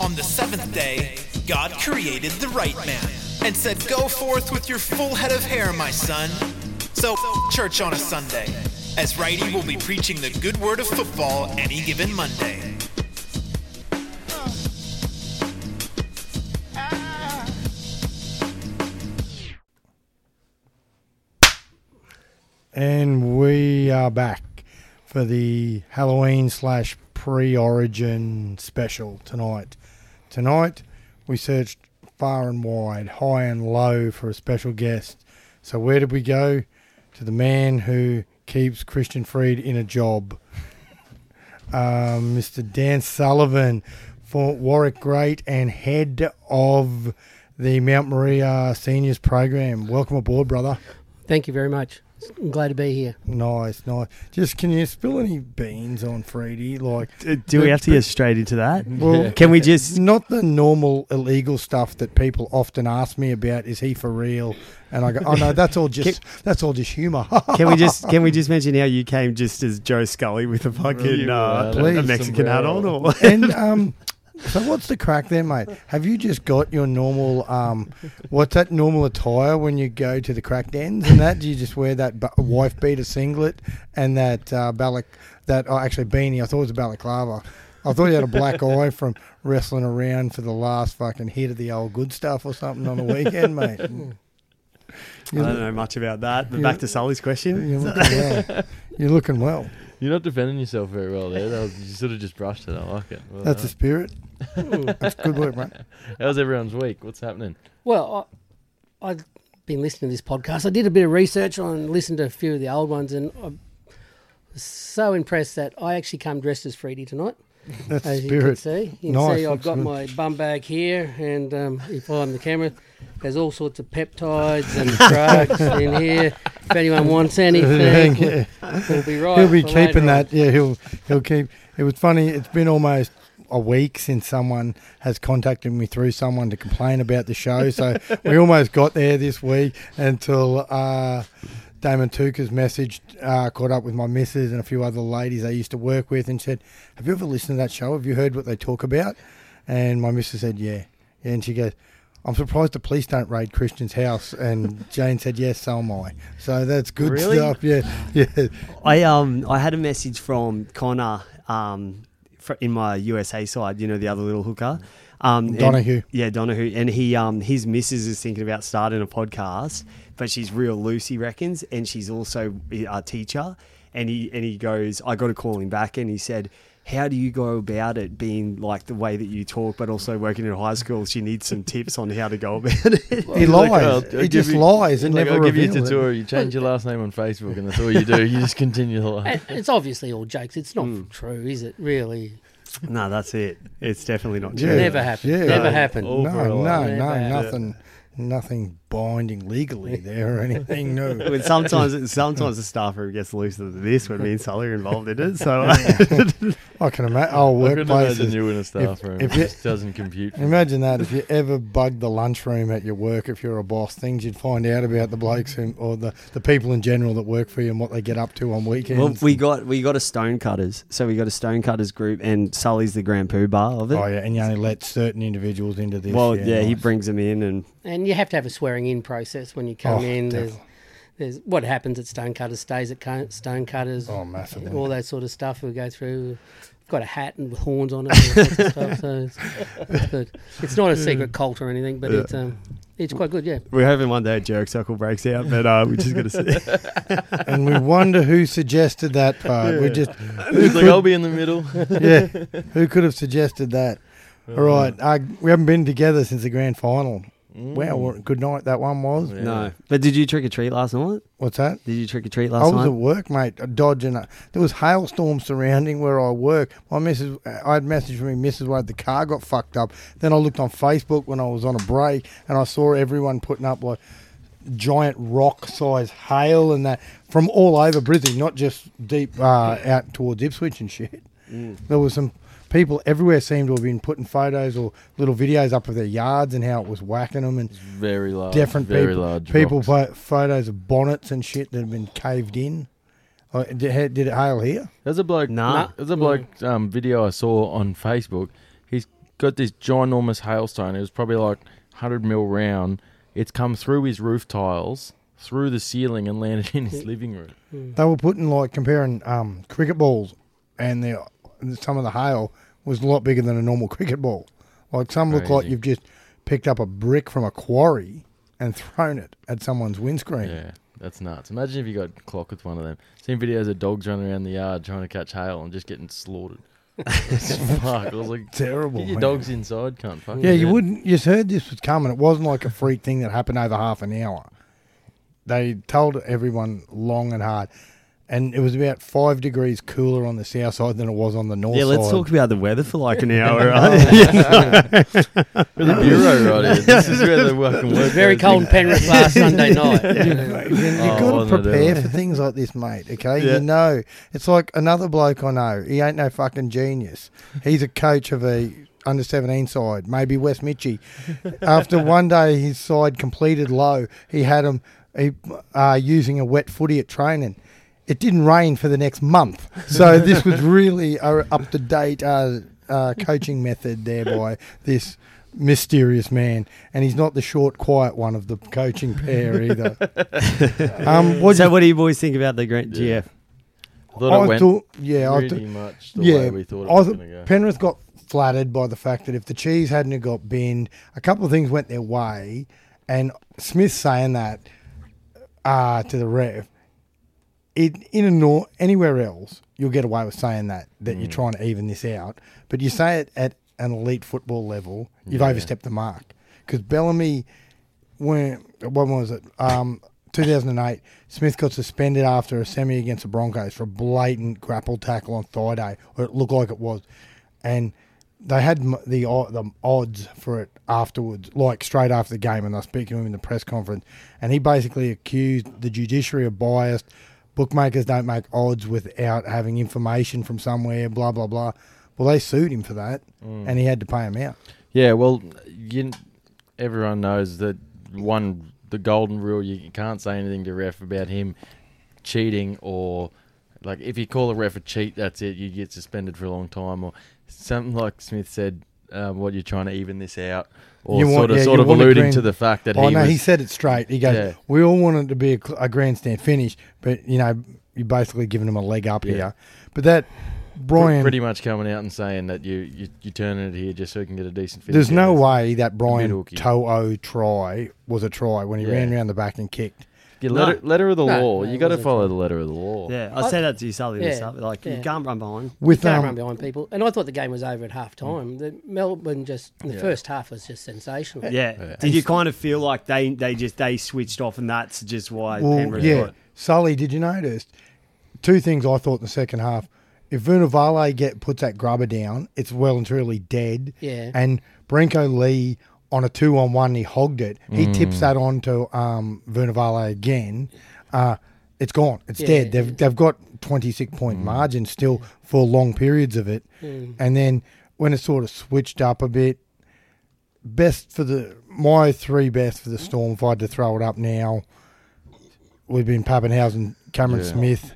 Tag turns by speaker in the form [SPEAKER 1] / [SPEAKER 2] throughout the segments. [SPEAKER 1] On the seventh day, God created the right man and said, Go forth with your full head of hair, my son. So, church on a Sunday, as Righty will be preaching the good word of football any given Monday.
[SPEAKER 2] And we are back for the Halloween slash pre origin special tonight. Tonight, we searched far and wide, high and low for a special guest. So, where did we go? To the man who keeps Christian Freed in a job, um, Mr. Dan Sullivan, Fort Warwick Great and head of the Mount Maria Seniors Program. Welcome aboard, brother.
[SPEAKER 3] Thank you very much. I'm glad to be here.
[SPEAKER 2] Nice, nice. Just can you spill any beans on Freedy? Like,
[SPEAKER 4] D- Uh, Do we have to get straight into that?
[SPEAKER 2] well,
[SPEAKER 4] Can we
[SPEAKER 2] it's
[SPEAKER 4] just?
[SPEAKER 2] not the normal illegal stuff that people often ask me about. Is he for real? And I go, oh no, that's all just that's all just humour.
[SPEAKER 4] Can we just? Can we just mention how you came just as Joe Scully with a fucking
[SPEAKER 5] You
[SPEAKER 4] uh,
[SPEAKER 5] had
[SPEAKER 2] a
[SPEAKER 4] a Mexican hat on,
[SPEAKER 5] sombrero.
[SPEAKER 4] or
[SPEAKER 2] and um, so what's the crack there, mate? Have you just got your normal um, what's that normal attire when you go to the crack dens and that? Do you just wear that bu- wife beater singlet and that uh, balac that oh, actually beanie? I thought it was a balaclava. I thought you had a black eye from wrestling around for the last fucking hit of the old good stuff or something on the weekend, mate. Mm.
[SPEAKER 4] I don't know much about that. But back to Sully's question.
[SPEAKER 2] You're looking well. You're looking well.
[SPEAKER 5] You're not defending yourself very well there. That was, you sort of just brushed it. I like it. Well
[SPEAKER 2] That's the
[SPEAKER 4] Uh,
[SPEAKER 5] done.
[SPEAKER 2] spirit. That's good work, mate.
[SPEAKER 5] How's everyone's week? What's happening?
[SPEAKER 3] Well, I, I've been listening to this podcast. I did a bit of research on and listened to a few of the old ones, and I was so impressed that I actually come dressed as Freedy tonight.
[SPEAKER 2] That's the
[SPEAKER 3] As you can
[SPEAKER 2] spirit.
[SPEAKER 3] see, you can
[SPEAKER 2] Nice,
[SPEAKER 3] see I've
[SPEAKER 2] looks
[SPEAKER 3] got
[SPEAKER 2] good.
[SPEAKER 3] my bum bag here, and um, if I'm the camera, there's all sorts of peptides and drugs in here. If anyone wants anything,
[SPEAKER 2] Yeah.
[SPEAKER 3] we'll be right.
[SPEAKER 2] he'll be
[SPEAKER 3] for
[SPEAKER 2] keeping
[SPEAKER 3] later on.
[SPEAKER 2] that. Yeah, he'll he'll keep. It was funny. It's been almost a week since someone has contacted me through someone to complain about the show. So we almost got there this week until uh, Damon Tuka's message uh, caught up with my missus and a few other ladies I used to work with and said, "Have you ever listened to that show? Have you heard what they talk about?" And my missus said, "Yeah." And she goes. I'm surprised the police don't raid Christian's house. And Jane said, "Yes, so am I." So that's good
[SPEAKER 4] Really?
[SPEAKER 2] stuff. Yeah, yeah.
[SPEAKER 4] I um I had a message from Connor um fr- in my USA side, you know, the other little hooker. Um, and-
[SPEAKER 2] Donahue.
[SPEAKER 4] yeah, Donahue, and he um his missus is thinking about starting a podcast, but she's real loose, he reckons, and she's also uh, a teacher. And he and he goes, I got to call him back, and he said. How do you go about it being like the way that you talk, but also working in high school? She needs some tips on how to go about it.
[SPEAKER 2] He
[SPEAKER 5] He's like, "Oh,
[SPEAKER 2] lies.
[SPEAKER 5] "I'll- I'll
[SPEAKER 2] he
[SPEAKER 5] give
[SPEAKER 2] just
[SPEAKER 5] you-
[SPEAKER 2] lies and
[SPEAKER 5] like,
[SPEAKER 2] never
[SPEAKER 5] I'll give you a
[SPEAKER 2] reveals it.
[SPEAKER 5] tutorial. You change your last name on Facebook, and that's all you do. You just continue to lie.
[SPEAKER 3] And It's obviously all jokes. It's
[SPEAKER 2] Hmm.
[SPEAKER 3] not true, is it? Really,
[SPEAKER 4] no, that's it. It's definitely not
[SPEAKER 2] Yeah.
[SPEAKER 4] true.
[SPEAKER 3] never happened.
[SPEAKER 2] Yeah.
[SPEAKER 3] Never
[SPEAKER 2] No.
[SPEAKER 3] happened.
[SPEAKER 5] Oh.
[SPEAKER 2] No, no,
[SPEAKER 5] Override.
[SPEAKER 2] no,
[SPEAKER 3] Yeah.
[SPEAKER 2] nothing, nothing binding legally there or anything. No.
[SPEAKER 4] But sometimes, sometimes the staff room gets looser than this when me and Sully are involved in it. So
[SPEAKER 2] I can imagine. Oh,
[SPEAKER 5] I couldn't imagine
[SPEAKER 2] workplaces.
[SPEAKER 5] you in a staff room.
[SPEAKER 2] if
[SPEAKER 5] it
[SPEAKER 2] you-
[SPEAKER 5] just doesn't compute. for me.
[SPEAKER 2] Imagine that if you ever bugged the lunchroom at your work, if you're a boss, things you'd find out about the blokes who, or the, the people in general that work for you and what they get up to on weekends.
[SPEAKER 4] well, we got we got a stonecutters. So we got a stonecutters group, and Sully's the grand poobah of it.
[SPEAKER 2] oh yeah, and you only let certain individuals into this.
[SPEAKER 4] well, yeah, he
[SPEAKER 2] nice.
[SPEAKER 4] brings them in, and
[SPEAKER 3] And you have to have a swearing in process when you come
[SPEAKER 2] Oh,
[SPEAKER 3] in. There's,
[SPEAKER 2] definitely.
[SPEAKER 3] there's what happens at Stonecutters stays at co- Stonecutters.
[SPEAKER 2] Oh, massively.
[SPEAKER 3] All that sort of stuff we go through. Got a hat and with horns on it. And all sorts of stuff, so it's, it's good. It's not a secret cult or anything, but it's um, it's quite good. Yeah.
[SPEAKER 4] we're hoping one day a jerk circle breaks out. But uh, we're just gonna see.
[SPEAKER 2] and we wonder who suggested that part. We just
[SPEAKER 5] It's like I'll be in the middle.
[SPEAKER 2] yeah. Who could have suggested that? All right. Uh, we haven't been together since the grand final. Wow. what a Good night. That one was.
[SPEAKER 5] Yeah.
[SPEAKER 4] no, but did you trick or treat last night?
[SPEAKER 2] What's that?
[SPEAKER 4] Did you trick or treat
[SPEAKER 2] I
[SPEAKER 4] last
[SPEAKER 2] was at
[SPEAKER 4] night?
[SPEAKER 2] work, mate, uh, dodging. A, there was hailstorm surrounding where I work. My missus, uh, I had messaged me, Mrs. Wade, the car got fucked up. Then I looked on Facebook when I was on a break, and I saw everyone putting up like giant rock size hail and that from all over Brisbane, not just deep uh, out towards Ipswich and shit.
[SPEAKER 4] Mm.
[SPEAKER 2] There was some people everywhere seemed to have been putting photos or little videos up of their yards and how it was whacking them and
[SPEAKER 5] Very large.
[SPEAKER 2] different
[SPEAKER 5] very
[SPEAKER 2] people,
[SPEAKER 5] large
[SPEAKER 2] people
[SPEAKER 5] rocks.
[SPEAKER 2] pho- photos of bonnets and shit that have been caved in. Oh, did, ha- did it hail here?
[SPEAKER 5] There's a bloke.
[SPEAKER 2] Mm.
[SPEAKER 4] Nah.
[SPEAKER 5] There's a bloke um, video I saw on Facebook. He's got this ginormous hailstone. It was probably like 100 mil round. It's come through his roof tiles, through the ceiling, and landed in his living room.
[SPEAKER 2] They were putting like comparing um, cricket balls, and the and some of the hail was a lot bigger than a normal cricket ball. Like some look like
[SPEAKER 5] Crazy.
[SPEAKER 2] you've just picked up a brick from a quarry and thrown it at someone's windscreen.
[SPEAKER 5] Yeah, that's nuts. Imagine if you got clocked with one of them. Seen videos of dogs running around the yard trying to catch hail and just getting slaughtered. Fuck, I was like,
[SPEAKER 2] Terrible.
[SPEAKER 5] get your
[SPEAKER 2] man.
[SPEAKER 5] dogs inside, cunt. Fuck
[SPEAKER 2] Yeah, you
[SPEAKER 5] it.
[SPEAKER 2] wouldn't. You just heard this was coming. It wasn't like a freak thing that happened over half an hour. They told everyone long and hard, and it was about five degrees cooler on the south side than it was on the north.
[SPEAKER 4] Yeah, let's
[SPEAKER 2] side.
[SPEAKER 4] talk about the weather for like an hour, right?
[SPEAKER 5] We're the bureau right here. This is where the working work
[SPEAKER 3] Very
[SPEAKER 5] goes.
[SPEAKER 3] cold in Penrith last Sunday night.
[SPEAKER 2] You,
[SPEAKER 5] Oh,
[SPEAKER 2] got to
[SPEAKER 5] wasn't it
[SPEAKER 2] prepare
[SPEAKER 5] ever?
[SPEAKER 2] for things like this, mate. Okay,
[SPEAKER 4] Yeah.
[SPEAKER 2] you know, it's like another bloke I know. He ain't no fucking genius. He's a coach of a under seventeen side, maybe West Mitchie. After one day, his side completed low. He had him he, uh, using a wet footy at training. It didn't rain for the next month, so this was really a up to date uh, uh, coaching method there by this. Mysterious man, and he's not the short, quiet one of the coaching pair either. Um, what
[SPEAKER 4] so, what do you boys think about the Grant
[SPEAKER 5] Yeah.
[SPEAKER 4] GF?
[SPEAKER 5] I thought it went
[SPEAKER 2] thought, yeah, I
[SPEAKER 5] pretty
[SPEAKER 2] thought,
[SPEAKER 5] much the
[SPEAKER 2] yeah,
[SPEAKER 5] way we thought it
[SPEAKER 2] I
[SPEAKER 5] was
[SPEAKER 2] thought
[SPEAKER 5] going to go.
[SPEAKER 2] Penrith got flattered by the fact that if the cheese hadn't have got binned, a couple of things went their way, and Smith saying that uh, to the ref, it in a nor- anywhere else you'll get away with saying that that you're trying to even this out, but you say it at an elite football level, you've overstepped the mark because Bellamy when when was it? Um, 2008. Smith got suspended after a semi against the Broncos for a blatant grapple tackle on thigh day, or it looked like it was, and they had m- the o- the odds for it afterwards, like straight after the game. And I was speaking to him in the press conference, and he basically accused the judiciary of bias. Bookmakers don't make odds without having information from somewhere. Blah blah blah. Well, they sued him for that,
[SPEAKER 5] Mm.
[SPEAKER 2] and he had to pay him out.
[SPEAKER 5] Yeah, well, you, everyone knows that one, the golden rule, you can't say anything to ref about him cheating or like if you call a ref a cheat, that's it. You get suspended for a long time or something like Smith said. Um, what you're trying to even this out, or
[SPEAKER 2] You want-
[SPEAKER 5] sort of
[SPEAKER 2] yeah,
[SPEAKER 5] sort
[SPEAKER 2] you
[SPEAKER 5] of
[SPEAKER 2] want a
[SPEAKER 5] alluding
[SPEAKER 2] grand-
[SPEAKER 5] to the fact that
[SPEAKER 2] oh
[SPEAKER 5] he
[SPEAKER 2] no,
[SPEAKER 5] was
[SPEAKER 2] he said it straight. He goes,
[SPEAKER 5] Yeah.
[SPEAKER 2] "We all wanted to be a, cl- a grandstand finish, but you know, you're basically giving him a leg up
[SPEAKER 5] Yeah.
[SPEAKER 2] here." But that
[SPEAKER 5] pr-
[SPEAKER 2] Brian,
[SPEAKER 5] pretty much coming out and saying that you you you turning it here just so he can get a decent finish.
[SPEAKER 2] there's
[SPEAKER 5] out
[SPEAKER 2] no
[SPEAKER 5] of this.
[SPEAKER 2] way that Brian
[SPEAKER 5] hooky.
[SPEAKER 2] To'o try was a try when he
[SPEAKER 5] Yeah.
[SPEAKER 2] ran around the back and kicked.
[SPEAKER 5] Yeah, letter, letter of the
[SPEAKER 3] No,
[SPEAKER 5] law.
[SPEAKER 3] no,
[SPEAKER 5] you
[SPEAKER 3] it
[SPEAKER 5] got to
[SPEAKER 3] wasn't
[SPEAKER 5] follow the letter of the law.
[SPEAKER 4] Yeah, I said that to you, Sully.
[SPEAKER 3] Yeah,
[SPEAKER 4] this up, Like,
[SPEAKER 3] yeah.
[SPEAKER 4] you can't run behind.
[SPEAKER 2] With
[SPEAKER 3] Can't run
[SPEAKER 2] um,
[SPEAKER 3] behind people. And I thought the game was over at half time. The Melbourne just the
[SPEAKER 5] Yeah.
[SPEAKER 3] first half was just sensational.
[SPEAKER 4] Yeah. Did you kind of feel like they, they just they switched off and that's just why
[SPEAKER 2] well,
[SPEAKER 4] Penrith
[SPEAKER 2] yeah,
[SPEAKER 4] got-
[SPEAKER 2] Sully, did you notice two things? I thought in the second half, if Vunavale get puts that grubber down, it's well and truly dead.
[SPEAKER 3] Yeah.
[SPEAKER 2] and Brinko Lee on a two on one, he hogged it. He tips that on to um, Vernavale again. Uh, it's gone. It's
[SPEAKER 3] Yeah,
[SPEAKER 2] dead.
[SPEAKER 3] yeah,
[SPEAKER 2] They've, they've got 26 point margin still for long periods of it.
[SPEAKER 3] Mm.
[SPEAKER 2] And then when it sort of switched up a bit, best for the my three best for the Storm. If I had to throw it up now, we've been Pappenhausen, Cameron
[SPEAKER 5] Yeah.
[SPEAKER 2] Smith,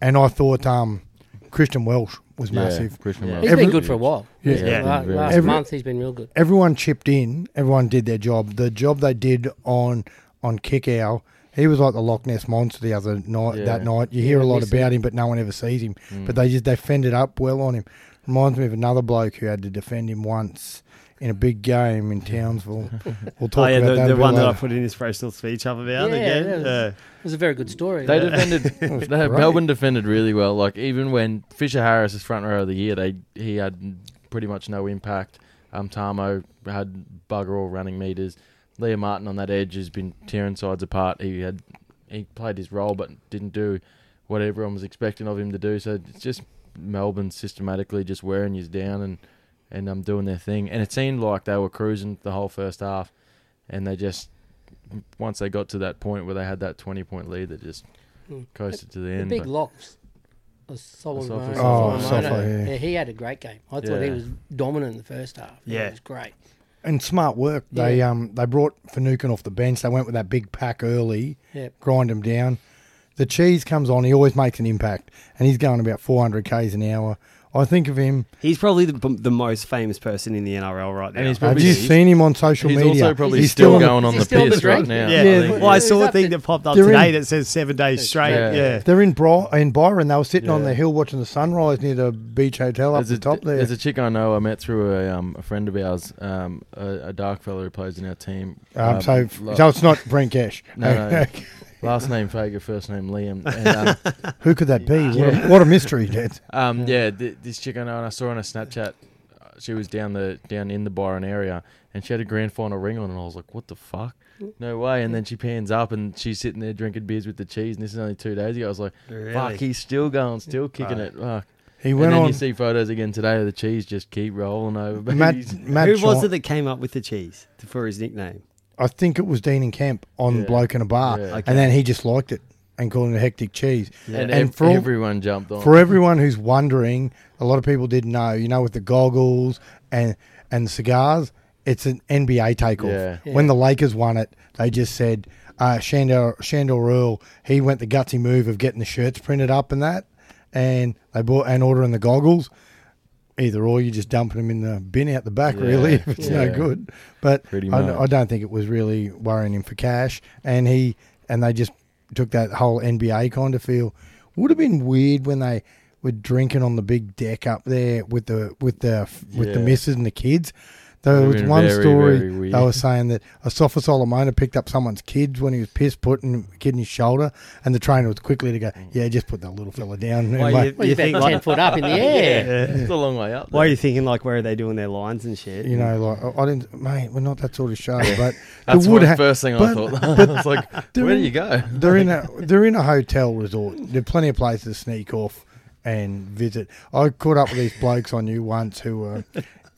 [SPEAKER 2] and I thought um, Christian Welsh was massive.
[SPEAKER 5] Christian
[SPEAKER 4] Yeah.
[SPEAKER 5] Welsh.
[SPEAKER 3] He's
[SPEAKER 2] Every-
[SPEAKER 3] been good for a while.
[SPEAKER 2] Yeah.
[SPEAKER 5] Yeah.
[SPEAKER 3] La-
[SPEAKER 5] Very
[SPEAKER 3] last
[SPEAKER 2] good.
[SPEAKER 3] month he's been real good.
[SPEAKER 2] everyone chipped in. Everyone did their job. The job they did on on kick out. He was like the Loch Ness monster the other night.
[SPEAKER 5] Yeah. Mm.
[SPEAKER 2] That night, you hear a lot
[SPEAKER 3] we see
[SPEAKER 2] about him, but no one ever sees him. But they just they fended up well on him. Reminds me of another bloke who had to defend him once in a big game in Townsville. We'll
[SPEAKER 4] Oh,
[SPEAKER 2] talk
[SPEAKER 4] yeah,
[SPEAKER 2] about
[SPEAKER 4] the,
[SPEAKER 2] that.
[SPEAKER 4] the
[SPEAKER 2] a bit
[SPEAKER 4] one that I
[SPEAKER 2] later.
[SPEAKER 4] put in his personal speech up about
[SPEAKER 3] Yeah,
[SPEAKER 4] again.
[SPEAKER 3] that was-
[SPEAKER 4] Yeah.
[SPEAKER 3] It was a very good story.
[SPEAKER 5] They
[SPEAKER 3] Yeah.
[SPEAKER 5] defended. no, Melbourne defended really well. Like even when Fisher Harris is front row of the year, they he had pretty much no impact. Um, Tamo had bugger all running meters. Leah Martin on that edge has been tearing sides apart. He had he played his role but didn't do what everyone was expecting of him to do. So it's just Melbourne systematically just wearing you down and and um doing their thing. And it seemed like they were cruising the whole first half, and they just once they got to that point where they had that twenty point lead, they just coasted to the
[SPEAKER 3] The
[SPEAKER 5] end.
[SPEAKER 3] big
[SPEAKER 5] but-
[SPEAKER 3] locks. was Solomon
[SPEAKER 5] Solomon-
[SPEAKER 3] Mona-
[SPEAKER 5] Oh,
[SPEAKER 3] Solomon
[SPEAKER 2] Solomon,
[SPEAKER 3] Mona.
[SPEAKER 2] yeah.
[SPEAKER 3] he had a great game. I thought he
[SPEAKER 5] Yeah.
[SPEAKER 3] was dominant in the first half.
[SPEAKER 4] Yeah.
[SPEAKER 3] It was great.
[SPEAKER 2] and smart work. They
[SPEAKER 3] Yeah.
[SPEAKER 2] um they brought Finucane off the bench. They went with that big pack early.
[SPEAKER 3] Yep.
[SPEAKER 2] grind him down. The cheese comes on. He always makes an impact, and he's going about 400 k's an hour. I think of him.
[SPEAKER 4] He's probably the, the most famous person in the NRL right now.
[SPEAKER 5] And he's
[SPEAKER 2] Have
[SPEAKER 5] Probably
[SPEAKER 2] you
[SPEAKER 5] he's-
[SPEAKER 2] seen him on social
[SPEAKER 5] He's
[SPEAKER 2] media?
[SPEAKER 5] also probably
[SPEAKER 2] He's
[SPEAKER 5] still,
[SPEAKER 2] on the-
[SPEAKER 5] going
[SPEAKER 3] Is
[SPEAKER 5] on
[SPEAKER 3] he
[SPEAKER 5] the
[SPEAKER 3] still on the
[SPEAKER 5] piss right
[SPEAKER 3] drink?
[SPEAKER 5] now.
[SPEAKER 4] yeah,
[SPEAKER 5] I
[SPEAKER 2] Yeah,
[SPEAKER 5] think.
[SPEAKER 4] well, I
[SPEAKER 3] he's
[SPEAKER 4] saw a
[SPEAKER 3] up
[SPEAKER 4] thing
[SPEAKER 3] to-
[SPEAKER 4] that popped up
[SPEAKER 2] They're
[SPEAKER 4] today
[SPEAKER 2] in-
[SPEAKER 4] that says seven days straight.
[SPEAKER 5] Yeah.
[SPEAKER 4] Yeah,
[SPEAKER 2] They're in, Bri- in Byron. They were sitting on
[SPEAKER 5] Yeah.
[SPEAKER 2] the hill watching the sunrise near the beach hotel up
[SPEAKER 5] There's
[SPEAKER 2] the
[SPEAKER 5] a,
[SPEAKER 2] top there.
[SPEAKER 5] there's a chick I know I met through a, um, a friend of ours, um, a, a dark fellow who plays in our team.
[SPEAKER 2] um, so,
[SPEAKER 5] la-
[SPEAKER 2] so it's not Brent Cash.
[SPEAKER 5] No, no. last name Fager, first name Liam. And, um,
[SPEAKER 2] Who could that be? What,
[SPEAKER 5] Yeah.
[SPEAKER 2] a, what a mystery, Dad.
[SPEAKER 5] Um, yeah, th- this chick I know, and I saw her on a Snapchat. uh, She was down the down in the Byron area, and she had a grand final ring on, and I was like, "What the fuck? No way!" And then she pans up, and she's sitting there drinking beers with the cheese, and this is only two days ago. I was like,
[SPEAKER 4] Really?
[SPEAKER 5] "Fuck, he's still going, still kicking it." Fuck.
[SPEAKER 2] He
[SPEAKER 5] And
[SPEAKER 2] went
[SPEAKER 5] then
[SPEAKER 2] on.
[SPEAKER 5] you see photos again today of the cheese just keep rolling over. but he's-
[SPEAKER 2] Matt, Matt
[SPEAKER 4] Who was
[SPEAKER 2] Shine-
[SPEAKER 4] it that came up with the cheese t- for his nickname?
[SPEAKER 2] I think it was Dean and Kemp on
[SPEAKER 5] Yeah.
[SPEAKER 2] Bloke in a Bar,
[SPEAKER 5] Yeah.
[SPEAKER 4] Okay.
[SPEAKER 2] and then he just liked it and called it a hectic cheese.
[SPEAKER 5] and
[SPEAKER 2] And
[SPEAKER 5] ev-
[SPEAKER 2] for all-
[SPEAKER 5] everyone jumped on.
[SPEAKER 2] For everyone who's wondering, a lot of people didn't know. You know, with the goggles and and cigars, it's an NBA takeoff.
[SPEAKER 5] Yeah.
[SPEAKER 2] When the Lakers won it, they just said uh, Shandor Shandor Earl. He went the gutsy move of getting the shirts printed up and that, and they bought and ordering the goggles. Either or, you're just dumping them in the bin out the back,
[SPEAKER 5] Yeah.
[SPEAKER 2] really, if it's
[SPEAKER 5] Yeah.
[SPEAKER 2] no good. But
[SPEAKER 5] Pretty
[SPEAKER 2] I,
[SPEAKER 5] much.
[SPEAKER 2] I don't think it was really worrying him for cash, and he and they just took that whole NBA kind of feel. Would have been weird when they were drinking on the big deck up there with the with the with the
[SPEAKER 5] Yeah.
[SPEAKER 2] missus and the kids. There
[SPEAKER 5] Would've
[SPEAKER 2] was
[SPEAKER 5] been
[SPEAKER 2] one
[SPEAKER 5] very,
[SPEAKER 2] story
[SPEAKER 5] very weird.
[SPEAKER 2] they were saying that a Sofa Solomona picked up someone's kids when he was pissed, putting a kid in his shoulder, and the trainer was quickly to go,
[SPEAKER 5] Mm.
[SPEAKER 2] "Yeah, just put that little fella down."
[SPEAKER 4] Why
[SPEAKER 2] Like,
[SPEAKER 4] you-
[SPEAKER 3] Well, you
[SPEAKER 4] think
[SPEAKER 3] about
[SPEAKER 4] like-
[SPEAKER 3] ten foot up in the air.
[SPEAKER 5] it's a long way up.
[SPEAKER 4] Why are
[SPEAKER 5] there.
[SPEAKER 4] you thinking like where are they doing their lines and shit?
[SPEAKER 2] You know, like I- I didn't, mate. We're not that sort of show. But
[SPEAKER 5] That's
[SPEAKER 2] the
[SPEAKER 5] the
[SPEAKER 2] Woodha-
[SPEAKER 5] first thing
[SPEAKER 2] but
[SPEAKER 5] I thought. I was like,
[SPEAKER 2] they're
[SPEAKER 5] "Where do
[SPEAKER 2] in-
[SPEAKER 5] you go?"
[SPEAKER 2] They're in a they're in a hotel resort. There are plenty of places to sneak off and visit. I caught up with these blokes I knew once who were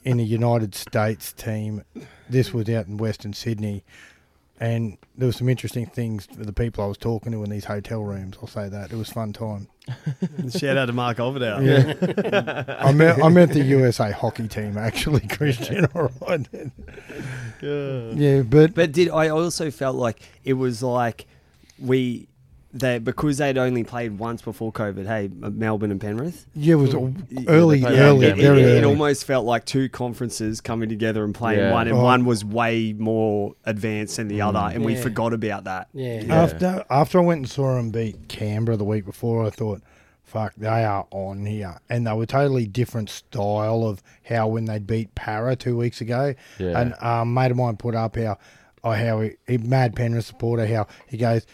[SPEAKER 2] in a United States team. This was out in Western Sydney, and there were some interesting things for the people I was talking to in these hotel rooms. I'll say that it was a fun time.
[SPEAKER 4] Shout out to Mark Olvidau.
[SPEAKER 2] Yeah, I met I met the USA hockey team actually, Christian. All right, yeah, but
[SPEAKER 4] But did I also felt like it was like we they because they'd only played once before COVID. Hey, Melbourne and Penrith.
[SPEAKER 2] yeah, it was
[SPEAKER 4] they
[SPEAKER 2] early,
[SPEAKER 5] played
[SPEAKER 2] early,
[SPEAKER 5] one
[SPEAKER 4] it,
[SPEAKER 5] game.
[SPEAKER 2] very
[SPEAKER 4] it- it
[SPEAKER 2] early.
[SPEAKER 4] almost felt like two conferences coming together and playing
[SPEAKER 5] Yeah.
[SPEAKER 4] one, and
[SPEAKER 2] Oh.
[SPEAKER 4] one was way more advanced than the other, and we
[SPEAKER 3] Yeah.
[SPEAKER 4] forgot about that.
[SPEAKER 3] Yeah.
[SPEAKER 5] Yeah.
[SPEAKER 2] After after I went and saw them beat Canberra the week before, I thought, "Fuck, they are on here," and they were totally different style of how when they beat Para two weeks ago.
[SPEAKER 5] Yeah.
[SPEAKER 2] And um, mate of mine put up how, oh, how he, he mad Penrith supporter how he goes,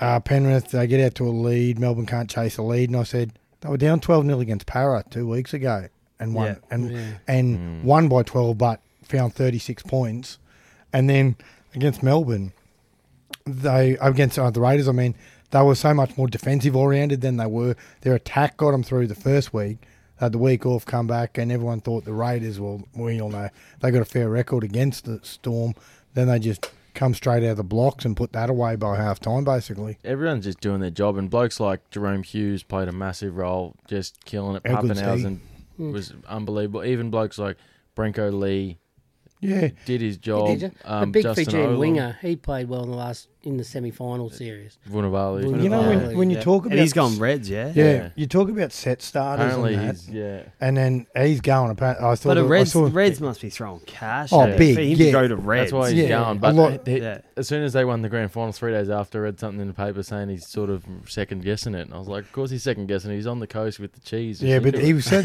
[SPEAKER 2] uh, Penrith they get out to a lead, Melbourne can't chase a lead, and I said they were down twelve 0 against Para two weeks ago and won
[SPEAKER 4] Yeah.
[SPEAKER 2] and and won by twelve, but found thirty six points, and then against Melbourne they against uh, the Raiders. I mean, they were so much more defensive oriented than they were. Their attack got them through the first week. They had the week off, come back, and everyone thought the Raiders. Well, we all know they got a fair record against the Storm. Then they just come straight out of the blocks and put that away by half time, basically.
[SPEAKER 5] everyone's just doing their job, and blokes like Jerome Hughes played a massive role, just killing it.
[SPEAKER 2] Edwards,
[SPEAKER 5] Pappenhausen was unbelievable. Even blokes like Brenko Lee
[SPEAKER 2] Yeah,
[SPEAKER 5] did his
[SPEAKER 3] He
[SPEAKER 5] job.
[SPEAKER 3] did, yeah. the
[SPEAKER 5] Um,
[SPEAKER 3] big
[SPEAKER 5] Justin
[SPEAKER 3] Fijian
[SPEAKER 5] Olam,
[SPEAKER 3] winger, he played well in the last in the semi-final series.
[SPEAKER 5] Vunivalu.
[SPEAKER 3] You
[SPEAKER 2] you know when, when you
[SPEAKER 4] Yeah.
[SPEAKER 2] talk about
[SPEAKER 4] And he's gone Reds, yeah.
[SPEAKER 2] Yeah,
[SPEAKER 5] Yeah.
[SPEAKER 2] you talk about set starters
[SPEAKER 5] apparently
[SPEAKER 2] and that,
[SPEAKER 5] he's yeah.
[SPEAKER 2] and then he's going. Apparently, I thought
[SPEAKER 4] But
[SPEAKER 2] it-
[SPEAKER 4] a
[SPEAKER 2] I
[SPEAKER 4] Reds,
[SPEAKER 2] saw-
[SPEAKER 4] Reds must be throwing cash.
[SPEAKER 2] Oh,
[SPEAKER 4] at it
[SPEAKER 2] big,
[SPEAKER 4] For him
[SPEAKER 2] yeah.
[SPEAKER 4] to go to Reds.
[SPEAKER 5] That's why he's
[SPEAKER 2] Yeah.
[SPEAKER 5] going.
[SPEAKER 2] A
[SPEAKER 5] But
[SPEAKER 2] lot-
[SPEAKER 5] he- he-
[SPEAKER 4] Yeah.
[SPEAKER 5] as soon as they won the grand final, three days after, I read something in the paper saying he's sort of second guessing it, and I was like, "Of course he's second guessing. it. He's on the coast with the cheese."
[SPEAKER 2] yeah, but he said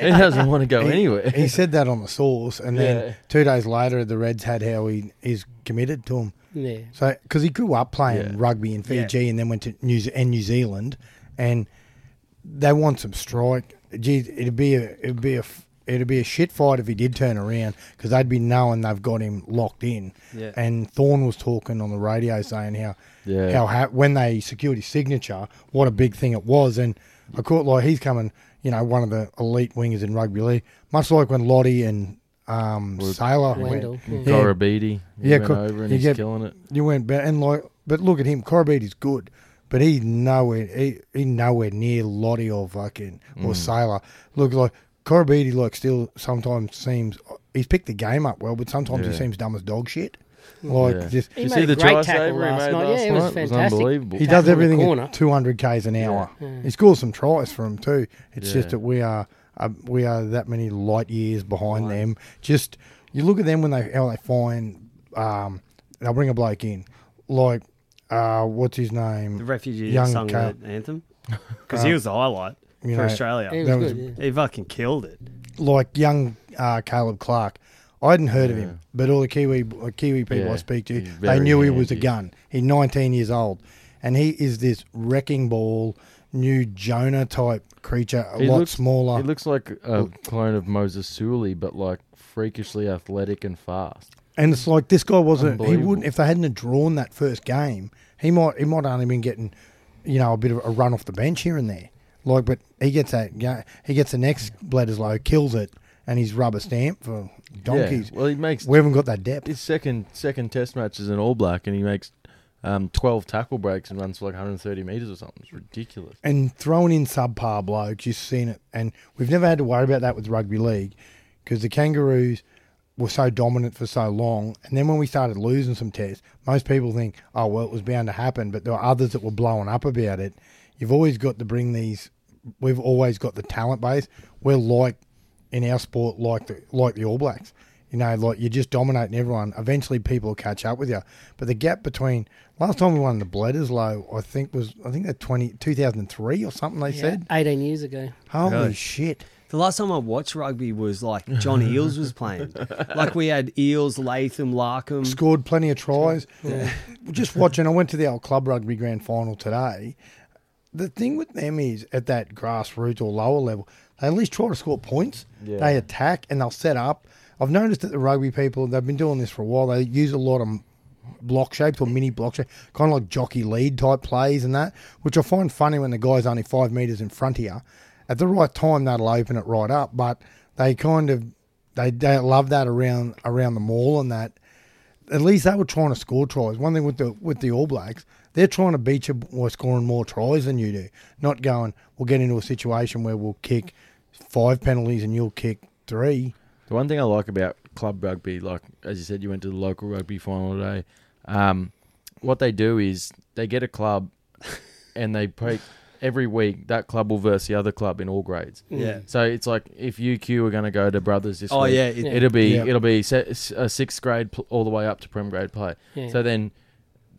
[SPEAKER 5] he doesn't want to go
[SPEAKER 2] He-
[SPEAKER 5] anywhere.
[SPEAKER 2] He said that on the source, and
[SPEAKER 5] Yeah.
[SPEAKER 2] then two days later, the Reds had how he is committed to him.
[SPEAKER 3] Yeah.
[SPEAKER 2] So because he grew up playing
[SPEAKER 5] Yeah.
[SPEAKER 2] rugby in Fiji, and then went to New Ze- and New Zealand, and they want some strike. Gee, it'd be a it'd be a f- it'd be a shit fight if he did turn around because they'd be knowing they've got him locked in.
[SPEAKER 4] Yeah.
[SPEAKER 2] And Thorne was talking on the radio saying how
[SPEAKER 5] Yeah.
[SPEAKER 2] how ha- when they secured his signature, what a big thing it was. And I caught like he's coming, you know, one of the elite wingers in rugby league, much like when Lottie and um, Sailor
[SPEAKER 3] Wendell,
[SPEAKER 2] went.
[SPEAKER 3] yeah.
[SPEAKER 2] Yeah,
[SPEAKER 5] Corabidi, he
[SPEAKER 2] Yeah,
[SPEAKER 5] went
[SPEAKER 2] Cor-
[SPEAKER 5] over and
[SPEAKER 2] you
[SPEAKER 5] he's
[SPEAKER 2] get-
[SPEAKER 5] killing it.
[SPEAKER 2] you went back and like, but look at him. Corbeet is good, but he nowhere he, he nowhere near Lottie or fucking
[SPEAKER 5] Mm.
[SPEAKER 2] or Sailor. Look like Corbeet, like still sometimes seems he's picked the game up well, but sometimes he
[SPEAKER 5] Yeah.
[SPEAKER 2] seems dumb as dog shit. Like
[SPEAKER 5] Yeah.
[SPEAKER 2] just
[SPEAKER 3] He
[SPEAKER 5] Did you
[SPEAKER 3] made
[SPEAKER 5] see
[SPEAKER 3] a
[SPEAKER 5] the
[SPEAKER 3] great
[SPEAKER 5] try
[SPEAKER 3] tackle
[SPEAKER 5] saver he
[SPEAKER 3] last
[SPEAKER 5] made
[SPEAKER 3] night. Yeah,
[SPEAKER 5] last
[SPEAKER 3] it was
[SPEAKER 5] night? It was
[SPEAKER 3] fantastic.
[SPEAKER 5] unbelievable.
[SPEAKER 2] he
[SPEAKER 3] Tackle
[SPEAKER 2] does
[SPEAKER 3] in the
[SPEAKER 2] everything
[SPEAKER 3] corner.
[SPEAKER 2] at 200 k's an hour. He scores some tries for him too. It's just
[SPEAKER 5] Yeah.
[SPEAKER 2] that we are Uh, we are that many light years behind them. Just you look at them when they how they find. Um, they'll bring a bloke in, like uh, what's his name?
[SPEAKER 4] The refugee
[SPEAKER 2] Young
[SPEAKER 4] that sung
[SPEAKER 2] Cal-
[SPEAKER 4] that anthem because he was the highlight
[SPEAKER 2] you
[SPEAKER 4] for
[SPEAKER 2] know,
[SPEAKER 4] Australia.
[SPEAKER 3] He
[SPEAKER 2] That was-
[SPEAKER 3] was good. yeah.
[SPEAKER 4] He fucking killed it.
[SPEAKER 2] like young uh, Caleb Clark. I hadn't heard of
[SPEAKER 5] Yeah.
[SPEAKER 2] him, but all the Kiwi uh, Kiwi people
[SPEAKER 5] Yeah,
[SPEAKER 2] I speak to,
[SPEAKER 5] he's
[SPEAKER 2] they
[SPEAKER 5] very
[SPEAKER 2] knew he was a
[SPEAKER 5] handy.
[SPEAKER 2] gun. He's 19 years old, and he is this wrecking ball, new Jonah type creature, a
[SPEAKER 5] He
[SPEAKER 2] lot
[SPEAKER 5] looks-
[SPEAKER 2] smaller.
[SPEAKER 5] He looks like a clone of Moses Suli, but like freakishly athletic and fast.
[SPEAKER 2] And it's like this guy wasn't. He
[SPEAKER 5] Unbelievable.
[SPEAKER 2] wouldn't if they hadn't have drawn that first game. He might. He might only been getting, you know, a bit of a run off the bench here and there. Like, but he gets that. ga- He gets the next Bledisloe, kills it, and he's rubber stamp for donkeys.
[SPEAKER 5] Yeah. Well, he makes
[SPEAKER 2] we haven't got that depth.
[SPEAKER 5] his second second Test match is an All Black, and he makes um, twelve tackle breaks and runs for like 130 meters or something. It's ridiculous.
[SPEAKER 2] and throwing in subpar blokes, you've seen it. And we've never had to worry about that with rugby league because the Kangaroos were so dominant for so long. And then when we started losing some tests, most people think, oh, well, it was bound to happen. But there were others that were blowing up about it. You've always got to bring these, we've always got the talent base. We're like, in our sport, like the, like the All Blacks. You know, like you're just dominating everyone. Eventually, people will catch up with you. But the gap between last time we won the Bledisloe, I think was I think that 20, 2003 or something they said.
[SPEAKER 3] 18 years ago.
[SPEAKER 2] Holy
[SPEAKER 4] Really?
[SPEAKER 2] shit!
[SPEAKER 4] The last time I watched rugby was like John Eels was playing. Like we had Eels, Latham, Larkham.
[SPEAKER 2] Scored plenty of tries. just watching. I went to the old club rugby grand final today. The thing with them is at that grassroots or lower level, they at least try to score points.
[SPEAKER 5] Yeah.
[SPEAKER 2] They attack and they'll set up. I've noticed that the rugby people they've been doing this for a while. They use a lot of block shapes or mini block shape, kind of like jockey lead type plays and that, which I find funny when the guy's only five meters in front of you. At the right time, that'll open it right up. But they kind of they, they love that around around the mall and that. At least they were trying to score tries. One thing with the with the All Blacks, they're trying to beat you by scoring more tries than you do. Not going, we'll get into a situation where we'll kick five penalties and you'll kick three.
[SPEAKER 5] The one thing I like about club rugby, like as you said, you went to the local rugby final today. Um, what they do is they get a club, and they pick every week that club will verse the other club in all grades.
[SPEAKER 4] Yeah.
[SPEAKER 5] So it's like if UQ are going to go to Brothers this
[SPEAKER 4] Mm. Oh,
[SPEAKER 5] week,
[SPEAKER 4] yeah, it-
[SPEAKER 3] Yeah.
[SPEAKER 5] it'll be
[SPEAKER 2] Yeah.
[SPEAKER 5] it'll be se- s- uh, sixth grade pl- all the way up to prem grade play.
[SPEAKER 3] Yeah.
[SPEAKER 5] So then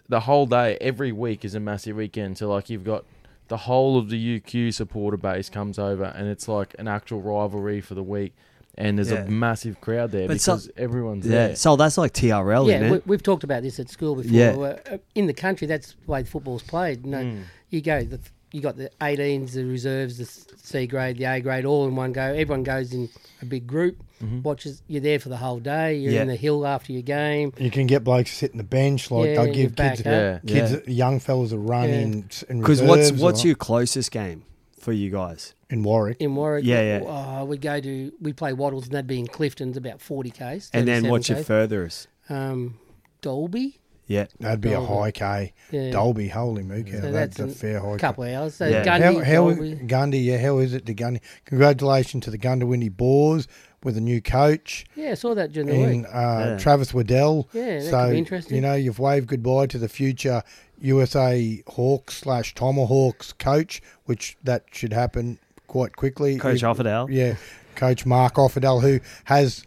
[SPEAKER 5] the whole day, every week is a massive weekend. So like you've got the whole of the UQ supporter base comes over, and it's like an actual rivalry for the week. And there's
[SPEAKER 4] Yeah.
[SPEAKER 5] a massive crowd there
[SPEAKER 4] But so-
[SPEAKER 5] because everyone's
[SPEAKER 4] Yeah.
[SPEAKER 5] there.
[SPEAKER 4] So that's like TRL,
[SPEAKER 3] yeah,
[SPEAKER 4] isn't
[SPEAKER 3] we,
[SPEAKER 4] it?
[SPEAKER 3] we've talked about this at school before.
[SPEAKER 4] Yeah. Hmm.
[SPEAKER 3] Where, uh, in the country, that's the way football's played. You, know, you go, the, you got the 18s, the reserves, the s- C grade, the A grade, all in one go. Everyone goes in a big group, watches. You're there for the whole day. You're
[SPEAKER 4] Mm-hmm. Yeah.
[SPEAKER 3] in the hill after your game.
[SPEAKER 2] You can get blokes sitting the bench, like
[SPEAKER 3] Yeah,
[SPEAKER 2] they'll
[SPEAKER 3] you
[SPEAKER 2] give
[SPEAKER 3] back
[SPEAKER 2] kids
[SPEAKER 3] up.
[SPEAKER 5] Yeah.
[SPEAKER 2] kids,
[SPEAKER 4] Yeah.
[SPEAKER 2] young fellas a run
[SPEAKER 3] Yeah.
[SPEAKER 2] in in
[SPEAKER 4] Because what's
[SPEAKER 2] reserves
[SPEAKER 4] what's
[SPEAKER 2] or-
[SPEAKER 4] your closest game for you guys?
[SPEAKER 2] in Warwick?
[SPEAKER 3] In Warwick,
[SPEAKER 4] Yeah, yeah.
[SPEAKER 3] Oh, we go to we play Waddles, and that'd be in Clifton. It's about forty k's.
[SPEAKER 4] And then what's your
[SPEAKER 3] 37K.
[SPEAKER 4] furthest?
[SPEAKER 3] um, Dolby?
[SPEAKER 4] Yeah.
[SPEAKER 2] That'd be
[SPEAKER 3] Dolby.
[SPEAKER 2] a high K.
[SPEAKER 3] Yeah.
[SPEAKER 2] Dolby, holy mook, yeah,
[SPEAKER 3] So
[SPEAKER 2] that's, a
[SPEAKER 3] an-
[SPEAKER 2] fair high
[SPEAKER 3] couple of hours. So
[SPEAKER 4] Yeah.
[SPEAKER 2] K.
[SPEAKER 3] Gundy,
[SPEAKER 2] how, how
[SPEAKER 3] Dolby.
[SPEAKER 2] Gundy, yeah, how is it to Gundy? Congratulations to the Gundawindi Boars with a new coach
[SPEAKER 3] Yeah, I saw that during the
[SPEAKER 2] in
[SPEAKER 3] week.
[SPEAKER 2] uh,
[SPEAKER 4] Yeah.
[SPEAKER 2] Travis Waddell.
[SPEAKER 3] Yeah, that
[SPEAKER 2] so
[SPEAKER 3] could be interesting.
[SPEAKER 2] you know you've waved goodbye to the future USA Hawks slash Tomahawks coach, which that should happen quite quickly.
[SPEAKER 4] Coach
[SPEAKER 2] If-
[SPEAKER 4] Offerdale.
[SPEAKER 2] yeah, Coach Mark Offerdale, who has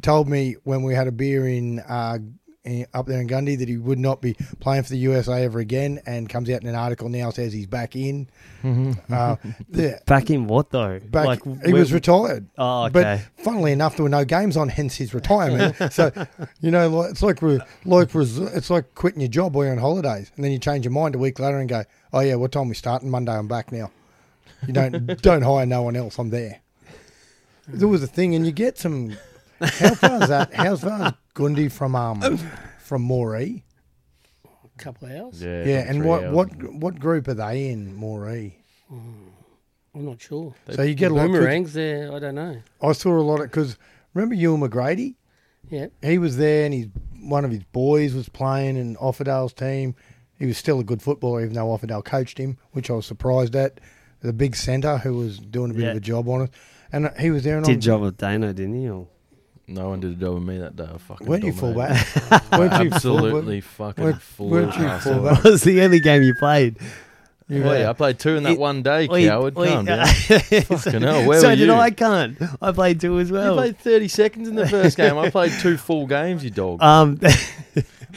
[SPEAKER 2] told me when we had a beer in, uh, in up there in Gundy that he would not be playing for the USA ever again, and comes out in an article now says he's back in.
[SPEAKER 3] Mm-hmm.
[SPEAKER 2] uh, the,
[SPEAKER 4] Back in what though?
[SPEAKER 2] back,
[SPEAKER 4] like
[SPEAKER 2] he
[SPEAKER 4] where-
[SPEAKER 2] was retired.
[SPEAKER 4] Oh, okay.
[SPEAKER 2] But funnily enough, there were no games on, hence his retirement. so, you know, like, it's like re- like res- it's like quitting your job while you're on holidays, and then you change your mind a week later and go, "Oh yeah, what time we starting Monday? I'm back now." You don't don't hire no one else. I'm there. There was a thing, and you get some. How far is that? How far is Gundy from um from Moree?
[SPEAKER 3] A couple of hours.
[SPEAKER 5] Yeah,
[SPEAKER 2] Yeah,
[SPEAKER 5] like
[SPEAKER 2] and
[SPEAKER 5] three
[SPEAKER 2] what
[SPEAKER 5] hours.
[SPEAKER 2] what what group are they in Moree?
[SPEAKER 3] I'm not sure.
[SPEAKER 2] So you get a lot. of kids-
[SPEAKER 3] Boomerangs there. I don't know.
[SPEAKER 2] I saw a lot of because remember Ewan McGrady.
[SPEAKER 3] Yeah.
[SPEAKER 2] he was there and he's one of his boys was playing in Offerdale's team. He was still a good footballer, even though Offerdale coached him, which I was surprised at. The big centre who was doing a bit of
[SPEAKER 4] Yeah.
[SPEAKER 2] a job on it, and uh, he was there. And I'm-
[SPEAKER 4] Did job with Dano, didn't you?
[SPEAKER 5] No one did a job with me that day. I fucking
[SPEAKER 2] Weren't you full
[SPEAKER 5] dominated.
[SPEAKER 2] back? weren't you full back?
[SPEAKER 5] Absolutely fucking
[SPEAKER 2] Weren't,
[SPEAKER 5] full.
[SPEAKER 2] weren't you
[SPEAKER 5] ass.
[SPEAKER 2] full
[SPEAKER 4] That was the only game you played.
[SPEAKER 2] You
[SPEAKER 5] Well,
[SPEAKER 2] were-
[SPEAKER 5] yeah, I played two in that
[SPEAKER 4] It-
[SPEAKER 5] one day, coward. Calm
[SPEAKER 2] uh,
[SPEAKER 5] down. Fucking hell, where
[SPEAKER 4] so
[SPEAKER 5] were
[SPEAKER 4] did
[SPEAKER 5] you?
[SPEAKER 4] I, cunt. I played two as
[SPEAKER 5] You
[SPEAKER 4] well.
[SPEAKER 5] played 30 seconds in the first game. I played two full games, you dog.
[SPEAKER 4] um,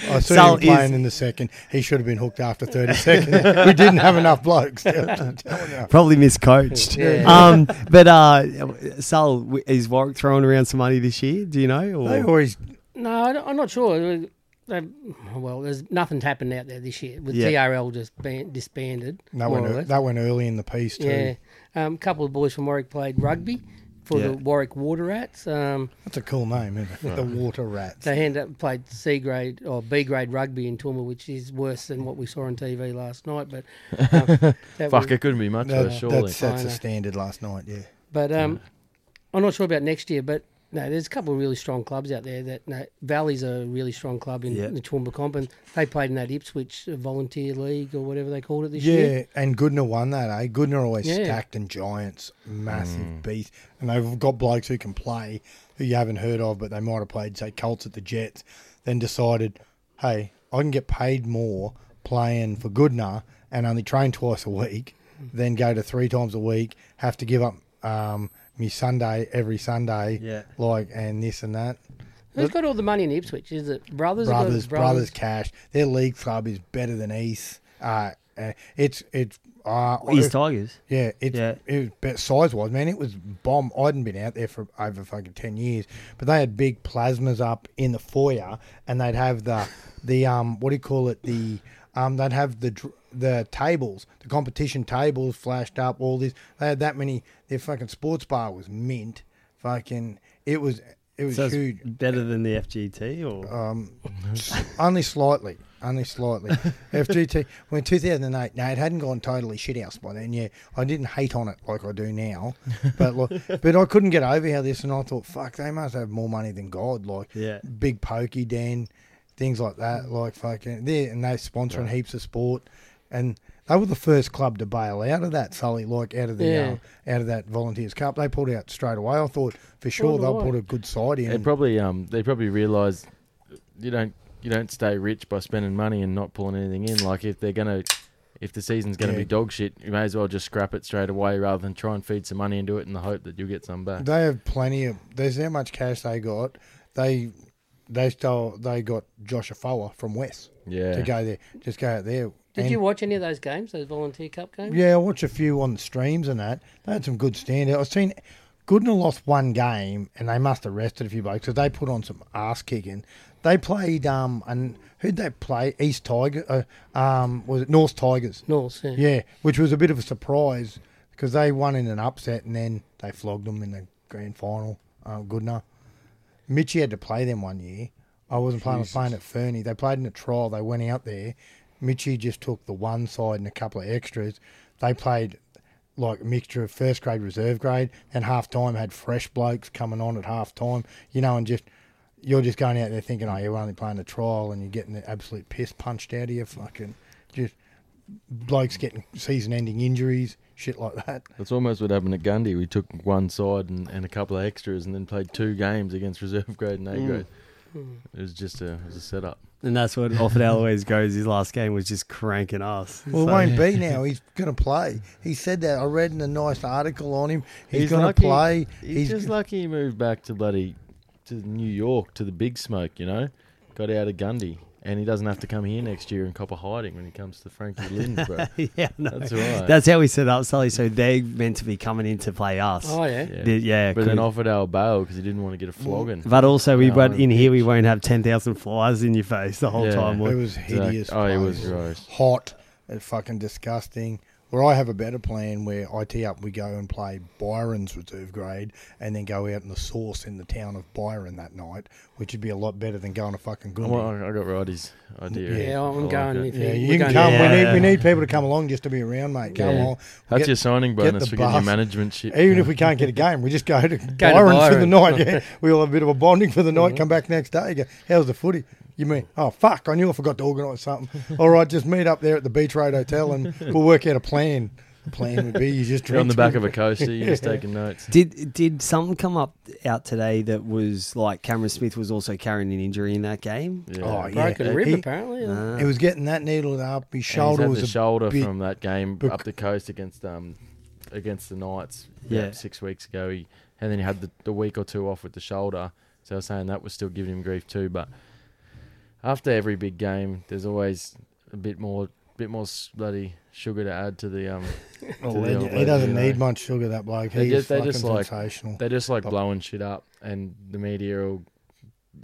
[SPEAKER 2] I saw
[SPEAKER 4] Sal
[SPEAKER 2] him playing
[SPEAKER 4] is-
[SPEAKER 2] in the second. He should have been hooked after 30 seconds. we didn't have enough blokes. to-
[SPEAKER 4] probably miscoached.
[SPEAKER 3] Yeah.
[SPEAKER 4] Um, but uh, Sal, w- is Warwick throwing around some money this year? Do you know? Or?
[SPEAKER 2] they always
[SPEAKER 3] No, I don't- I'm not sure. They- Well, there's nothing's happened out there this year with
[SPEAKER 4] Yeah.
[SPEAKER 3] TRL just ban- disbanded.
[SPEAKER 2] that
[SPEAKER 3] more
[SPEAKER 2] went,
[SPEAKER 3] or
[SPEAKER 2] ear-
[SPEAKER 3] less.
[SPEAKER 2] that went early in the piece too.
[SPEAKER 3] Yeah, a um, couple of boys from Warwick played rugby for
[SPEAKER 4] Yeah.
[SPEAKER 3] the Warwick Water Rats. Um,
[SPEAKER 2] That's a cool name, isn't it? The Water Rats.
[SPEAKER 3] they ended up played C grade or B grade rugby in Toowoomba, which is worse than what we saw on TV last night. But um, that was-
[SPEAKER 5] Fuck, it couldn't be much
[SPEAKER 2] That-
[SPEAKER 5] worse, surely.
[SPEAKER 2] that's that's a
[SPEAKER 3] I know.
[SPEAKER 2] standard last night, yeah.
[SPEAKER 3] But um, I'm not sure about next year. But no, there's a couple of really strong clubs out there. That no, Valley's a really strong club in
[SPEAKER 4] Yeah.
[SPEAKER 3] the Toowoomba Comp, and they played in that Ipswich uh, Volunteer League or whatever they called it this
[SPEAKER 2] Yeah,
[SPEAKER 3] year.
[SPEAKER 2] and Goodner won that, eh? Goodner always
[SPEAKER 3] Yeah.
[SPEAKER 2] stacked and giants, massive
[SPEAKER 4] Mm.
[SPEAKER 2] beast. And they've got blokes who can play who you haven't heard of, but they might have played, say, Colts at the Jets, then decided, hey, I can get paid more playing for Goodner and only train twice a week,
[SPEAKER 3] Mm.
[SPEAKER 2] then go to three times a week, have to give up um, me Sunday every Sunday,
[SPEAKER 4] Yeah.
[SPEAKER 2] like, and this and that.
[SPEAKER 3] Who's got all the money in Ipswich? Is it brothers? have got-
[SPEAKER 2] Brothers, brothers, Cash. Their league club is better than East. Uh, uh, it's it's uh,
[SPEAKER 4] East Tigers.
[SPEAKER 2] yeah, it's
[SPEAKER 4] Yeah.
[SPEAKER 2] it was size wise, man. It was bomb. I hadn't been out there for over fucking ten years, but they had big plasmas up in the foyer, and they'd have the the um what do you call it the um they'd have the dr- the tables, the competition tables flashed up. All this they had that many. Their fucking sports bar was mint. Fucking it was it was
[SPEAKER 4] So it's
[SPEAKER 2] huge.
[SPEAKER 4] better than the FGT or
[SPEAKER 2] Only slightly. Only slightly. FGT. Well, in 2008, no, it hadn't gone totally shithouse by then. Yeah, I didn't hate on it like I do now. But like, but I couldn't get over how this, and I thought, fuck, they must have more money than God. Like,
[SPEAKER 4] Yeah.
[SPEAKER 2] big pokey den, things like that. Like, fucking, they and they're sponsoring heaps of sport, and they were the first club to bail out of that Sully. Like, out of the
[SPEAKER 3] Yeah.
[SPEAKER 2] uh, out of that Volunteers Cup, they pulled out straight away. I thought for sure
[SPEAKER 3] Well,
[SPEAKER 2] they'll
[SPEAKER 3] right.
[SPEAKER 2] put a good side in.
[SPEAKER 5] They probably um they probably realise you don't you don't stay rich by spending money and not pulling anything in. Like if they're gonna if the season's gonna
[SPEAKER 2] Yeah.
[SPEAKER 5] be dog shit, you may as well just scrap it straight away rather than try and feed some money into it in the hope that you'll get some back.
[SPEAKER 2] They have plenty of. There's how much cash they got. They they stole. They got Josh Afoa from West
[SPEAKER 5] Yeah.
[SPEAKER 2] to go there. Just go out there.
[SPEAKER 3] Did
[SPEAKER 2] And-
[SPEAKER 3] you watch any of those games? Those Volunteer Cup games?
[SPEAKER 2] Yeah, I watched a few on the streams and that. They had some good standout. I've seen Goodner lost one game and they must have rested a few blokes because they put on some ass kicking. They played um and who'd they play? East Tiger. Uh, um, was it North Tigers?
[SPEAKER 3] Norse. Yeah.
[SPEAKER 2] Yeah, which was a bit of a surprise because they won in an upset and then they flogged them in the grand final. Uh, Goodner. Mitchie had to play them one year. I wasn't playing, I was playing at Fernie. They played in a trial. They went out there. Mitchie just took the one side and a couple of extras. They played like a mixture of first grade, reserve grade, and half time had fresh blokes coming on at half time, you know, and just you're just going out there thinking, oh, you're only playing a trial and you're getting the absolute piss punched out of you. Fucking just blokes getting season ending injuries, shit like that.
[SPEAKER 5] That's almost what happened at Gundy. We took one side and, and a couple of extras and then played two games against reserve grade and A grade. It was just a it was a setup.
[SPEAKER 4] and that's what often always goes. His last game was just cranking us.
[SPEAKER 2] Well,
[SPEAKER 4] So-
[SPEAKER 2] it won't be now. He's going to play. He said that. I read in a nice article on him. He's, going to
[SPEAKER 5] lucky-
[SPEAKER 2] play.
[SPEAKER 5] He's, just lucky he moved back to bloody to New York to the big smoke, you know. Got out of Gundy, and he doesn't have to come here next year and cop a hiding when he comes to Frankie Lynn, bro.
[SPEAKER 4] yeah, no.
[SPEAKER 5] That's all right.
[SPEAKER 4] That's how we set up Sully. So they're meant to be coming in to play us.
[SPEAKER 3] Oh yeah.
[SPEAKER 5] yeah.
[SPEAKER 4] Did- yeah,
[SPEAKER 5] but then
[SPEAKER 4] could-
[SPEAKER 5] offered our bail because he didn't want to get a flogging.
[SPEAKER 4] But also, we
[SPEAKER 5] Yeah,
[SPEAKER 4] won't
[SPEAKER 5] I'm
[SPEAKER 4] in here. We won't have ten thousand flies in your face the whole
[SPEAKER 5] Yeah.
[SPEAKER 4] time.
[SPEAKER 2] It
[SPEAKER 4] we'll-
[SPEAKER 2] was
[SPEAKER 5] Exact-
[SPEAKER 2] hideous.
[SPEAKER 5] oh, it was
[SPEAKER 2] place.
[SPEAKER 5] gross.
[SPEAKER 2] Hot. and fucking disgusting. Or I have a better plan where I tee up, we go and play Byron's reserve grade and then go out in the source in the town of Byron that night, which would be a lot better than going to fucking Goodman.
[SPEAKER 5] Well, I I got Roddy's idea.
[SPEAKER 3] Yeah, I'm
[SPEAKER 5] I like
[SPEAKER 3] going
[SPEAKER 5] it.
[SPEAKER 3] if
[SPEAKER 2] yeah,
[SPEAKER 3] we're
[SPEAKER 2] you can
[SPEAKER 3] going-
[SPEAKER 2] come.
[SPEAKER 4] Yeah.
[SPEAKER 2] We, need, we need people to come along just to be around, mate. Come
[SPEAKER 5] Yeah.
[SPEAKER 2] on.
[SPEAKER 5] That's
[SPEAKER 2] Get-
[SPEAKER 5] your signing bonus
[SPEAKER 2] the
[SPEAKER 5] for getting your
[SPEAKER 2] bus.
[SPEAKER 5] management shit.
[SPEAKER 2] Even if we can't get a game, we just go to, Byron, for the
[SPEAKER 3] Byron.
[SPEAKER 2] night. Yeah, we all have a bit of a bonding for the night. Come back next day. You go, how's the footy? You mean, oh fuck, I knew I forgot to organise something. all right, just meet up there at the Beach Road Hotel and we'll work out a plan. The plan would be you just
[SPEAKER 5] You're
[SPEAKER 2] drink
[SPEAKER 5] on the back of a coaster. You're just taking notes.
[SPEAKER 4] Did did something come up out today that was like Cameron Smith was also carrying an injury in that game?
[SPEAKER 5] Yeah.
[SPEAKER 2] Oh, yeah.
[SPEAKER 3] Broken rib,
[SPEAKER 2] He-
[SPEAKER 3] apparently.
[SPEAKER 4] Ah.
[SPEAKER 2] He was getting that needled up. His
[SPEAKER 5] And he's
[SPEAKER 2] shoulder
[SPEAKER 5] had
[SPEAKER 2] was
[SPEAKER 5] the
[SPEAKER 2] a
[SPEAKER 5] shoulder
[SPEAKER 2] bit-
[SPEAKER 5] from that game
[SPEAKER 2] bec-
[SPEAKER 5] up the coast against um against the Knights. about
[SPEAKER 4] Yeah.
[SPEAKER 5] six weeks ago. He and then he had the, the week or two off with the shoulder. So I was saying that was still giving him grief too. But after every big game, there's always a bit more bit more s- bloody sugar to add to the um.
[SPEAKER 2] Well,
[SPEAKER 5] to the
[SPEAKER 2] he-
[SPEAKER 5] old
[SPEAKER 2] he
[SPEAKER 5] lady,
[SPEAKER 2] doesn't
[SPEAKER 5] you
[SPEAKER 2] need
[SPEAKER 5] know.
[SPEAKER 2] much sugar. That bloke.
[SPEAKER 5] They
[SPEAKER 2] He's
[SPEAKER 5] just- they
[SPEAKER 2] fucking
[SPEAKER 5] just like-
[SPEAKER 2] sensational.
[SPEAKER 5] They're just like blowing shit up, and the media will.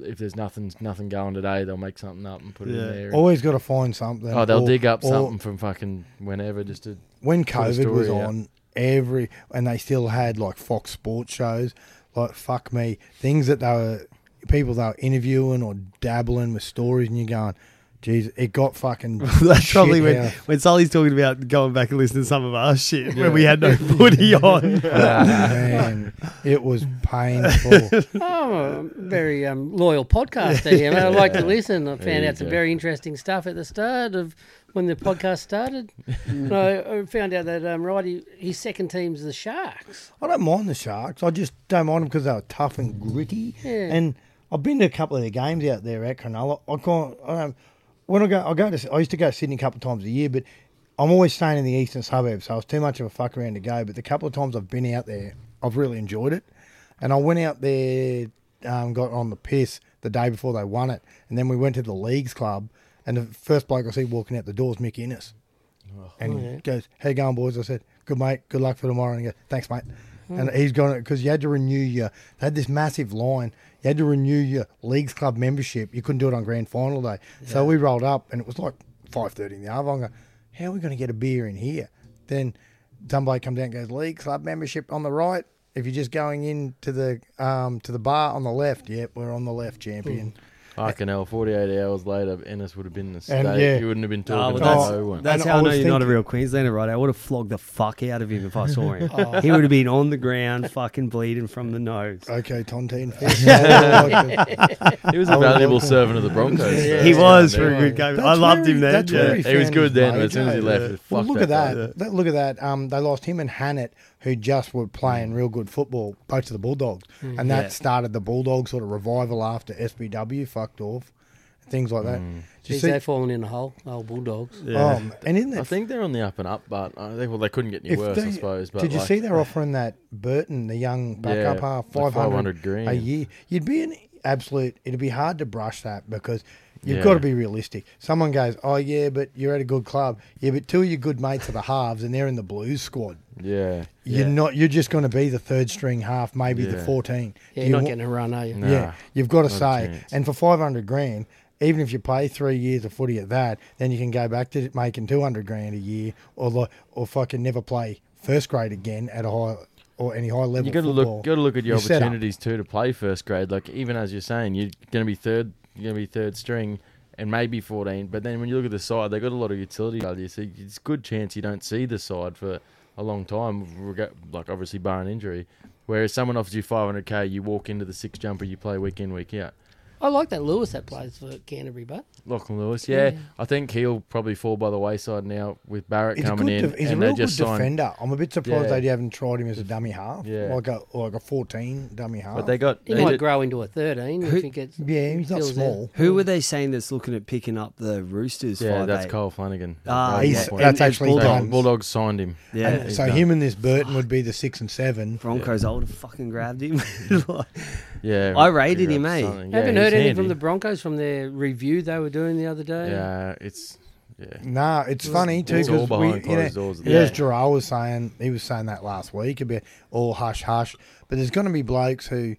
[SPEAKER 5] If there's nothing nothing going today, they'll make something up and put it
[SPEAKER 4] Yeah.
[SPEAKER 5] in there.
[SPEAKER 2] Always got to find something.
[SPEAKER 5] oh, they'll
[SPEAKER 2] or-
[SPEAKER 5] dig up
[SPEAKER 2] or
[SPEAKER 5] something from fucking whenever just to
[SPEAKER 2] When
[SPEAKER 5] Put a
[SPEAKER 2] COVID was
[SPEAKER 5] story out.
[SPEAKER 2] on, every and they still had like Fox Sports shows. Like fuck me, things that they were people they were interviewing or dabbling with stories, and you're going, "Geez, it got fucking."
[SPEAKER 4] That's
[SPEAKER 2] shit
[SPEAKER 4] probably when,
[SPEAKER 2] out.
[SPEAKER 4] when Sully's talking about going back and listening to some of our shit when we had no footy on. Ah,
[SPEAKER 2] Man, it was painful.
[SPEAKER 3] Oh, I'm a very um, loyal podcaster here. man. I like to
[SPEAKER 5] Uh, Yeah.
[SPEAKER 3] listen. I found
[SPEAKER 5] you
[SPEAKER 3] out some
[SPEAKER 5] go.
[SPEAKER 3] very interesting stuff at the start of when the podcast started. and I, I found out that um, Righty, his second team's the Sharks.
[SPEAKER 2] I don't mind the Sharks. I just don't mind them because they were tough and gritty.
[SPEAKER 3] Yeah.
[SPEAKER 2] And I've been to a couple of their games out there at Cronulla. I can't. I don't, when I go, I go to. I used to go to Sydney a couple of times a year, but I'm always staying in the eastern suburbs, so I was too much of a fuck around to go. But the couple of times I've been out there, I've really enjoyed it. And I went out there, um, got on the piss the day before they won it, and then we went to the leagues club. And the first bloke I see walking out the door is Mick Innes. And he goes, "How you going, boys?" I said, "Good, mate. Good luck for tomorrow." And he goes, "Thanks, mate." And he's gone because you had to renew your. They had this massive line. You had to renew your leagues club membership. You couldn't do it on grand final day. So we rolled up, and it was like five thirty in the afternoon. I go, "How are we going to get a beer in here?" Then somebody comes down and goes, "League club membership on the right." If you're just going in to the um, to the bar on the left, yep, we're on the left, champion.
[SPEAKER 5] Fucking hell, 48 hours later, Ennis would have been in the state.
[SPEAKER 2] And, yeah.
[SPEAKER 5] You wouldn't have been
[SPEAKER 4] Oh,
[SPEAKER 5] talking
[SPEAKER 4] well,
[SPEAKER 5] about
[SPEAKER 4] that's,
[SPEAKER 5] no one.
[SPEAKER 4] that's
[SPEAKER 2] And
[SPEAKER 4] how I
[SPEAKER 2] I
[SPEAKER 4] know
[SPEAKER 2] was
[SPEAKER 4] you're not a
[SPEAKER 2] thinking-
[SPEAKER 4] real Queenslander, right? I would have flogged the fuck out of him if I saw him.
[SPEAKER 2] Oh.
[SPEAKER 4] He would have been on the ground, fucking bleeding from the nose.
[SPEAKER 2] Okay, Tontine. Fish. That's
[SPEAKER 5] He was a
[SPEAKER 2] would have
[SPEAKER 5] valuable
[SPEAKER 2] gone.
[SPEAKER 5] servant of the Broncos. though.
[SPEAKER 4] he
[SPEAKER 5] Yeah,
[SPEAKER 4] was
[SPEAKER 5] man.
[SPEAKER 4] for a good game. I loved
[SPEAKER 2] where
[SPEAKER 4] him
[SPEAKER 2] he-
[SPEAKER 4] then.
[SPEAKER 2] that's where
[SPEAKER 4] yeah.
[SPEAKER 5] he- was good then, but as soon as he
[SPEAKER 2] found
[SPEAKER 5] left,
[SPEAKER 2] Mojo.
[SPEAKER 5] it
[SPEAKER 2] Well,
[SPEAKER 5] fucked
[SPEAKER 2] look at
[SPEAKER 5] that
[SPEAKER 2] that. That- Look at that. Um, they lost him and Hannett, who just were playing real good football, both to the Bulldogs,
[SPEAKER 5] Hmm.
[SPEAKER 2] and that
[SPEAKER 4] Yeah.
[SPEAKER 2] started the Bulldog sort of revival after SBW fucked off, things like that.
[SPEAKER 5] Hmm.
[SPEAKER 2] Do you
[SPEAKER 3] Geez,
[SPEAKER 2] see-
[SPEAKER 3] they've fallen in a hole. Oh, Bulldogs.
[SPEAKER 2] um, and in
[SPEAKER 5] I
[SPEAKER 2] that,
[SPEAKER 5] think they're on the up and up, but uh, they, well, they couldn't get any
[SPEAKER 2] if
[SPEAKER 5] worse,
[SPEAKER 2] they-
[SPEAKER 5] I suppose. But
[SPEAKER 2] did you
[SPEAKER 5] like,
[SPEAKER 2] see they're offering that Burton, the young backup
[SPEAKER 5] Yeah,
[SPEAKER 2] half, five
[SPEAKER 5] like
[SPEAKER 2] hundred
[SPEAKER 5] 500
[SPEAKER 2] a
[SPEAKER 5] grand.
[SPEAKER 2] year? You'd be an absolute. It'd be hard to brush that because. You've
[SPEAKER 5] Yeah.
[SPEAKER 2] got to be realistic. Someone goes, "Oh yeah, but you're at a good club. Yeah, but two of your good mates are the halves, and they're in the Blues squad.
[SPEAKER 5] Yeah.
[SPEAKER 2] You're
[SPEAKER 4] Yeah.
[SPEAKER 2] not. You're just going to be the third string half, maybe the
[SPEAKER 5] Yeah.
[SPEAKER 2] 14.
[SPEAKER 3] Yeah,
[SPEAKER 2] Do
[SPEAKER 3] you're
[SPEAKER 2] you
[SPEAKER 3] not
[SPEAKER 2] wa-
[SPEAKER 3] getting a run, are you?
[SPEAKER 5] No.
[SPEAKER 2] Yeah, you've got to
[SPEAKER 5] not a
[SPEAKER 2] say.
[SPEAKER 5] chance.
[SPEAKER 2] And for 500 grand, even if you play three years of footy at that, then you can go back to making 200 grand a year, or the, or fucking never play first grade again at a high or any high level.
[SPEAKER 5] You got to
[SPEAKER 2] football.
[SPEAKER 5] look, got to look at your
[SPEAKER 2] Your setup.
[SPEAKER 5] opportunities too to play first grade. Like even as you're saying, you're going to be third, you're going to be third string, and maybe 14. But then when you look at the side, they got a lot of utility value. So it's a good chance you don't see the side for a long time. rega- Like obviously barring injury. Whereas someone offers you 500k, you walk into the six jumper, you play week in week out.
[SPEAKER 3] I like that Lewis that plays for Canterbury, but
[SPEAKER 5] Lachlan Lewis, yeah. I think he'll probably fall by the wayside now with Barrett
[SPEAKER 2] He's a
[SPEAKER 5] coming
[SPEAKER 2] good.
[SPEAKER 5] in.
[SPEAKER 2] def- he's a
[SPEAKER 5] and they
[SPEAKER 2] real good
[SPEAKER 5] just signed-
[SPEAKER 2] defender. I'm a bit surprised
[SPEAKER 5] Yeah.
[SPEAKER 2] they haven't tried him as a dummy half,
[SPEAKER 5] Yeah.
[SPEAKER 2] like a like a 14 dummy half.
[SPEAKER 5] But they got.
[SPEAKER 3] he
[SPEAKER 5] they
[SPEAKER 3] might
[SPEAKER 5] did-
[SPEAKER 3] grow into a 13
[SPEAKER 4] Who-
[SPEAKER 3] if he gets.
[SPEAKER 2] yeah, he's not
[SPEAKER 3] fills out.
[SPEAKER 2] small.
[SPEAKER 4] Who were they saying that's looking at picking up the Roosters?
[SPEAKER 5] yeah,
[SPEAKER 4] five
[SPEAKER 5] that's
[SPEAKER 4] eight?
[SPEAKER 5] Kyle Flanagan.
[SPEAKER 4] Ah,
[SPEAKER 5] That's my
[SPEAKER 2] He's-
[SPEAKER 5] point.
[SPEAKER 2] that's
[SPEAKER 4] and- and
[SPEAKER 2] actually
[SPEAKER 5] Bulldogs.
[SPEAKER 2] Bulldogs.
[SPEAKER 5] Bulldogs. signed him.
[SPEAKER 4] Yeah.
[SPEAKER 5] He's
[SPEAKER 2] So
[SPEAKER 5] done.
[SPEAKER 2] him and this Burton would be the six and seven.
[SPEAKER 4] Broncos, I would have fucking grabbed him. Like,
[SPEAKER 5] Yeah,
[SPEAKER 4] I rated him, eh?
[SPEAKER 5] something.
[SPEAKER 3] I haven't heard
[SPEAKER 5] he's
[SPEAKER 3] anything from the
[SPEAKER 5] handy.
[SPEAKER 3] Broncos from their review they were doing the other day.
[SPEAKER 5] Yeah, it's yeah.
[SPEAKER 2] Nah, it's funny too
[SPEAKER 5] it's all
[SPEAKER 2] because we,
[SPEAKER 5] behind
[SPEAKER 2] you know,
[SPEAKER 5] closed doors at the
[SPEAKER 2] yeah, as
[SPEAKER 5] moment.
[SPEAKER 2] Gerard was saying, he was saying that last week about all hush hush. But there's going to be blokes who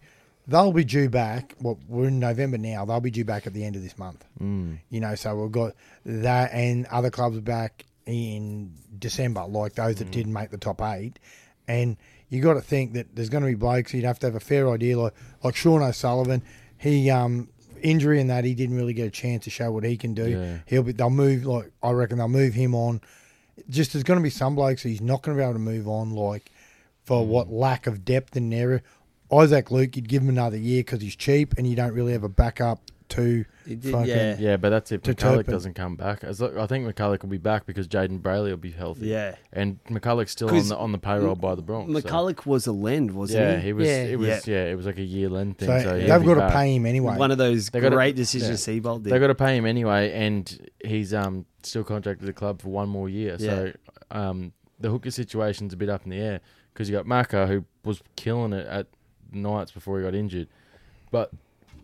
[SPEAKER 2] they'll be due back. Well, we're in November now. They'll be due back at the end of this month. Mm. You know, so we've got that and other clubs back in December, like those
[SPEAKER 5] Mm.
[SPEAKER 2] that didn't make the top eight. And you got to think that there's going to be blokes you'd have to have a fair idea, like like Sean O'Sullivan. He um injury and that he didn't really get a chance to show what he can do.
[SPEAKER 5] Yeah.
[SPEAKER 2] He'll be they'll move like I reckon they'll move him on just there's going to be some blokes he's not going to be able to move on, like for
[SPEAKER 5] Hmm.
[SPEAKER 2] what lack of depth in there. Isaac Luke, you'd give him another year because he's cheap and you don't really have a backup two.
[SPEAKER 6] It did,
[SPEAKER 2] Fucking-
[SPEAKER 6] yeah. yeah.
[SPEAKER 5] Yeah, but that's if
[SPEAKER 2] To
[SPEAKER 5] McCulloch
[SPEAKER 2] Turpin.
[SPEAKER 5] doesn't come back. As lo- I think McCulloch will be back because Jaden Brayley will be healthy. and McCulloch's still on
[SPEAKER 4] 'Cause
[SPEAKER 5] the on the payroll by the Bronx. so-
[SPEAKER 4] McCulloch was a lend, wasn't
[SPEAKER 5] yeah,
[SPEAKER 4] he?
[SPEAKER 5] he was.
[SPEAKER 3] Yeah.
[SPEAKER 5] It was.
[SPEAKER 4] Yeah.
[SPEAKER 5] Yeah. it was like a year lend
[SPEAKER 2] So,
[SPEAKER 5] thing. So,
[SPEAKER 2] they've
[SPEAKER 5] he'll be
[SPEAKER 2] got to
[SPEAKER 5] back.
[SPEAKER 2] pay him anyway.
[SPEAKER 4] One of those
[SPEAKER 5] They gotta-
[SPEAKER 4] great decisions Seabolt did.
[SPEAKER 5] They got to pay him anyway, and he's um still contracted with the club for one more year. So um the hooker situation's a bit up in the air because you got Maka who was killing it at nights before he got injured, but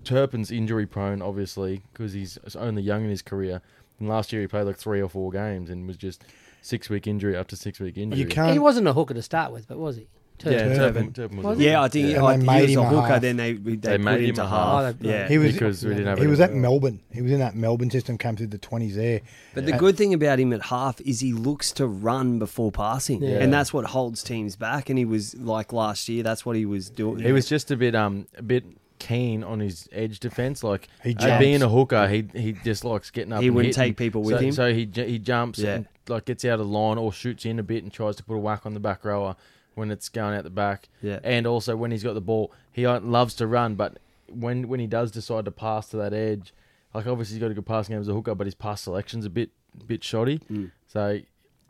[SPEAKER 5] Turpin's injury prone obviously because he's only young in his career. And last year he played like three or four games and was just six week injury after six week injury.
[SPEAKER 2] you
[SPEAKER 3] he
[SPEAKER 2] can't.
[SPEAKER 3] wasn't a hooker to start with, but was he?
[SPEAKER 5] Yeah,
[SPEAKER 3] Turner.
[SPEAKER 5] Turpin.
[SPEAKER 2] Turpin.
[SPEAKER 5] Turpin was
[SPEAKER 3] Was
[SPEAKER 5] a-
[SPEAKER 4] yeah, I think
[SPEAKER 5] Yeah.
[SPEAKER 2] And
[SPEAKER 4] I,
[SPEAKER 2] they
[SPEAKER 4] he
[SPEAKER 2] made
[SPEAKER 4] was
[SPEAKER 2] him
[SPEAKER 4] a
[SPEAKER 2] a
[SPEAKER 4] hooker.
[SPEAKER 2] half.
[SPEAKER 4] Then they they,
[SPEAKER 5] They
[SPEAKER 4] put
[SPEAKER 5] made
[SPEAKER 4] him
[SPEAKER 5] him
[SPEAKER 4] to
[SPEAKER 5] a
[SPEAKER 4] half.
[SPEAKER 3] half.
[SPEAKER 4] Yeah,
[SPEAKER 2] He was.
[SPEAKER 5] because we didn't have.
[SPEAKER 2] He was
[SPEAKER 5] anyone
[SPEAKER 2] at
[SPEAKER 5] else.
[SPEAKER 2] Melbourne. He was in that Melbourne system. Came through the twenties there.
[SPEAKER 4] But the good thing about him at half is he looks to run before passing,
[SPEAKER 3] Yeah.
[SPEAKER 4] and that's what holds teams back. And he was like last year. That's what he was doing.
[SPEAKER 5] He was just a bit um a bit keen on his edge defense. Like
[SPEAKER 2] He
[SPEAKER 5] uh, being
[SPEAKER 2] jumps.
[SPEAKER 5] a hooker, he he just likes getting up.
[SPEAKER 4] He
[SPEAKER 5] and
[SPEAKER 4] wouldn't
[SPEAKER 5] hitting.
[SPEAKER 4] take people with
[SPEAKER 5] So-
[SPEAKER 4] him.
[SPEAKER 5] so he j- he jumps
[SPEAKER 4] Yeah.
[SPEAKER 5] and like gets out of line or shoots in a bit and tries to put a whack on the back rower when it's going out the back.
[SPEAKER 4] Yeah.
[SPEAKER 5] and also when he's got the ball, he uh, loves to run, but when when he does decide to pass to that edge, like obviously he's got a good passing game as a hooker, but his pass selection's a bit bit shoddy. So.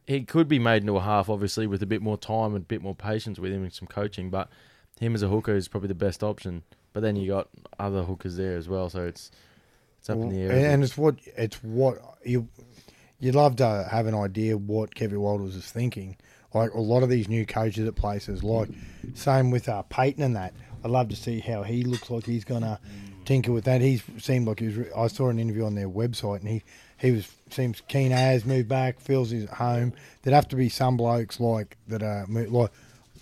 [SPEAKER 5] He could be made into a half, obviously, with a bit more time and a bit more patience with him and some coaching. But him as a hooker is probably the best option. But then you got other hookers there as well, so it's it's up in the air.
[SPEAKER 2] And, and it's what it's what you you'd love to have an idea what Kevin Walters is thinking. Like a lot of these new coaches at places, like same with uh, Peyton and that. I'd love to see how he looks like he's gonna tinker with that. He's seemed like he was. re- I saw an interview on their website, and he he was seems keen as moved back, feels he's at home. There'd have to be some blokes like that are mo- like.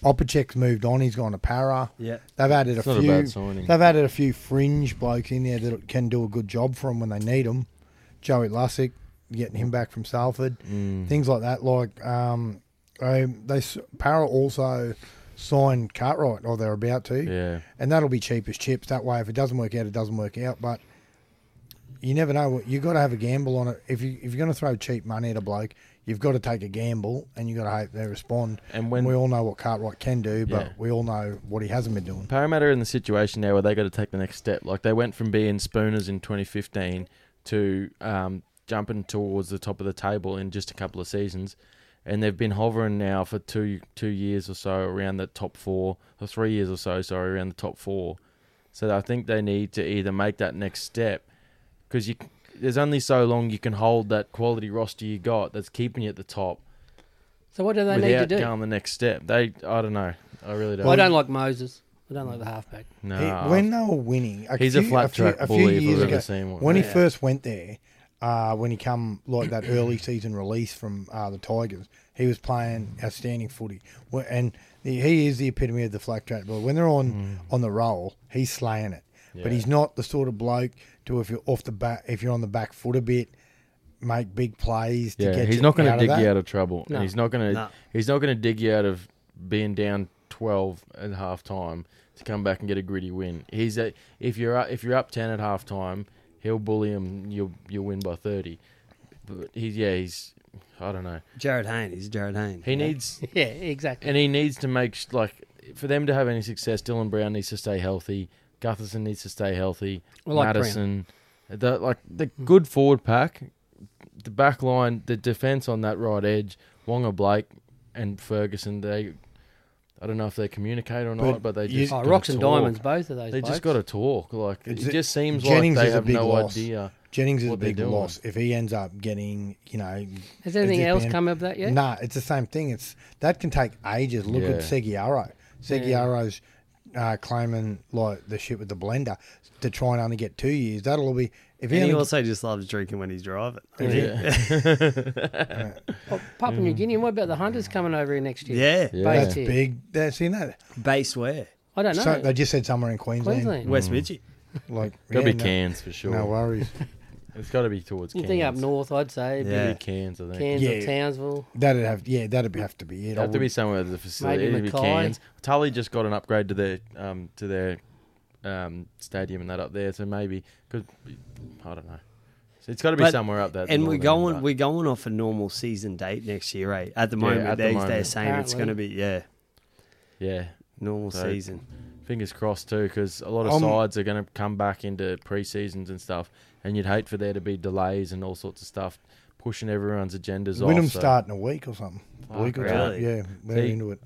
[SPEAKER 2] Opacek's moved on. He's gone to Para.
[SPEAKER 4] Yeah.
[SPEAKER 2] they've added
[SPEAKER 5] It's
[SPEAKER 2] a
[SPEAKER 5] not a
[SPEAKER 2] few.
[SPEAKER 5] bad signing.
[SPEAKER 2] They've added a few fringe blokes in there that can do a good job for them when they need them. Joey Lussick, getting him back from Salford,
[SPEAKER 5] Mm.
[SPEAKER 2] things like that. Like um, um, they s- Para also signed Cartwright, or they're about to,
[SPEAKER 5] Yeah.
[SPEAKER 2] and that'll be cheap as chips. That way, if it doesn't work out, it doesn't work out. But you never know. You got to have a gamble on it. If you if you're going to throw cheap money at a bloke, you've got to take a gamble, and you got to hope they respond.
[SPEAKER 5] And when-
[SPEAKER 2] we all know what Cartwright can do, but
[SPEAKER 5] Yeah.
[SPEAKER 2] we all know what he hasn't been doing.
[SPEAKER 5] Parramatta are in the situation now where they got to take the next step. Like they went from being spooners in 2015 to um, jumping towards the top of the table in just a couple of seasons, and they've been hovering now for two two years or so around the top four, or three years or so, sorry, around the top four. So I think they need to either make that next step because you there's only so long you can hold that quality roster you got that's keeping you at the top
[SPEAKER 3] So what do they need
[SPEAKER 5] without
[SPEAKER 3] to do?
[SPEAKER 5] going the next step. They, I don't know. I really don't.
[SPEAKER 3] I don't like Moses. I don't like the halfback.
[SPEAKER 5] No,
[SPEAKER 2] He-
[SPEAKER 5] I-
[SPEAKER 2] when they were winning, a
[SPEAKER 5] He's a
[SPEAKER 2] few,
[SPEAKER 5] flat
[SPEAKER 2] few-
[SPEAKER 5] track
[SPEAKER 2] a few
[SPEAKER 5] bully if I've
[SPEAKER 2] years
[SPEAKER 5] ever
[SPEAKER 2] ago,
[SPEAKER 5] seen one.
[SPEAKER 2] When he
[SPEAKER 5] Yeah.
[SPEAKER 2] first went there, uh, when he come like that early season release from uh, the Tigers, he was playing outstanding footy, Wh- and the, he is the epitome of the flat track. But when they're on
[SPEAKER 5] Hmm.
[SPEAKER 2] on the roll, he's slaying it. But he's not the sort of bloke to if you're off the back, if you're on the back foot a bit, make big plays. To
[SPEAKER 5] yeah,
[SPEAKER 2] get
[SPEAKER 5] he's
[SPEAKER 2] you
[SPEAKER 5] not going
[SPEAKER 2] out
[SPEAKER 5] to
[SPEAKER 2] of
[SPEAKER 5] dig
[SPEAKER 2] that.
[SPEAKER 5] you out of trouble,
[SPEAKER 3] No.
[SPEAKER 5] and he's not going to
[SPEAKER 4] No.
[SPEAKER 5] he's not going to dig you out of being down twelve at half time to come back and get a gritty win. He's a, if you're up, if you're up ten at half time, he'll bully him. You'll you'll win by thirty. But he's yeah, he's I don't know.
[SPEAKER 4] Jared Hayne. He's Jared Hayne.
[SPEAKER 5] He needs
[SPEAKER 3] Yeah, exactly.
[SPEAKER 5] and he needs to make sh- like for them to have any success. Dylan Brown needs to stay healthy. Gutherson needs to stay healthy.
[SPEAKER 3] I like Brown.
[SPEAKER 5] Madison, the, like the good forward pack, the back line, the defense on that right edge, Wonga Blake and Ferguson. They, I don't know if they communicate or
[SPEAKER 2] But
[SPEAKER 5] not, but they
[SPEAKER 2] you-
[SPEAKER 5] just
[SPEAKER 3] oh,
[SPEAKER 5] gotta
[SPEAKER 3] rocks and
[SPEAKER 5] talk.
[SPEAKER 3] diamonds, both of those.
[SPEAKER 5] They just
[SPEAKER 3] blokes.
[SPEAKER 5] got to talk. Like it
[SPEAKER 2] It's-
[SPEAKER 5] just seems
[SPEAKER 2] Jennings
[SPEAKER 5] like they
[SPEAKER 2] is a
[SPEAKER 5] have
[SPEAKER 2] big
[SPEAKER 5] no
[SPEAKER 2] loss.
[SPEAKER 5] idea.
[SPEAKER 2] Jennings is a
[SPEAKER 5] what they're
[SPEAKER 2] big
[SPEAKER 5] doing.
[SPEAKER 2] loss if he ends up getting, you know.
[SPEAKER 3] Has anything
[SPEAKER 2] as if
[SPEAKER 3] else
[SPEAKER 2] he-
[SPEAKER 3] come of that yet?
[SPEAKER 2] Nah, it's the same thing. It's that can take ages. Look at
[SPEAKER 5] Yeah.
[SPEAKER 2] Seguiaro. Seguiaro's uh, claiming like the shit with the blender to try and only get two years. That'll be if he,
[SPEAKER 4] and he
[SPEAKER 2] only,
[SPEAKER 4] also just loves drinking when he's driving. Yeah,
[SPEAKER 3] Oh, Papua New Guinea. What about the hunters coming over here next year?
[SPEAKER 5] Yeah.
[SPEAKER 3] Based
[SPEAKER 2] that's
[SPEAKER 3] here.
[SPEAKER 2] big. That's in that.
[SPEAKER 4] base where
[SPEAKER 3] I don't know.
[SPEAKER 2] So they just said somewhere in Queensland.
[SPEAKER 3] Queensland.
[SPEAKER 4] West
[SPEAKER 5] Mm.
[SPEAKER 4] Midget.
[SPEAKER 2] Like
[SPEAKER 5] Got to
[SPEAKER 2] yeah,
[SPEAKER 5] be
[SPEAKER 2] no,
[SPEAKER 5] cans for sure.
[SPEAKER 2] No worries.
[SPEAKER 5] It's got to be towards
[SPEAKER 3] You
[SPEAKER 5] cans.
[SPEAKER 3] think up north? I'd say. it'd be
[SPEAKER 4] Yeah.
[SPEAKER 5] Cans, I think.
[SPEAKER 3] Cairns or
[SPEAKER 2] Yeah.
[SPEAKER 3] Townsville.
[SPEAKER 2] That'd have yeah. That'd have to be it. I
[SPEAKER 5] Have to be
[SPEAKER 2] would-
[SPEAKER 5] somewhere at the facility.
[SPEAKER 3] Maybe
[SPEAKER 5] It'd be
[SPEAKER 3] Mackay.
[SPEAKER 5] Cairns. Tully just got an upgrade to their um, to their um, stadium and that up there, so maybe because I don't know. So it's got to be
[SPEAKER 4] But-
[SPEAKER 5] somewhere up there.
[SPEAKER 4] And we're going we're going off a normal season date next year, right? At the
[SPEAKER 5] Yeah,
[SPEAKER 4] moment,
[SPEAKER 5] at the
[SPEAKER 4] they,
[SPEAKER 5] moment.
[SPEAKER 4] they're saying it's
[SPEAKER 3] Apparently.
[SPEAKER 4] going to be yeah
[SPEAKER 5] yeah.
[SPEAKER 4] normal
[SPEAKER 5] So-
[SPEAKER 4] season.
[SPEAKER 5] Fingers crossed too, because a lot of
[SPEAKER 2] I'm-
[SPEAKER 5] sides are going to come back into pre-seasons and stuff, and you'd hate for there to be delays and all sorts of stuff pushing everyone's agendas off.
[SPEAKER 2] Wynnum
[SPEAKER 5] so
[SPEAKER 2] starting a week or something. A
[SPEAKER 5] Fuck,
[SPEAKER 2] week or
[SPEAKER 4] really?
[SPEAKER 2] two. Yeah, we're
[SPEAKER 5] See,
[SPEAKER 2] into it.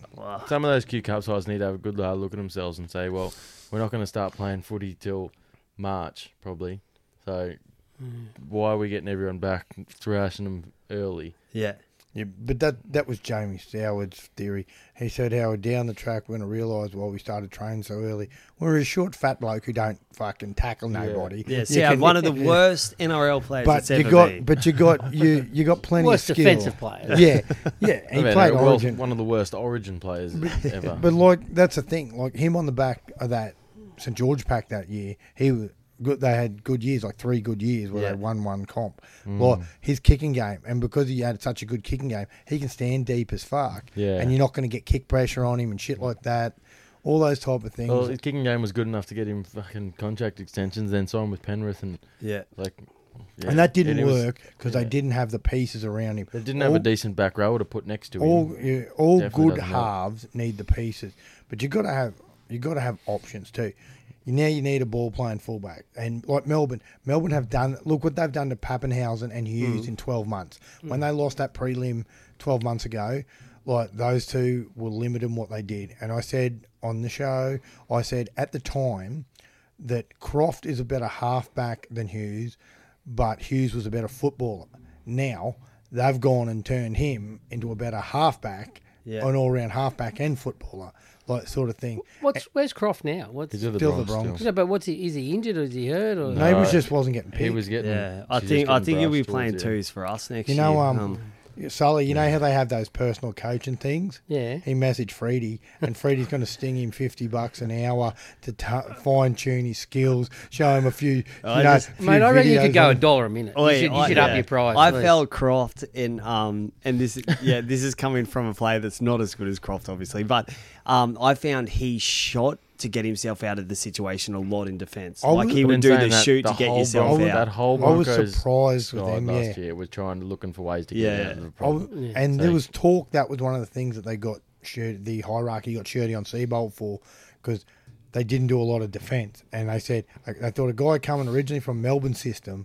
[SPEAKER 5] Some of those Q Cup sides need to have a good hard look at themselves and say, well, we're not going to start playing footy till March probably. So why are we getting everyone back, thrashing them early?
[SPEAKER 4] Yeah.
[SPEAKER 2] Yeah, but that that was Jamie Howard's theory. He said Howard down the track we're gonna realise why we started training so early. We're a short fat bloke who don't fucking tackle nobody.
[SPEAKER 4] Yeah.
[SPEAKER 2] You
[SPEAKER 4] See,
[SPEAKER 2] can-
[SPEAKER 4] one of the
[SPEAKER 2] Yeah.
[SPEAKER 4] worst NRL players
[SPEAKER 2] But
[SPEAKER 4] that's
[SPEAKER 2] you
[SPEAKER 4] ever
[SPEAKER 2] got
[SPEAKER 4] been.
[SPEAKER 2] but you got you you got plenty
[SPEAKER 3] Worst
[SPEAKER 2] of skill.
[SPEAKER 3] defensive player.
[SPEAKER 2] Yeah, yeah. He
[SPEAKER 5] I mean,
[SPEAKER 2] played
[SPEAKER 5] well,
[SPEAKER 2] Origin.
[SPEAKER 5] one of the worst Origin players ever.
[SPEAKER 2] But like that's the thing, like him on the back of that St George pack that year, he was good. They had good years, like three good years where
[SPEAKER 4] Yeah.
[SPEAKER 2] they won one comp.
[SPEAKER 5] Mm.
[SPEAKER 2] Like his kicking game, and because he had such a good kicking game, he can stand deep as fuck.
[SPEAKER 5] Yeah.
[SPEAKER 2] and you're not going to get kick pressure on him and shit like that. All those type of things.
[SPEAKER 5] well, his kicking game was good enough to get him fucking contract extensions, then sign with Penrith and
[SPEAKER 4] yeah.
[SPEAKER 5] like. yeah.
[SPEAKER 2] and that
[SPEAKER 5] And
[SPEAKER 2] didn't
[SPEAKER 5] it was-
[SPEAKER 2] work because
[SPEAKER 5] yeah.
[SPEAKER 2] they didn't have the pieces around him.
[SPEAKER 5] They didn't have
[SPEAKER 2] All-
[SPEAKER 5] a decent back rower to put next to him.
[SPEAKER 2] all yeah, all
[SPEAKER 5] Definitely
[SPEAKER 2] good
[SPEAKER 5] doesn't help.
[SPEAKER 2] halves need the pieces, but you got to have you got to have options too. You now you need a ball playing fullback, and like Melbourne, Melbourne have done look what they've done to Pappenhausen and Hughes in twelve months. When they lost that prelim twelve months ago, like those two were limited in what they did. And I said on the show, I said at the time that Croft is a better halfback than Hughes, but Hughes was a better footballer. Now they've gone and turned him into a better halfback,
[SPEAKER 4] Yeah.
[SPEAKER 2] an all-round halfback and footballer, like sort of thing.
[SPEAKER 3] What's where's Croft now? What's
[SPEAKER 5] He's at
[SPEAKER 2] Still the
[SPEAKER 5] Bronx,
[SPEAKER 2] Bronx.
[SPEAKER 5] still.
[SPEAKER 3] no, but what's he? Is he injured or is he hurt or?
[SPEAKER 2] No, he was
[SPEAKER 5] Uh,
[SPEAKER 2] just wasn't getting picked.
[SPEAKER 5] He was getting.
[SPEAKER 4] Yeah. I
[SPEAKER 5] she was
[SPEAKER 4] think I
[SPEAKER 5] getting
[SPEAKER 4] think he'll be
[SPEAKER 5] brushed
[SPEAKER 4] playing
[SPEAKER 5] towards the end.
[SPEAKER 4] twos for us next
[SPEAKER 2] you
[SPEAKER 4] year.
[SPEAKER 2] know, um, Sully. You know how they have those personal coaching things.
[SPEAKER 3] Yeah.
[SPEAKER 2] He messaged Freedy, and Freedy's going to sting him fifty bucks an hour to t- fine tune his skills, show him a few. You
[SPEAKER 4] I
[SPEAKER 2] know,
[SPEAKER 4] just-
[SPEAKER 2] few
[SPEAKER 3] Mate, I reckon you could
[SPEAKER 2] videos
[SPEAKER 3] go a
[SPEAKER 2] on-
[SPEAKER 3] dollar a minute.
[SPEAKER 4] Oi,
[SPEAKER 3] you should, you
[SPEAKER 4] I-
[SPEAKER 3] should
[SPEAKER 4] Oh, yeah.
[SPEAKER 3] up your price.
[SPEAKER 4] I
[SPEAKER 3] please.
[SPEAKER 4] felt Croft in um and this yeah, this is coming from a player that's not as good as Croft obviously, but um I found he shot to get himself out of the situation a lot in defense.
[SPEAKER 2] I
[SPEAKER 4] Like
[SPEAKER 2] was-
[SPEAKER 4] he
[SPEAKER 5] But
[SPEAKER 4] would
[SPEAKER 5] in
[SPEAKER 4] do the
[SPEAKER 5] saying that,
[SPEAKER 4] shoot
[SPEAKER 5] the
[SPEAKER 4] to get
[SPEAKER 5] whole
[SPEAKER 4] yourself
[SPEAKER 5] Bron-
[SPEAKER 4] out.
[SPEAKER 5] That whole
[SPEAKER 2] I was
[SPEAKER 5] Broncos
[SPEAKER 2] surprised with
[SPEAKER 5] side
[SPEAKER 2] him,
[SPEAKER 5] last
[SPEAKER 2] yeah.
[SPEAKER 5] year was trying looking for ways to get
[SPEAKER 4] Yeah.
[SPEAKER 5] out of the
[SPEAKER 2] I
[SPEAKER 5] problem.
[SPEAKER 2] w- and there
[SPEAKER 5] So-
[SPEAKER 2] was talk that was one of the things that they got Shir- the hierarchy got Shirty on Seabolt for because they didn't do a lot of defence, and they said like, they thought a guy coming originally from Melbourne system,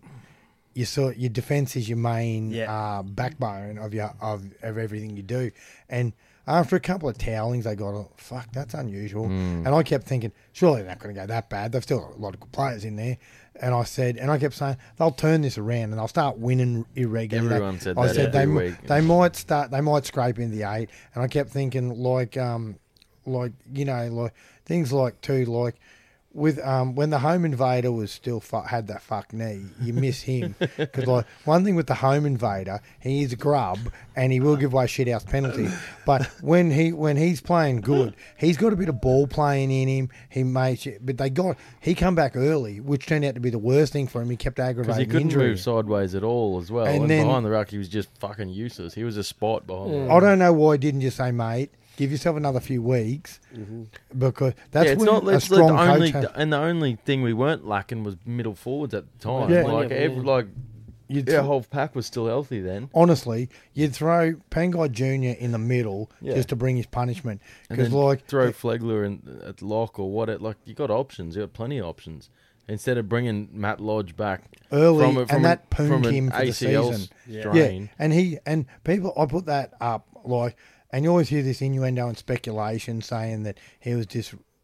[SPEAKER 2] you saw your defence is your main
[SPEAKER 4] Yeah.
[SPEAKER 2] uh, backbone of your of, of everything you do, and after a couple of towelings, they got oh, fuck that's unusual, and I kept thinking surely they're not going to go that bad. They've still got a lot of good players in there. And I said, and I kept saying, they'll turn this around and they'll start winning irregularly.
[SPEAKER 5] Everyone said
[SPEAKER 2] I
[SPEAKER 5] that
[SPEAKER 2] said
[SPEAKER 5] every
[SPEAKER 2] they,
[SPEAKER 5] week.
[SPEAKER 2] they might start. They might scrape in the eight. And I kept thinking, like, um, like you know, like things like too, like with um when the home invader was still fu- had that fuck knee, you miss him because like one thing with the home invader, he is a grub and he will give away shithouse penalties. But when he when he's playing good, he's got a bit of ball playing in him. He makes it, but they got he come back early, which turned out to be the worst thing for him. He kept
[SPEAKER 5] Because he
[SPEAKER 2] aggravating
[SPEAKER 5] couldn't
[SPEAKER 2] injury.
[SPEAKER 5] move sideways at all, as well.
[SPEAKER 2] And
[SPEAKER 5] And,
[SPEAKER 2] then- Oh,
[SPEAKER 5] behind the ruck, he was just fucking useless. He was a spot behind. the
[SPEAKER 2] I
[SPEAKER 5] ruck.
[SPEAKER 2] don't know why didn't you say, mate, give yourself another few weeks because that's
[SPEAKER 5] Mm-hmm. yeah, it's
[SPEAKER 2] when
[SPEAKER 5] not.
[SPEAKER 2] a
[SPEAKER 5] It's like
[SPEAKER 2] strong
[SPEAKER 5] the only
[SPEAKER 2] coach. Has,
[SPEAKER 5] and the only thing we weren't lacking was middle forwards at the time.
[SPEAKER 2] Yeah.
[SPEAKER 5] Like
[SPEAKER 3] Yeah.
[SPEAKER 5] every like,
[SPEAKER 2] You'd
[SPEAKER 5] our
[SPEAKER 2] th-
[SPEAKER 5] whole pack was still healthy then.
[SPEAKER 2] honestly, you'd throw Pangai Junior in the middle
[SPEAKER 5] Yeah.
[SPEAKER 2] just to bring his punishment
[SPEAKER 5] And
[SPEAKER 2] because
[SPEAKER 5] then
[SPEAKER 2] like
[SPEAKER 5] throw Flegler in at lock or what? It like you got options. You got plenty of options. Instead of bringing Matt Lodge back
[SPEAKER 2] Early,
[SPEAKER 5] from a,
[SPEAKER 2] and
[SPEAKER 5] from
[SPEAKER 2] that
[SPEAKER 5] a, from
[SPEAKER 2] pooned
[SPEAKER 5] an
[SPEAKER 2] him for the
[SPEAKER 5] ACL
[SPEAKER 2] season.
[SPEAKER 5] strain.
[SPEAKER 2] Yeah, and he and people, I put that up like, and you always hear this innuendo and speculation saying that he was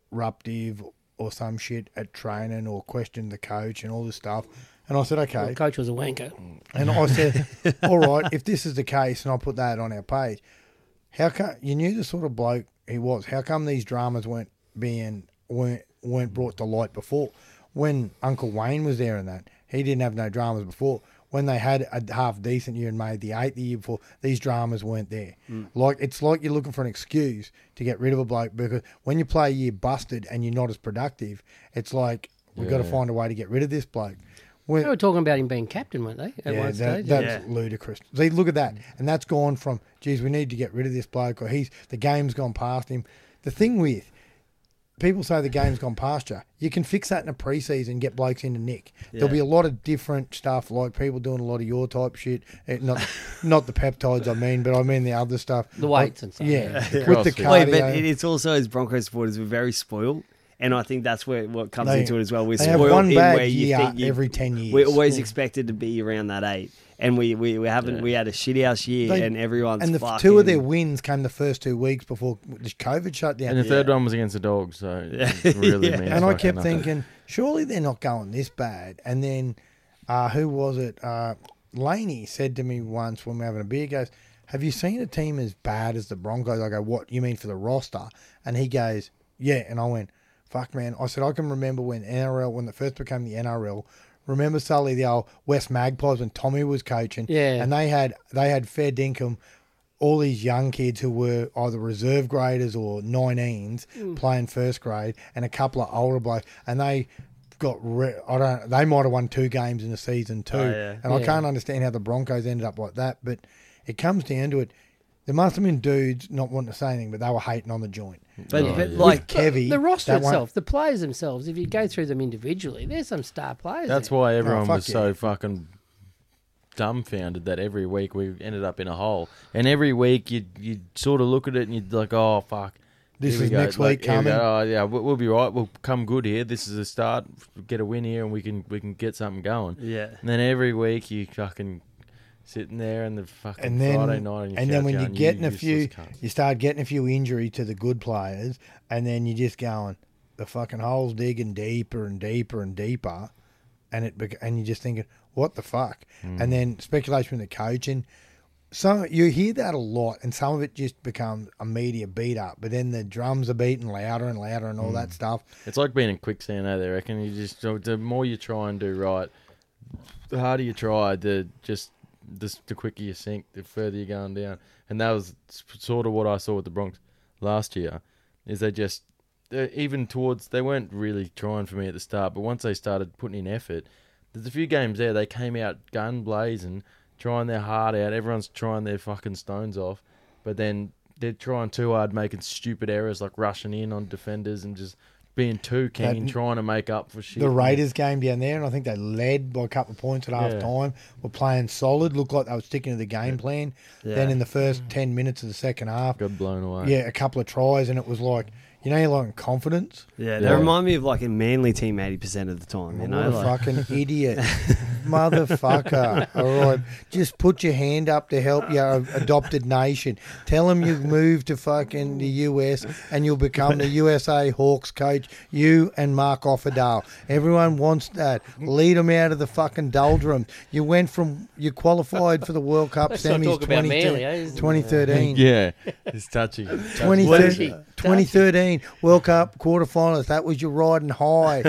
[SPEAKER 2] disruptive or some shit at training or questioned the coach and all this stuff. And I said, okay,
[SPEAKER 3] The coach was a wanker.
[SPEAKER 2] and I said, all right, if this is the case, and I put that on our page, how come you knew the sort of bloke he was? How come these dramas weren't being weren't weren't brought to light before? When Uncle Wayne was there and that he didn't have no dramas before. When they had a half decent year and made the eight the year before, these dramas weren't there. Like it's like you're looking for an excuse to get rid of a bloke because when you play a year busted and you're not as productive, it's like we've got to
[SPEAKER 5] Yeah.
[SPEAKER 2] find a way to get rid of this bloke. When,
[SPEAKER 3] They were talking about him being captain, weren't they? At one
[SPEAKER 2] that-
[SPEAKER 3] stage.
[SPEAKER 2] that's
[SPEAKER 4] Yeah.
[SPEAKER 2] ludicrous. See, look at that, and that's gone from. Geez, we need to get rid of this bloke, or he's the game's gone past him. The thing with people say the game's gone past you. You can fix that in a preseason. Get blokes into nick. There'll
[SPEAKER 4] Yeah.
[SPEAKER 2] be a lot of different stuff, like people doing a lot of your type shit. Eh, Not, not the peptides I mean, but I mean the other stuff,
[SPEAKER 3] The weights and stuff,
[SPEAKER 2] Yeah,
[SPEAKER 5] yeah.
[SPEAKER 2] with the
[SPEAKER 5] CrossFit.
[SPEAKER 4] Wait,
[SPEAKER 2] cardio.
[SPEAKER 4] but it- it's also as Broncos supporters we're very spoiled. And I think that's where what comes
[SPEAKER 2] They-
[SPEAKER 4] into it as well. We're
[SPEAKER 2] they have
[SPEAKER 4] spoiled
[SPEAKER 2] one
[SPEAKER 4] in
[SPEAKER 2] bad
[SPEAKER 4] where you
[SPEAKER 2] year
[SPEAKER 4] think you-
[SPEAKER 2] every 10 years.
[SPEAKER 4] We're always expected to be around that eight, and we we, we haven't.
[SPEAKER 5] Yeah. Oh,
[SPEAKER 4] We had a shitty house year,
[SPEAKER 2] They-
[SPEAKER 4] and everyone's
[SPEAKER 2] and the f-
[SPEAKER 4] fucking,
[SPEAKER 2] two of their wins came the first two weeks before COVID shut down.
[SPEAKER 5] And the third one was against the dogs, so it really means
[SPEAKER 2] and I
[SPEAKER 5] fucking
[SPEAKER 2] kept
[SPEAKER 5] nothing.
[SPEAKER 2] thinking, surely they're not going this bad. And then, uh, who was it? Uh, Laney said to me once when we were having a beer, he goes, "Have you seen a team as bad as the Broncos?" I go, "What you mean for the roster?" And he goes, "Yeah." And I went, "Fuck, man!" I said, "I can remember when NRL when it first became the NRL." Remember Sully, the old West Magpies when Tommy was coaching,
[SPEAKER 3] Yeah.
[SPEAKER 2] and they had they had fair dinkum all these young kids who were either reserve graders or 19s
[SPEAKER 3] Hmm.
[SPEAKER 2] playing first grade and a couple of older blokes and they got re- I don't they might have won two games in the season too
[SPEAKER 4] Oh, yeah.
[SPEAKER 2] and I
[SPEAKER 3] Yeah.
[SPEAKER 2] can't understand how the Broncos ended up like that but it comes down to it there must have been dudes not wanting to say anything but they were hating on the joint
[SPEAKER 4] but,
[SPEAKER 5] Oh,
[SPEAKER 4] but
[SPEAKER 5] yeah.
[SPEAKER 4] like
[SPEAKER 2] Kevy
[SPEAKER 3] the roster
[SPEAKER 2] that one-
[SPEAKER 3] itself, the players themselves. If you go through them individually, there's some star players.
[SPEAKER 5] That's
[SPEAKER 3] there.
[SPEAKER 5] why everyone
[SPEAKER 2] fuck
[SPEAKER 5] was
[SPEAKER 2] yeah.
[SPEAKER 5] so fucking dumbfounded that every week we ended up in a hole. And every week you you sort of look at it and you're like, oh fuck,
[SPEAKER 2] This
[SPEAKER 5] here we
[SPEAKER 2] is
[SPEAKER 5] go.
[SPEAKER 2] next
[SPEAKER 5] Like,
[SPEAKER 2] week
[SPEAKER 5] here we go.
[SPEAKER 2] coming.
[SPEAKER 5] Oh yeah, we- we'll be right. We'll come good here. This is a start. Get a win here, and we can we can get something going.
[SPEAKER 4] Yeah.
[SPEAKER 5] And then every week you fucking sitting there and the fucking
[SPEAKER 2] and then
[SPEAKER 5] Friday night on your
[SPEAKER 2] and then
[SPEAKER 5] couch
[SPEAKER 2] when you're
[SPEAKER 5] going, "You
[SPEAKER 2] getting a
[SPEAKER 5] useless
[SPEAKER 2] few
[SPEAKER 5] cunt."
[SPEAKER 2] you start getting a few injury to the good players and then you're just going the fucking holes digging deeper and deeper and deeper and it bec- and you're just thinking what the fuck
[SPEAKER 5] Hmm.
[SPEAKER 2] and then speculation with the coaching some you hear that a lot and some of it just becomes a media beat up but then the drums are beating louder and louder and all
[SPEAKER 5] Hmm.
[SPEAKER 2] that stuff
[SPEAKER 5] It's like being in quicksand, eh, they reckon. You just the more you try and do right, the harder you try, the just the, the quicker you sink, the further you're going down. And that was s- sort of what I saw with the Bronx last year. Is they just they're even towards they weren't really trying for me at the start, but once they started putting in effort, there's a few games there they came out gun blazing, trying their heart out. Everyone's trying their fucking stones off, but then they're trying too hard, making stupid errors like rushing in on defenders and just being too keen,
[SPEAKER 2] That-
[SPEAKER 5] trying to make up for shit.
[SPEAKER 2] the Raiders game down there, and I think they led by a couple of points at half
[SPEAKER 5] Yeah.
[SPEAKER 2] time. Were playing solid, looked like they were sticking to the game plan. Then
[SPEAKER 4] Yeah.
[SPEAKER 2] in the first ten minutes of the second half,
[SPEAKER 5] got blown away.
[SPEAKER 2] yeah, a couple of tries, and it was like you know, you're like in confidence.
[SPEAKER 4] yeah, they
[SPEAKER 5] Yeah.
[SPEAKER 4] remind me of like a manly team eighty percent of the time. You know, like,
[SPEAKER 2] what a fucking idiot, motherfucker! All right, just put your hand up to help your adopted nation. Tell them you've moved to fucking the US and you'll become the USA Hawks coach. You and Mark Offerdale. Everyone wants that. Lead them out of the fucking doldrums. You went from you qualified for the World Cup
[SPEAKER 3] Let's not
[SPEAKER 2] semis
[SPEAKER 3] talk about
[SPEAKER 2] 20
[SPEAKER 3] Manly, eh? This is-
[SPEAKER 2] 2013.
[SPEAKER 5] Yeah, it's touchy. touchy.
[SPEAKER 2] 2013,
[SPEAKER 3] Dutchy.
[SPEAKER 2] 2013 World Cup quarterfinals. That was your riding high.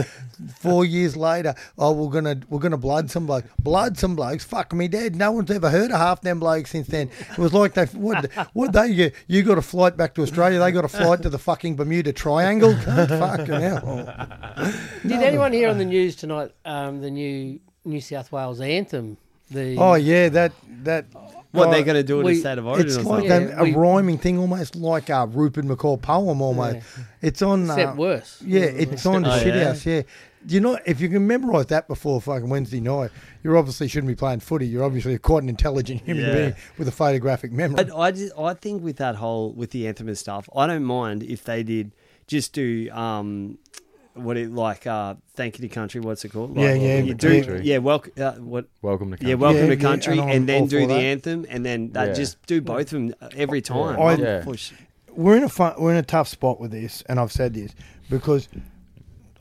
[SPEAKER 2] Four years later, oh, we're gonna we're gonna blood some blokes. Blood some blokes. Fuck me, dead. No one's ever heard of half them blokes since then. It was like they what what they get. You got a flight back to Australia. They got a flight to the fucking Bermuda Triangle. Fucking hell.
[SPEAKER 3] Did anyone hear on the news tonight um, the new New South Wales anthem? The
[SPEAKER 2] Oh yeah, that that.
[SPEAKER 4] what
[SPEAKER 2] oh,
[SPEAKER 4] they're going to do in
[SPEAKER 3] we-
[SPEAKER 4] the state of origin?
[SPEAKER 2] It's
[SPEAKER 4] or
[SPEAKER 2] like
[SPEAKER 4] something.
[SPEAKER 3] Yeah,
[SPEAKER 2] a, a
[SPEAKER 3] we-
[SPEAKER 2] rhyming thing, almost like a Rupert McCall poem. Almost, it's on.
[SPEAKER 3] except
[SPEAKER 2] uh,
[SPEAKER 3] worse.
[SPEAKER 2] Yeah, it's on the
[SPEAKER 4] Oh,
[SPEAKER 2] shit
[SPEAKER 4] yeah.
[SPEAKER 2] house. Yeah, you know, if you can memorise that before fucking Wednesday night, you're obviously shouldn't be playing footy. You're obviously quite an intelligent human
[SPEAKER 4] Yeah.
[SPEAKER 2] being with a photographic memory.
[SPEAKER 4] But I, just, I think with that whole with the anthem and stuff, I don't mind if they did just do um, what it like uh, thank you to country. What's it called? Like,
[SPEAKER 2] Yeah, yeah,
[SPEAKER 4] you
[SPEAKER 2] yeah.
[SPEAKER 4] do.
[SPEAKER 5] Country.
[SPEAKER 4] Yeah, welcome. Uh, what?
[SPEAKER 5] Welcome to country.
[SPEAKER 4] Yeah, welcome
[SPEAKER 2] Yeah,
[SPEAKER 4] to
[SPEAKER 2] yeah,
[SPEAKER 4] country,
[SPEAKER 2] and
[SPEAKER 4] and,
[SPEAKER 2] I'm all
[SPEAKER 4] then do
[SPEAKER 2] for
[SPEAKER 4] the
[SPEAKER 2] that.
[SPEAKER 4] anthem, and then that
[SPEAKER 5] Yeah.
[SPEAKER 4] just do both of them every time.
[SPEAKER 2] I-
[SPEAKER 5] Yeah.
[SPEAKER 4] Push.
[SPEAKER 2] we're in a fun, we're in a tough spot with this, and I've said this because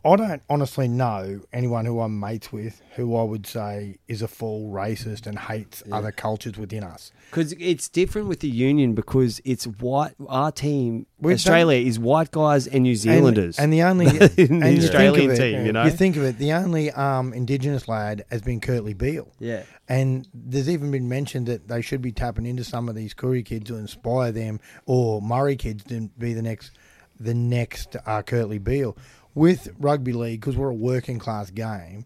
[SPEAKER 2] I don't honestly know anyone who I'm mates with who I would say is a full racist and hates other cultures within us.
[SPEAKER 4] Because it's different with the union because it's white. Our team,
[SPEAKER 2] We've
[SPEAKER 4] Australia, is white guys and New
[SPEAKER 2] And-
[SPEAKER 4] Zealanders.
[SPEAKER 2] And, the only and you think of
[SPEAKER 4] Australian
[SPEAKER 2] it-
[SPEAKER 4] team, you know?
[SPEAKER 2] you think of it. The only um, Indigenous lad has been Curtly Beale.
[SPEAKER 4] Yeah.
[SPEAKER 2] and there's even been mentioned that they should be tapping into some of these Koori kids to inspire them, or Murray kids to be the next, the next uh, Curtly Beale with rugby league because we're a working class game,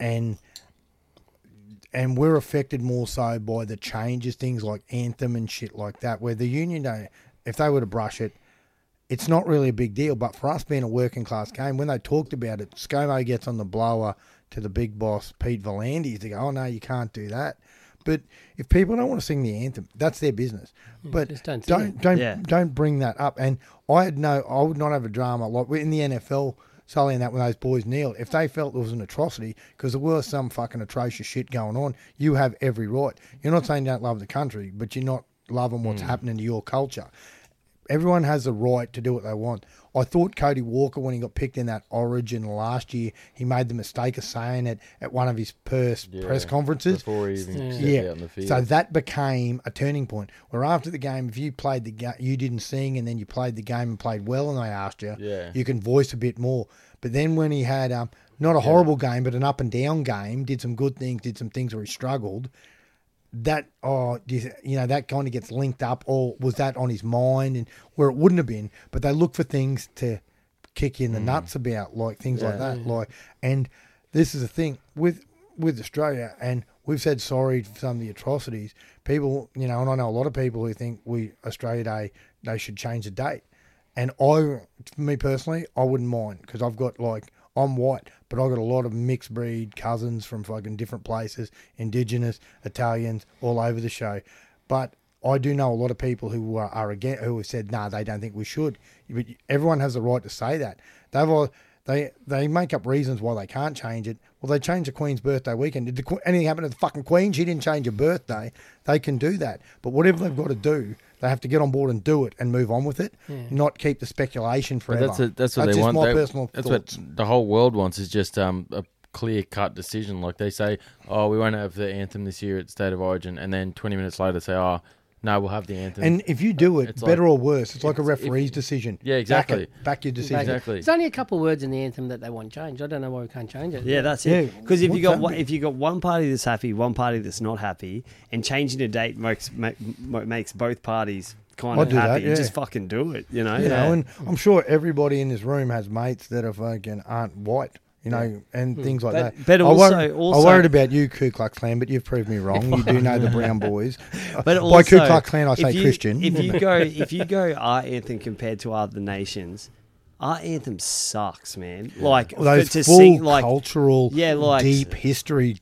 [SPEAKER 2] and and we're affected more so by the changes, things like anthem and shit like that, where the union don't. If they were to brush it, it's not really a big deal. But for us being a working class game, when they talked about it, ScoMo gets on the blower to the big boss, Pete Volandis. They go, oh, no, you can't do that. But if people don't want to sing the anthem, that's their business. But
[SPEAKER 3] just don't sing
[SPEAKER 2] don't
[SPEAKER 3] it.
[SPEAKER 2] don't
[SPEAKER 4] Yeah.
[SPEAKER 2] don't bring that up. And I had no, I would not have a drama like we're in the NFL. Sully and that when those boys kneeled, if they felt there was an atrocity, because there was some fucking atrocious shit going on, you have every right. You're not saying you don't love the country, but you're not loving what's happening to your culture. Everyone has the right to do what they want. I thought Cody Walker, when he got picked in that Origin last year, he made the mistake of saying it at one of his pers- press conferences.
[SPEAKER 5] before he even stepped
[SPEAKER 2] Yeah.
[SPEAKER 5] out in the field.
[SPEAKER 2] So that became a turning point. Where after the game, if you played the game, you didn't sing, and then you played the game and played well, and they asked you,
[SPEAKER 5] Yeah.
[SPEAKER 2] you can voice a bit more. But then when he had um, not a horrible game, but an up and down game, did some good things, did some things where he struggled. That oh, do you, you know that kind of gets linked up, or was that on his mind, and where it wouldn't have been. But they look for things to kick you in the nuts about, like things like that, like and this is the thing with with Australia, and we've said sorry for some of the atrocities. People, you know, and I know a lot of people who think we Australia Day they should change the date. And I, for me personally, I wouldn't mind because I've got like I'm white, but I've got a lot of mixed breed cousins from fucking different places, indigenous, Italians, all over the show. But I do know a lot of people who are, are again who have said no, nah, they don't think we should. But everyone has the right to say that. They've all, they they make up reasons why they can't change it. Well, they changed the Queen's birthday weekend. Did the, Que- anything happen to the fucking Queen? She didn't change her birthday. They can do that. But whatever they've got to do, they have to get on board and do it and move on with it, not keep the speculation
[SPEAKER 5] But
[SPEAKER 2] forever.
[SPEAKER 5] that's a, that's what they
[SPEAKER 2] just
[SPEAKER 5] want.
[SPEAKER 2] my
[SPEAKER 5] They-
[SPEAKER 2] personal
[SPEAKER 5] that's
[SPEAKER 2] thoughts.
[SPEAKER 5] what the whole world wants is just um, a clear cut decision. Like they say, oh, we won't have the anthem this year at State of Origin, and then 20 minutes later say, oh, no, we'll have the anthem.
[SPEAKER 2] and if you do it,
[SPEAKER 5] It's
[SPEAKER 2] better
[SPEAKER 5] like-
[SPEAKER 2] or worse, it's like a
[SPEAKER 5] it's- if-
[SPEAKER 2] referee's decision.
[SPEAKER 5] Yeah,
[SPEAKER 2] Back it-
[SPEAKER 5] exactly.
[SPEAKER 2] Back, your decision.
[SPEAKER 5] Exactly.
[SPEAKER 3] There's only a couple of words in the anthem that they want changed. I don't know why we can't change it.
[SPEAKER 4] Yeah, that's
[SPEAKER 2] Yeah,
[SPEAKER 4] it. Because if you
[SPEAKER 2] what's
[SPEAKER 4] got
[SPEAKER 2] that
[SPEAKER 4] one,
[SPEAKER 2] bit?
[SPEAKER 4] if you got one party that's happy, one party that's not happy, and changing a date makes ma- ma- makes both parties kind
[SPEAKER 2] I'll
[SPEAKER 4] of
[SPEAKER 2] do that,
[SPEAKER 4] happy,
[SPEAKER 2] yeah.
[SPEAKER 4] just fucking do it. You know,
[SPEAKER 2] You know, and I'm sure everybody in this room has mates that are fucking aren't white. You know, and things like
[SPEAKER 4] But-
[SPEAKER 2] that.
[SPEAKER 4] but
[SPEAKER 2] I wor-
[SPEAKER 4] also- also-
[SPEAKER 2] I worried about you, Ku Klux Klan, but you've proved me wrong. you do know the brown boys.
[SPEAKER 4] But
[SPEAKER 2] By
[SPEAKER 4] also,
[SPEAKER 2] Ku Klux Klan, I
[SPEAKER 4] if
[SPEAKER 2] say
[SPEAKER 4] you-
[SPEAKER 2] Christian.
[SPEAKER 4] If you go, if you go, our anthem compared to other nations, our anthem sucks, man. Like
[SPEAKER 2] Those
[SPEAKER 4] for- to
[SPEAKER 2] full
[SPEAKER 4] sing, like
[SPEAKER 2] cultural,
[SPEAKER 4] Yeah, like-
[SPEAKER 2] deep history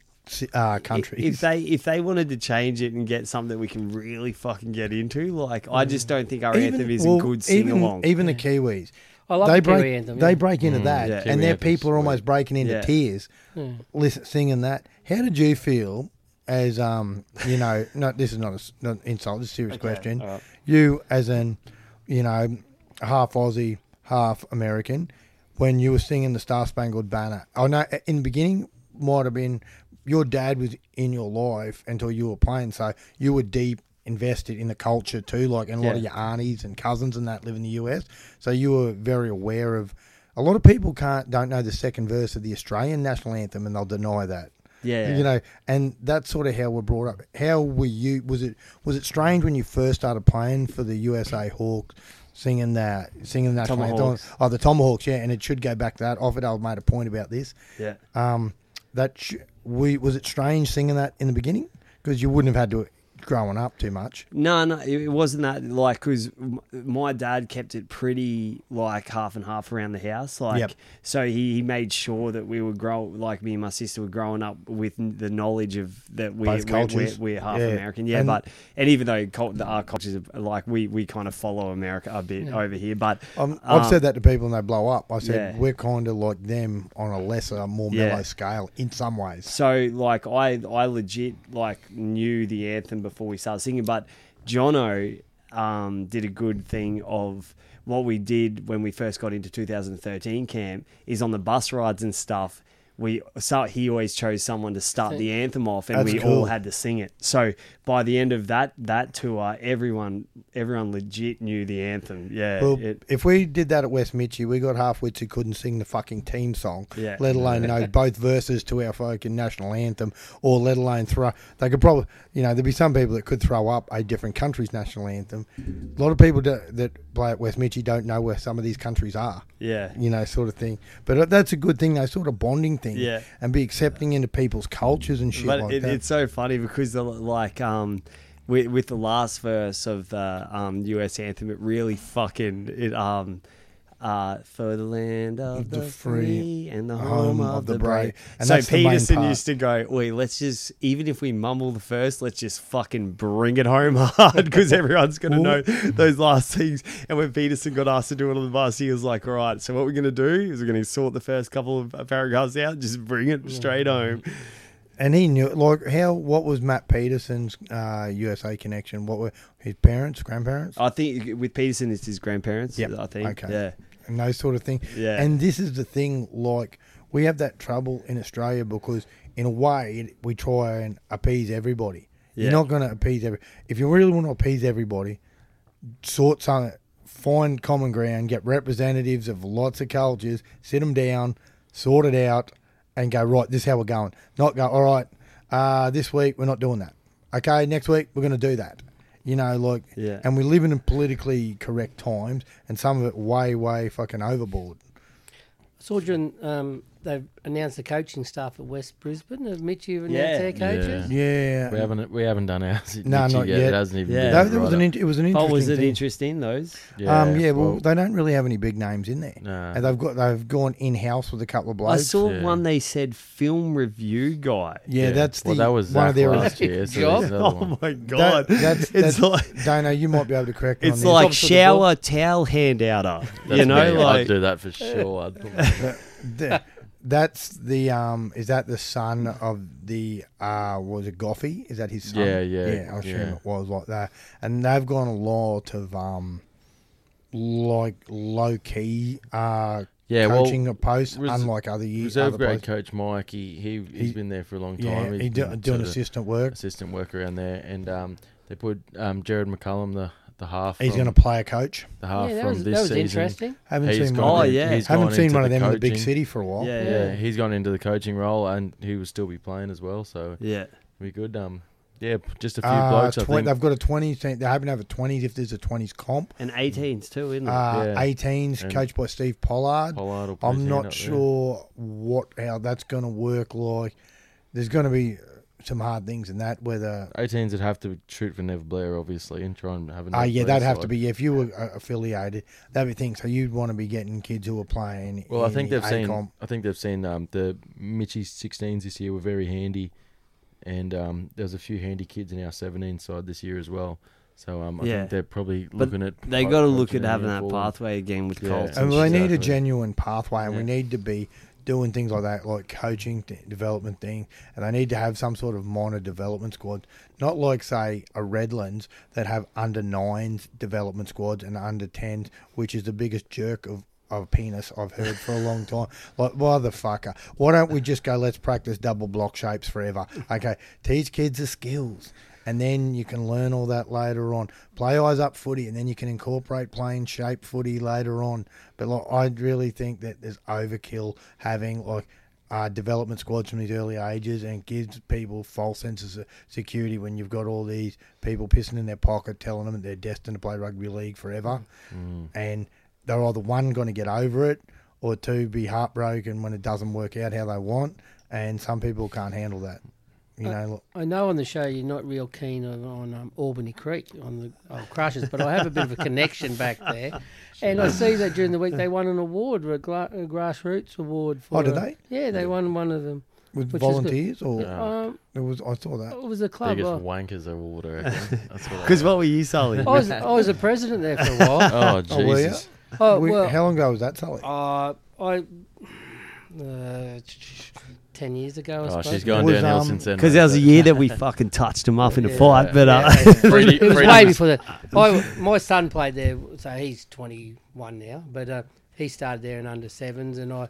[SPEAKER 2] uh, countries.
[SPEAKER 4] If they if they wanted to change it and get something we can really fucking get into, like I just don't think our anthem is
[SPEAKER 2] well,
[SPEAKER 4] a good sing
[SPEAKER 2] even-
[SPEAKER 4] along.
[SPEAKER 2] Even the Kiwis.
[SPEAKER 3] I love
[SPEAKER 2] they
[SPEAKER 3] the Kiwi
[SPEAKER 2] break,
[SPEAKER 3] anthem,
[SPEAKER 2] They
[SPEAKER 3] yeah.
[SPEAKER 2] break into that,
[SPEAKER 4] Mm. yeah.
[SPEAKER 2] and
[SPEAKER 5] Kiwi
[SPEAKER 2] their
[SPEAKER 5] anthem's
[SPEAKER 2] people are almost breaking into
[SPEAKER 4] Yeah.
[SPEAKER 2] tears, listen, singing that. How did you feel as um, you know? No, this is not a s- not an insult. This is a serious question. You as an, you know, half Aussie, half American, when you were singing the Star Spangled Banner. I know in the beginning might have been your dad was in your life until you were playing, so you were deep invested in the culture too. Like, and a lot of
[SPEAKER 4] Yeah.
[SPEAKER 2] your aunties and cousins and that live in the US, so you were very aware of. A lot of people can't don't know the second verse of the Australian national anthem, and they'll deny that.
[SPEAKER 4] Yeah.
[SPEAKER 2] you know, and that's sort of how we're brought up. How were you? Was it was it strange when you first started playing for the USA Hawks? Singing that, singing that,
[SPEAKER 4] Tomahawks.
[SPEAKER 2] oh the Tomahawks, yeah, and it should go back to that. Offerdale made a point about this.
[SPEAKER 4] yeah.
[SPEAKER 2] Um, that sh- we was it strange singing that in the beginning because you wouldn't have had to growing up too much.
[SPEAKER 4] No, no, it it wasn't that. Like, because my dad kept it pretty like half and half around the house. Like,
[SPEAKER 2] Yep.
[SPEAKER 4] so he, he made sure that we were grow like me and my sister were growing up with n- the knowledge of that we,
[SPEAKER 2] Both
[SPEAKER 4] we're, we're,
[SPEAKER 2] cultures.
[SPEAKER 4] we're half
[SPEAKER 2] Yeah.
[SPEAKER 4] American. Yeah,
[SPEAKER 2] And-
[SPEAKER 4] but and even though cult, the, our cultures are like we we kind of follow America a bit over here, but
[SPEAKER 2] Um, I've
[SPEAKER 4] um,
[SPEAKER 2] said that to people and they blow up. I said
[SPEAKER 4] yeah.
[SPEAKER 2] we're kind of like them on a lesser, more
[SPEAKER 4] Yeah.
[SPEAKER 2] mellow scale in some ways.
[SPEAKER 4] So like I I legit like knew the anthem before we started singing, but Jono um, did a good thing of what we did when we first got into 2013 camp is on the bus rides and stuff. We so he always chose someone to start the anthem off, and
[SPEAKER 2] That's
[SPEAKER 4] we
[SPEAKER 2] cool.
[SPEAKER 4] all had to sing it. So by the end of that that tour, everyone everyone legit knew the anthem. Yeah,
[SPEAKER 2] Well,
[SPEAKER 4] it-
[SPEAKER 2] if we did that at West Mitchie, we got half wits who couldn't sing the fucking team song,
[SPEAKER 4] Yeah.
[SPEAKER 2] let alone know both verses to our fucking national anthem, or let alone throw. They could probably, you know, there'd be some people that could throw up a different country's national anthem. A lot of people do, that play at West Mitchie don't know where some of these countries are.
[SPEAKER 4] yeah.
[SPEAKER 2] you know, sort of thing. But uh, that's a good thing, though, sort of bonding thing.
[SPEAKER 4] Yeah.
[SPEAKER 2] And be accepting into people's cultures and shit
[SPEAKER 4] But
[SPEAKER 2] like
[SPEAKER 4] it,
[SPEAKER 2] that.
[SPEAKER 4] it's so funny because the, like um, with, with the last verse of the um, U.S. anthem, it really fucking it um. uh, for the land of
[SPEAKER 2] the
[SPEAKER 4] the,
[SPEAKER 2] free,
[SPEAKER 4] free and the home, of, the brave.
[SPEAKER 2] And
[SPEAKER 4] so
[SPEAKER 2] that's the main
[SPEAKER 4] Peterson
[SPEAKER 2] part.
[SPEAKER 4] used to go, "Wait, let's just even if we mumble the first, let's just fucking bring it home hard because everyone's going to know those last things." And when Peterson got asked to do it on the bus, he was like, "All right, so what we're going to do is we're going to sort the first couple of paragraphs out, just bring it straight home."
[SPEAKER 2] And he knew, it. like, how what was Matt Peterson's uh, USA connection? What were his parents, grandparents,
[SPEAKER 4] I think with Peterson, it's his grandparents.
[SPEAKER 2] Yep.
[SPEAKER 4] I think.
[SPEAKER 2] Okay.
[SPEAKER 4] Yeah.
[SPEAKER 2] and those sort of things?
[SPEAKER 4] Yeah.
[SPEAKER 2] And this is the thing, like, we have that trouble in Australia because, in a way, it- we try and appease everybody.
[SPEAKER 4] Yeah.
[SPEAKER 2] You're not going to appease every. If you really want to appease everybody, sort something, find common ground, get representatives of lots of cultures, sit them down, sort it out, and go right. This is how we're going. Not go. All right, uh, this week we're not doing that. Okay, next week we're going to do that. You know, like,
[SPEAKER 4] Yeah.
[SPEAKER 2] and we live in politically correct times, and some of it way, way fucking overboard.
[SPEAKER 3] saw during um, they've announced the coaching staff at West Brisbane. Have Mitchy announced
[SPEAKER 4] Yeah.
[SPEAKER 3] their coaches?
[SPEAKER 2] Yeah,
[SPEAKER 5] We haven't we haven't done ours.
[SPEAKER 2] No,
[SPEAKER 5] Mitchie
[SPEAKER 2] not yet.
[SPEAKER 5] It hasn't even.
[SPEAKER 4] Yeah.
[SPEAKER 5] been
[SPEAKER 2] That, that was
[SPEAKER 5] right
[SPEAKER 2] an
[SPEAKER 5] up.
[SPEAKER 2] in, it was an interesting.
[SPEAKER 4] Oh, was it
[SPEAKER 2] thing.
[SPEAKER 4] interesting? Those.
[SPEAKER 2] um, yeah, well, they don't really have any big names in there,
[SPEAKER 5] No.
[SPEAKER 2] and they've got they've gone in house with a couple of
[SPEAKER 4] I
[SPEAKER 2] blokes.
[SPEAKER 4] saw
[SPEAKER 5] Yeah.
[SPEAKER 4] one they said film review guy.
[SPEAKER 2] yeah, that's the
[SPEAKER 5] well, that was
[SPEAKER 2] one of
[SPEAKER 5] Zach
[SPEAKER 2] their
[SPEAKER 5] last year. So
[SPEAKER 3] Job.
[SPEAKER 5] there's another one.
[SPEAKER 4] Oh my god,
[SPEAKER 2] That, that's,
[SPEAKER 4] it's
[SPEAKER 2] that's,
[SPEAKER 4] like
[SPEAKER 2] Dano, you might be able to correct me
[SPEAKER 4] it's
[SPEAKER 2] on
[SPEAKER 4] like
[SPEAKER 3] Tops of the board.
[SPEAKER 4] shower towel handouter.
[SPEAKER 5] That's
[SPEAKER 4] you know,
[SPEAKER 5] me. I'd
[SPEAKER 4] like
[SPEAKER 5] do that for sure. I'd put my-
[SPEAKER 2] this. The- that's the um is that the son of the uh was it Goffy? Is that his son?
[SPEAKER 5] Yeah, yeah,
[SPEAKER 2] Yeah, I assume
[SPEAKER 5] yeah.
[SPEAKER 2] it was like that. And they've gone a lot of um like low key uh
[SPEAKER 5] Yeah, well,
[SPEAKER 2] coaching a post
[SPEAKER 5] res-
[SPEAKER 2] unlike other years.
[SPEAKER 5] reserve
[SPEAKER 2] other
[SPEAKER 5] grade
[SPEAKER 2] posts.
[SPEAKER 5] coach Mike. He, he he's
[SPEAKER 2] He-
[SPEAKER 5] been there for a long time.
[SPEAKER 2] Yeah,
[SPEAKER 5] He's
[SPEAKER 2] he do,
[SPEAKER 5] been
[SPEAKER 2] doing
[SPEAKER 5] sort of-
[SPEAKER 2] assistant work.
[SPEAKER 5] assistant work around there, and um, they put um, Jared McCullum, the the half.
[SPEAKER 2] He's
[SPEAKER 5] from-
[SPEAKER 2] going to play a coach.
[SPEAKER 5] the half
[SPEAKER 3] yeah, that
[SPEAKER 5] from
[SPEAKER 3] was,
[SPEAKER 5] this
[SPEAKER 3] that was
[SPEAKER 5] season.
[SPEAKER 3] interesting.
[SPEAKER 2] Haven't
[SPEAKER 5] He's
[SPEAKER 2] seen
[SPEAKER 5] gone
[SPEAKER 2] one.
[SPEAKER 4] Oh,
[SPEAKER 5] in-
[SPEAKER 4] yeah.
[SPEAKER 5] he's
[SPEAKER 2] haven't
[SPEAKER 5] gone
[SPEAKER 2] seen
[SPEAKER 5] into
[SPEAKER 2] one of
[SPEAKER 5] the
[SPEAKER 2] them in the big
[SPEAKER 5] coaching.
[SPEAKER 2] city for a while.
[SPEAKER 4] yeah,
[SPEAKER 5] Yeah,
[SPEAKER 4] yeah,
[SPEAKER 5] he's gone into the coaching role, and he will still be playing as well. So
[SPEAKER 4] yeah.
[SPEAKER 5] we could um, yeah, p- just a few
[SPEAKER 2] Uh,
[SPEAKER 5] blokes. I
[SPEAKER 2] 20
[SPEAKER 5] think.
[SPEAKER 2] they've got a 20s. team- They happen to have a 20s if there's a 20s comp.
[SPEAKER 4] and 18s too, isn't it?
[SPEAKER 2] Uh,
[SPEAKER 5] Yeah.
[SPEAKER 2] 18s
[SPEAKER 5] And-
[SPEAKER 2] coached by Steve Pollard.
[SPEAKER 5] Pollard will put his
[SPEAKER 2] I'm
[SPEAKER 5] hand up
[SPEAKER 2] not
[SPEAKER 5] there.
[SPEAKER 2] sure what how that's going to work like. There's going to be some hard things in that. Whether
[SPEAKER 5] 18s would have to shoot for Nev Blair, obviously, and try and have a.
[SPEAKER 2] uh,
[SPEAKER 5] Nev
[SPEAKER 2] yeah,
[SPEAKER 5] Blair
[SPEAKER 2] that'd have
[SPEAKER 5] side.
[SPEAKER 2] to be if you were uh, affiliated. That'd be thing. So you'd want to be getting kids who are playing.
[SPEAKER 5] Well, I
[SPEAKER 2] in
[SPEAKER 5] think
[SPEAKER 2] the
[SPEAKER 5] they've seen.
[SPEAKER 2] A-comp.
[SPEAKER 5] I think they've seen um, the Mitchy's 16s this year were very handy, and um, there's a few handy kids in our 17 side this year as well. So um, I
[SPEAKER 4] Yeah.
[SPEAKER 5] think they're probably
[SPEAKER 4] But
[SPEAKER 5] looking at.
[SPEAKER 4] they
[SPEAKER 5] pro-
[SPEAKER 4] got to look at
[SPEAKER 5] coaching
[SPEAKER 4] having
[SPEAKER 5] area
[SPEAKER 4] that
[SPEAKER 5] for them.
[SPEAKER 4] pathway again with
[SPEAKER 5] Yeah.
[SPEAKER 4] Colts.
[SPEAKER 2] And
[SPEAKER 5] And
[SPEAKER 2] we need a
[SPEAKER 5] exactly.
[SPEAKER 2] genuine pathway, and we
[SPEAKER 5] Yeah.
[SPEAKER 2] need to be doing things like that, like coaching th- development thing, and they need to have some sort of minor development squad, not like say a Redlands that have under nines development squads and under tens, which is the biggest jerk of. Of penis, I've heard for a long time. Like, motherfucker, why don't we just go? Let's practice double block shapes forever. Okay, teach kids the skills, and then you can learn all that later on. Play eyes up footy, and then you can incorporate playing shape footy later on. But like, I really think that there's overkill having like uh, development squads from these early ages, and it gives people false senses of security when you've got all these people pissing in their pocket, telling them that they're destined to play rugby league forever, and they're either one going to get over it or two be heartbroken when it doesn't work out how they want. And some people can't handle that. You know, look,
[SPEAKER 3] I know on the show you're not real keen on, on um, Albany Creek on the old crushes, but I have a bit of a connection back there, and I see that during the week they won an award, a, gla- a grassroots award for.
[SPEAKER 2] Oh, did
[SPEAKER 3] uh,
[SPEAKER 2] they?
[SPEAKER 3] Yeah, they won one of them.
[SPEAKER 2] with
[SPEAKER 3] Which is good.
[SPEAKER 2] volunteers or
[SPEAKER 3] Um,
[SPEAKER 2] it was I saw that.
[SPEAKER 3] it was the club.
[SPEAKER 5] Biggest
[SPEAKER 3] I,
[SPEAKER 5] wankers of all, I reckon. That's what I
[SPEAKER 4] Because what were you, Sully?
[SPEAKER 3] I was I was a president there for a while.
[SPEAKER 5] Oh
[SPEAKER 2] Oh, were
[SPEAKER 5] Jesus!
[SPEAKER 3] Oh
[SPEAKER 2] We-
[SPEAKER 3] well,
[SPEAKER 2] how long ago was that, Sally?
[SPEAKER 3] uh, I uh, ten years ago. I
[SPEAKER 5] Oh,
[SPEAKER 3] suppose.
[SPEAKER 5] she's gone
[SPEAKER 2] Was,
[SPEAKER 5] downhill
[SPEAKER 2] um,
[SPEAKER 5] since then.
[SPEAKER 4] Because
[SPEAKER 5] mate,
[SPEAKER 4] that was a
[SPEAKER 5] but-
[SPEAKER 4] year that we fucking touched him up in a
[SPEAKER 3] Yeah.
[SPEAKER 4] fight. But uh,
[SPEAKER 3] Yeah, it was-
[SPEAKER 5] Freedom-
[SPEAKER 3] it was way
[SPEAKER 5] freedom-
[SPEAKER 3] before that. I, my son played there, so he's 21 now, but uh, he started there in under sevens, and I,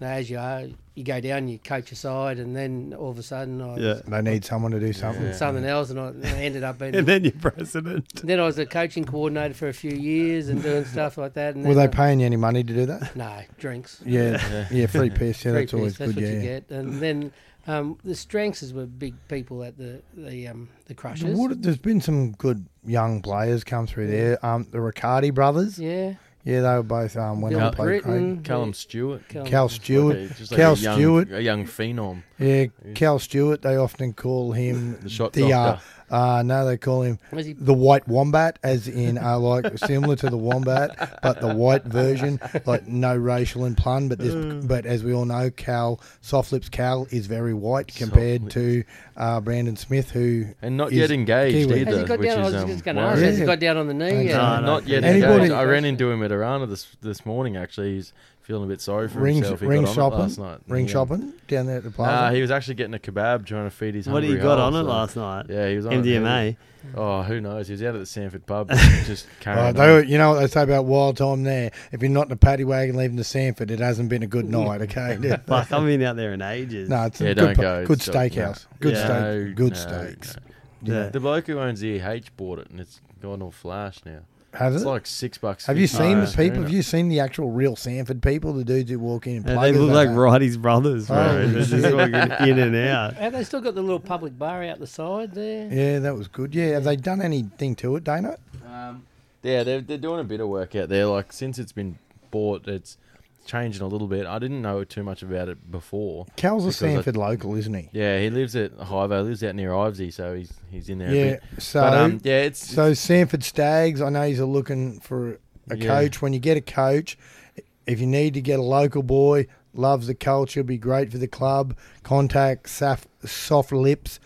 [SPEAKER 3] now as you are, you go down, you coach a side, and then all of a sudden I
[SPEAKER 4] yeah.
[SPEAKER 3] was
[SPEAKER 2] They need someone to do something.
[SPEAKER 5] Yeah.
[SPEAKER 3] something else, and I, and I ended up being.
[SPEAKER 4] and then your president.
[SPEAKER 3] then I was a coaching coordinator for a few years and doing stuff like that. And
[SPEAKER 2] Were they
[SPEAKER 3] then, uh,
[SPEAKER 2] paying you any money to do that?
[SPEAKER 3] no drinks.
[SPEAKER 2] Yeah, yeah, free piss. Yeah,
[SPEAKER 3] Three
[SPEAKER 2] that's always
[SPEAKER 3] piece, that's
[SPEAKER 2] good.
[SPEAKER 3] what you
[SPEAKER 2] Yeah.
[SPEAKER 3] get. And then um, the Strengths were big people at the the um,
[SPEAKER 2] The
[SPEAKER 3] the Crushers.
[SPEAKER 2] water, there's been some good young players come through there. Um, the Riccardi brothers. Yeah,
[SPEAKER 3] yeah,
[SPEAKER 2] they were both um when
[SPEAKER 3] Bill
[SPEAKER 2] they played.
[SPEAKER 3] Britton.
[SPEAKER 2] great.
[SPEAKER 5] Callum Stewart.
[SPEAKER 3] Cal-
[SPEAKER 2] Cal Stewart.
[SPEAKER 5] Okay, just
[SPEAKER 2] Cal
[SPEAKER 5] a young,
[SPEAKER 2] Stewart.
[SPEAKER 5] a young phenom.
[SPEAKER 2] Yeah, Cal Stewart. They often call him
[SPEAKER 5] The shot
[SPEAKER 2] the uh,
[SPEAKER 5] doctor.
[SPEAKER 2] Uh, no, they call him
[SPEAKER 3] Was he-
[SPEAKER 2] the White Wombat, as in uh, like similar to the wombat, but the white version, like no racial and pun. But this,
[SPEAKER 5] Mm.
[SPEAKER 2] but as we all know, Cal Soft Lips Cal is very white compared to uh, Brandon Smith, who
[SPEAKER 5] And not
[SPEAKER 2] is
[SPEAKER 5] yet engaged
[SPEAKER 2] Kiwi.
[SPEAKER 5] either.
[SPEAKER 3] Has he got
[SPEAKER 5] which
[SPEAKER 3] down?
[SPEAKER 5] is,
[SPEAKER 3] I
[SPEAKER 5] um,
[SPEAKER 3] was just going to ask.
[SPEAKER 5] worrying.
[SPEAKER 2] Yeah.
[SPEAKER 3] Has he got down on the knee?
[SPEAKER 2] Okay.
[SPEAKER 3] yet?
[SPEAKER 4] No, no.
[SPEAKER 5] Not yet
[SPEAKER 2] Anybody-
[SPEAKER 5] engaged. I ran into him at Arana this this morning. Actually, he's feeling a bit sorry for
[SPEAKER 2] Ring,
[SPEAKER 5] himself. He
[SPEAKER 2] ring
[SPEAKER 5] got on it
[SPEAKER 2] shopping,
[SPEAKER 5] last night.
[SPEAKER 2] ring
[SPEAKER 5] Yeah.
[SPEAKER 2] shopping down there at the plaza.
[SPEAKER 5] Nah, he was actually getting a kebab trying to feed his.
[SPEAKER 4] What
[SPEAKER 5] hungry
[SPEAKER 4] he got
[SPEAKER 5] hole,
[SPEAKER 4] on it
[SPEAKER 5] so-
[SPEAKER 4] last night?
[SPEAKER 5] Yeah, he was on it.
[SPEAKER 4] MDMA.
[SPEAKER 5] Oh, who knows? He was out at the Sanford pub, just carrying.
[SPEAKER 2] Right,
[SPEAKER 5] on.
[SPEAKER 2] Uh, they, you know what they say about wild time there. If you're not in a paddy wagon leaving the Sanford, it hasn't been a good night. Okay, no,
[SPEAKER 4] Fuck, I've been out there in ages.
[SPEAKER 2] it's
[SPEAKER 5] Yeah,
[SPEAKER 2] a
[SPEAKER 5] don't
[SPEAKER 2] good, pa-
[SPEAKER 5] go.
[SPEAKER 2] good
[SPEAKER 5] So,
[SPEAKER 2] steakhouse, good
[SPEAKER 4] Yeah.
[SPEAKER 2] steak,
[SPEAKER 5] No,
[SPEAKER 2] good
[SPEAKER 5] no,
[SPEAKER 2] steaks.
[SPEAKER 4] Yeah.
[SPEAKER 5] The bloke who owns EH bought it, and it's gone all flash now.
[SPEAKER 2] Has
[SPEAKER 5] It's
[SPEAKER 2] it?
[SPEAKER 5] like six bucks.
[SPEAKER 2] Have you
[SPEAKER 5] fifty
[SPEAKER 2] seen
[SPEAKER 5] for
[SPEAKER 2] the
[SPEAKER 5] a
[SPEAKER 2] people?
[SPEAKER 5] tuna.
[SPEAKER 2] Have you seen the actual real Sanford people? The dudes who walk in and
[SPEAKER 4] Yeah,
[SPEAKER 2] play
[SPEAKER 4] they look like
[SPEAKER 2] that.
[SPEAKER 4] Righty's brothers, bro.
[SPEAKER 2] Holy
[SPEAKER 4] They're just
[SPEAKER 2] shit.
[SPEAKER 4] walking in and out.
[SPEAKER 3] Have they still got the little public bar out the side there?
[SPEAKER 2] Yeah, that was good. Yeah, have they done anything to it, Dana?
[SPEAKER 5] Um, yeah, they're, they're doing a bit of work out there. Like since it's been bought, it's changing a little bit. I didn't know too much about it before.
[SPEAKER 2] Cal's a
[SPEAKER 5] Because I-
[SPEAKER 2] Sanford local, isn't he?
[SPEAKER 5] Yeah, he lives at Hivo, lives out near Ivesy, so he's he's in there.
[SPEAKER 2] Yeah,
[SPEAKER 5] a bit.
[SPEAKER 2] so-
[SPEAKER 5] but, um, yeah, it's
[SPEAKER 2] So Sanford Stags, I know he's looking for a
[SPEAKER 5] Yeah.
[SPEAKER 2] coach. When you get a coach, if you need to get a local boy, loves the culture, be great for the club. Contact Saf- Soft Lips,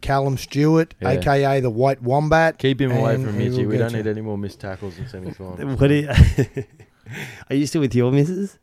[SPEAKER 2] Callum Stewart,
[SPEAKER 5] Yeah.
[SPEAKER 2] aka the White Wombat.
[SPEAKER 5] keep him away
[SPEAKER 2] and
[SPEAKER 5] from
[SPEAKER 2] he
[SPEAKER 5] Mitchy.
[SPEAKER 2] will
[SPEAKER 5] We
[SPEAKER 2] get
[SPEAKER 5] don't
[SPEAKER 2] you.
[SPEAKER 5] need any more missed tackles in semi final.
[SPEAKER 4] What are you, are you still with your missus?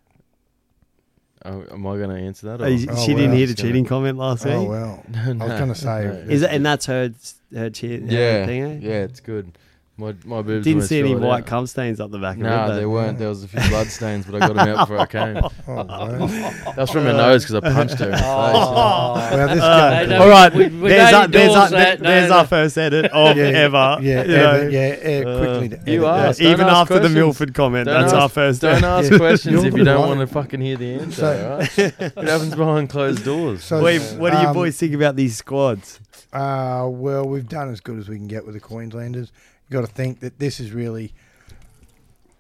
[SPEAKER 5] oh, am I going to answer that? Or?
[SPEAKER 4] Are you-
[SPEAKER 2] Oh,
[SPEAKER 4] she didn't
[SPEAKER 2] wow.
[SPEAKER 4] hear the cheating comment last
[SPEAKER 2] Oh
[SPEAKER 4] week.
[SPEAKER 2] well, I was going to say.
[SPEAKER 4] Is that, and that's her her cheer. her
[SPEAKER 5] yeah,
[SPEAKER 4] thing, eh?
[SPEAKER 5] yeah, it's good. My my boobs
[SPEAKER 4] Didn't
[SPEAKER 5] weren't
[SPEAKER 4] see any
[SPEAKER 5] short
[SPEAKER 4] white
[SPEAKER 5] out.
[SPEAKER 4] cum stains up the back
[SPEAKER 5] No,
[SPEAKER 4] of it.
[SPEAKER 5] there
[SPEAKER 4] though.
[SPEAKER 5] weren't. There was a few blood stains, but I got them out before I came.
[SPEAKER 2] Oh, well.
[SPEAKER 5] That's from her nose because Um, I punched her in the face.
[SPEAKER 4] Oh.
[SPEAKER 3] Oh.
[SPEAKER 2] Well, this
[SPEAKER 4] Uh,
[SPEAKER 2] guy-
[SPEAKER 3] no,
[SPEAKER 4] all right,
[SPEAKER 3] we- we
[SPEAKER 4] there's,
[SPEAKER 3] don't
[SPEAKER 4] our, there's, our,
[SPEAKER 3] endorse that. No,
[SPEAKER 4] there's
[SPEAKER 3] no.
[SPEAKER 4] our first edit of
[SPEAKER 2] Yeah,
[SPEAKER 4] ever.
[SPEAKER 2] yeah,
[SPEAKER 4] you know. Uh,
[SPEAKER 2] ever, yeah, yeah, quickly. to
[SPEAKER 5] you
[SPEAKER 2] edit
[SPEAKER 5] are.
[SPEAKER 2] that.
[SPEAKER 5] Don't
[SPEAKER 4] Even
[SPEAKER 5] ask
[SPEAKER 4] after the
[SPEAKER 5] questions.
[SPEAKER 4] Milford comment,
[SPEAKER 5] Don't
[SPEAKER 4] that's
[SPEAKER 5] ask-
[SPEAKER 4] our first
[SPEAKER 5] Don't
[SPEAKER 4] edit.
[SPEAKER 5] ask
[SPEAKER 2] Yeah.
[SPEAKER 5] questions
[SPEAKER 2] You're
[SPEAKER 5] if you don't
[SPEAKER 2] right.
[SPEAKER 5] want to fucking hear the answer.
[SPEAKER 2] So-
[SPEAKER 5] alright? it happens behind closed doors.
[SPEAKER 2] So-
[SPEAKER 4] Wait, what do you
[SPEAKER 2] Um,
[SPEAKER 4] boys think about these squads?
[SPEAKER 2] Uh, well, we've done as good as we can get with the Queenslanders. You've got to think that this is really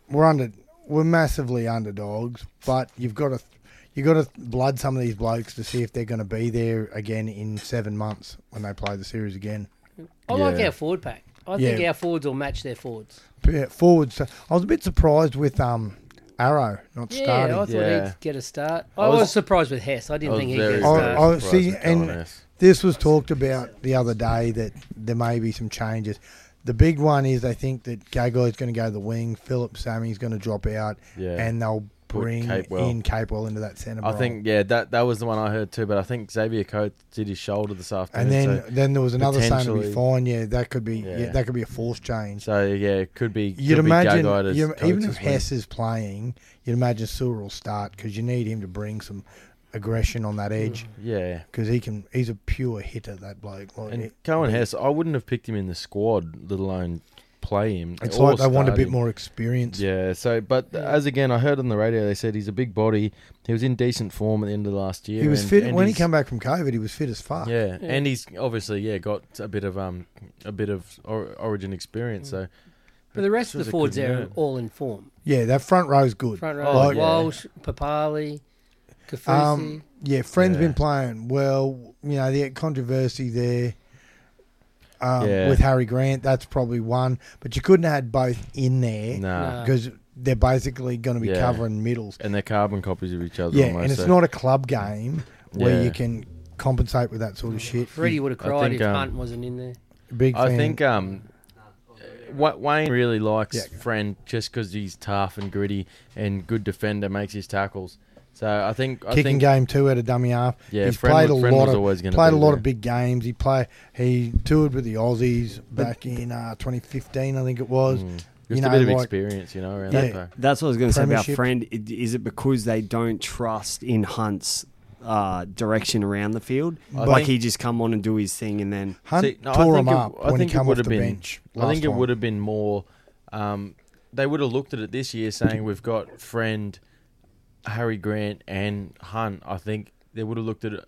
[SPEAKER 2] we're under we're massively underdogs, but you've got to you've got to blood some of these blokes to see if they're going to be there again in seven months when they play the series again.
[SPEAKER 3] I like
[SPEAKER 5] Yeah.
[SPEAKER 3] our forward pack. I think
[SPEAKER 2] Yeah.
[SPEAKER 3] our forwards will match their forwards.
[SPEAKER 2] But yeah, forwards, I was a bit surprised with um Arrow not
[SPEAKER 3] Yeah,
[SPEAKER 2] starting.
[SPEAKER 3] I thought
[SPEAKER 5] Yeah.
[SPEAKER 3] he'd get a start. I,
[SPEAKER 5] I
[SPEAKER 3] was,
[SPEAKER 5] was-
[SPEAKER 3] surprised with Hess. I
[SPEAKER 5] I
[SPEAKER 3] didn't
[SPEAKER 5] was
[SPEAKER 3] think he'd get
[SPEAKER 5] very,
[SPEAKER 3] a
[SPEAKER 2] Oh,
[SPEAKER 3] start.
[SPEAKER 5] very
[SPEAKER 2] oh,
[SPEAKER 5] surprised
[SPEAKER 2] see,
[SPEAKER 5] with
[SPEAKER 2] and-
[SPEAKER 5] Colonis.
[SPEAKER 2] This was talked about the other day that there may be some changes. The big one is they think that Gagai's going to go to the wing, Philip Sammy's going to drop out,
[SPEAKER 5] Yeah.
[SPEAKER 2] and they'll
[SPEAKER 5] Put
[SPEAKER 2] bring
[SPEAKER 5] Capewell.
[SPEAKER 2] in Capewell into that centre.
[SPEAKER 5] I
[SPEAKER 2] role.
[SPEAKER 5] think yeah, that that was the one I heard too. But I think Xavier Coates did his shoulder this afternoon.
[SPEAKER 2] and then then there was another saying to be
[SPEAKER 5] potentially-
[SPEAKER 2] fine. Yeah, that could be yeah.
[SPEAKER 5] Yeah.
[SPEAKER 2] that could be a force change.
[SPEAKER 5] so, so yeah, it could be.
[SPEAKER 2] You'd
[SPEAKER 5] could
[SPEAKER 2] imagine,
[SPEAKER 5] be Gagai as
[SPEAKER 2] you-
[SPEAKER 5] Coates
[SPEAKER 2] even if
[SPEAKER 5] as well.
[SPEAKER 2] Hess is playing, you'd imagine Sewell will start because you need him to bring some aggression on that edge
[SPEAKER 5] Mm. Yeah,
[SPEAKER 2] because he can. He's a pure hitter. That bloke. Like,
[SPEAKER 5] and
[SPEAKER 2] it-
[SPEAKER 5] Cohen Hess, I wouldn't have picked him in the squad, let alone play him.
[SPEAKER 2] it's
[SPEAKER 5] or
[SPEAKER 2] like they want a
[SPEAKER 5] start
[SPEAKER 2] bit
[SPEAKER 5] him.
[SPEAKER 2] more experience.
[SPEAKER 5] Yeah. So, but as again, I heard on the radio they said he's a big body. He was in decent form at the end of last year.
[SPEAKER 2] He was
[SPEAKER 5] and-
[SPEAKER 2] fit
[SPEAKER 5] and
[SPEAKER 2] when he
[SPEAKER 5] he's-
[SPEAKER 2] came back from COVID. He was fit as fuck.
[SPEAKER 5] Yeah. and he's obviously yeah got a bit of um a bit of or, origin experience. So
[SPEAKER 3] But the rest
[SPEAKER 5] This
[SPEAKER 3] of
[SPEAKER 5] was
[SPEAKER 3] the
[SPEAKER 5] a
[SPEAKER 3] forwards
[SPEAKER 5] good
[SPEAKER 3] there are
[SPEAKER 5] unit.
[SPEAKER 3] all in form.
[SPEAKER 2] Yeah, that front row's good.
[SPEAKER 3] Front row,
[SPEAKER 5] Oh, yeah.
[SPEAKER 3] Walsh, Papali, Kafusi.
[SPEAKER 2] Um, yeah, friend's
[SPEAKER 5] Yeah.
[SPEAKER 2] been playing well. You know, the controversy there um,
[SPEAKER 5] Yeah.
[SPEAKER 2] with Harry Grant. That's probably one, but you couldn't have had both in there
[SPEAKER 5] nah.
[SPEAKER 3] No.
[SPEAKER 2] because they're basically going to be
[SPEAKER 5] Yeah.
[SPEAKER 2] covering middles.
[SPEAKER 5] And they're carbon copies of each other.
[SPEAKER 2] Yeah,
[SPEAKER 5] almost,
[SPEAKER 2] and it's
[SPEAKER 5] so-
[SPEAKER 2] not a club game where
[SPEAKER 5] Yeah.
[SPEAKER 2] you can compensate with that
[SPEAKER 3] Mm.
[SPEAKER 2] sort of shit.
[SPEAKER 3] Freddie would have cried
[SPEAKER 5] think,
[SPEAKER 3] if
[SPEAKER 5] um,
[SPEAKER 3] Hunt wasn't in there.
[SPEAKER 2] Big fan.
[SPEAKER 5] I think um, Wa- Wayne really likes
[SPEAKER 2] Yeah.
[SPEAKER 5] Friend just because he's tough and gritty and good defender, makes his tackles. So I think I
[SPEAKER 2] kicking
[SPEAKER 5] think
[SPEAKER 2] game two at a dummy half.
[SPEAKER 5] Yeah,
[SPEAKER 2] he's
[SPEAKER 5] Friend
[SPEAKER 2] played a
[SPEAKER 5] was- Friend
[SPEAKER 2] lot
[SPEAKER 5] was
[SPEAKER 2] of
[SPEAKER 5] always
[SPEAKER 2] played
[SPEAKER 5] gonna
[SPEAKER 2] a
[SPEAKER 5] be
[SPEAKER 2] lot
[SPEAKER 5] there.
[SPEAKER 2] of big games. He play he toured with the Aussies back in uh, 2015, I think it was.
[SPEAKER 5] Mm. just
[SPEAKER 2] you
[SPEAKER 5] a
[SPEAKER 2] know,
[SPEAKER 5] bit of
[SPEAKER 2] like-
[SPEAKER 5] experience, you know, around
[SPEAKER 2] Yeah.
[SPEAKER 5] that. Though.
[SPEAKER 4] That's what I was going to say about
[SPEAKER 2] Premiership.
[SPEAKER 4] friend. I- Is it because they don't trust in Hunt's uh, direction around the field?
[SPEAKER 5] I
[SPEAKER 4] like
[SPEAKER 5] think-
[SPEAKER 4] he just come on and do his thing, and then
[SPEAKER 2] Hunt
[SPEAKER 5] See, no, I
[SPEAKER 2] tore him
[SPEAKER 5] think it-
[SPEAKER 2] up
[SPEAKER 5] I
[SPEAKER 2] when he
[SPEAKER 5] think it
[SPEAKER 2] came off
[SPEAKER 5] would
[SPEAKER 2] the
[SPEAKER 5] have been-
[SPEAKER 2] bench.
[SPEAKER 5] I think it would
[SPEAKER 2] have.
[SPEAKER 5] have been more. Um, they would have looked at it this year, saying we've got friend Harry Grant and Hunt. I think they would have looked at it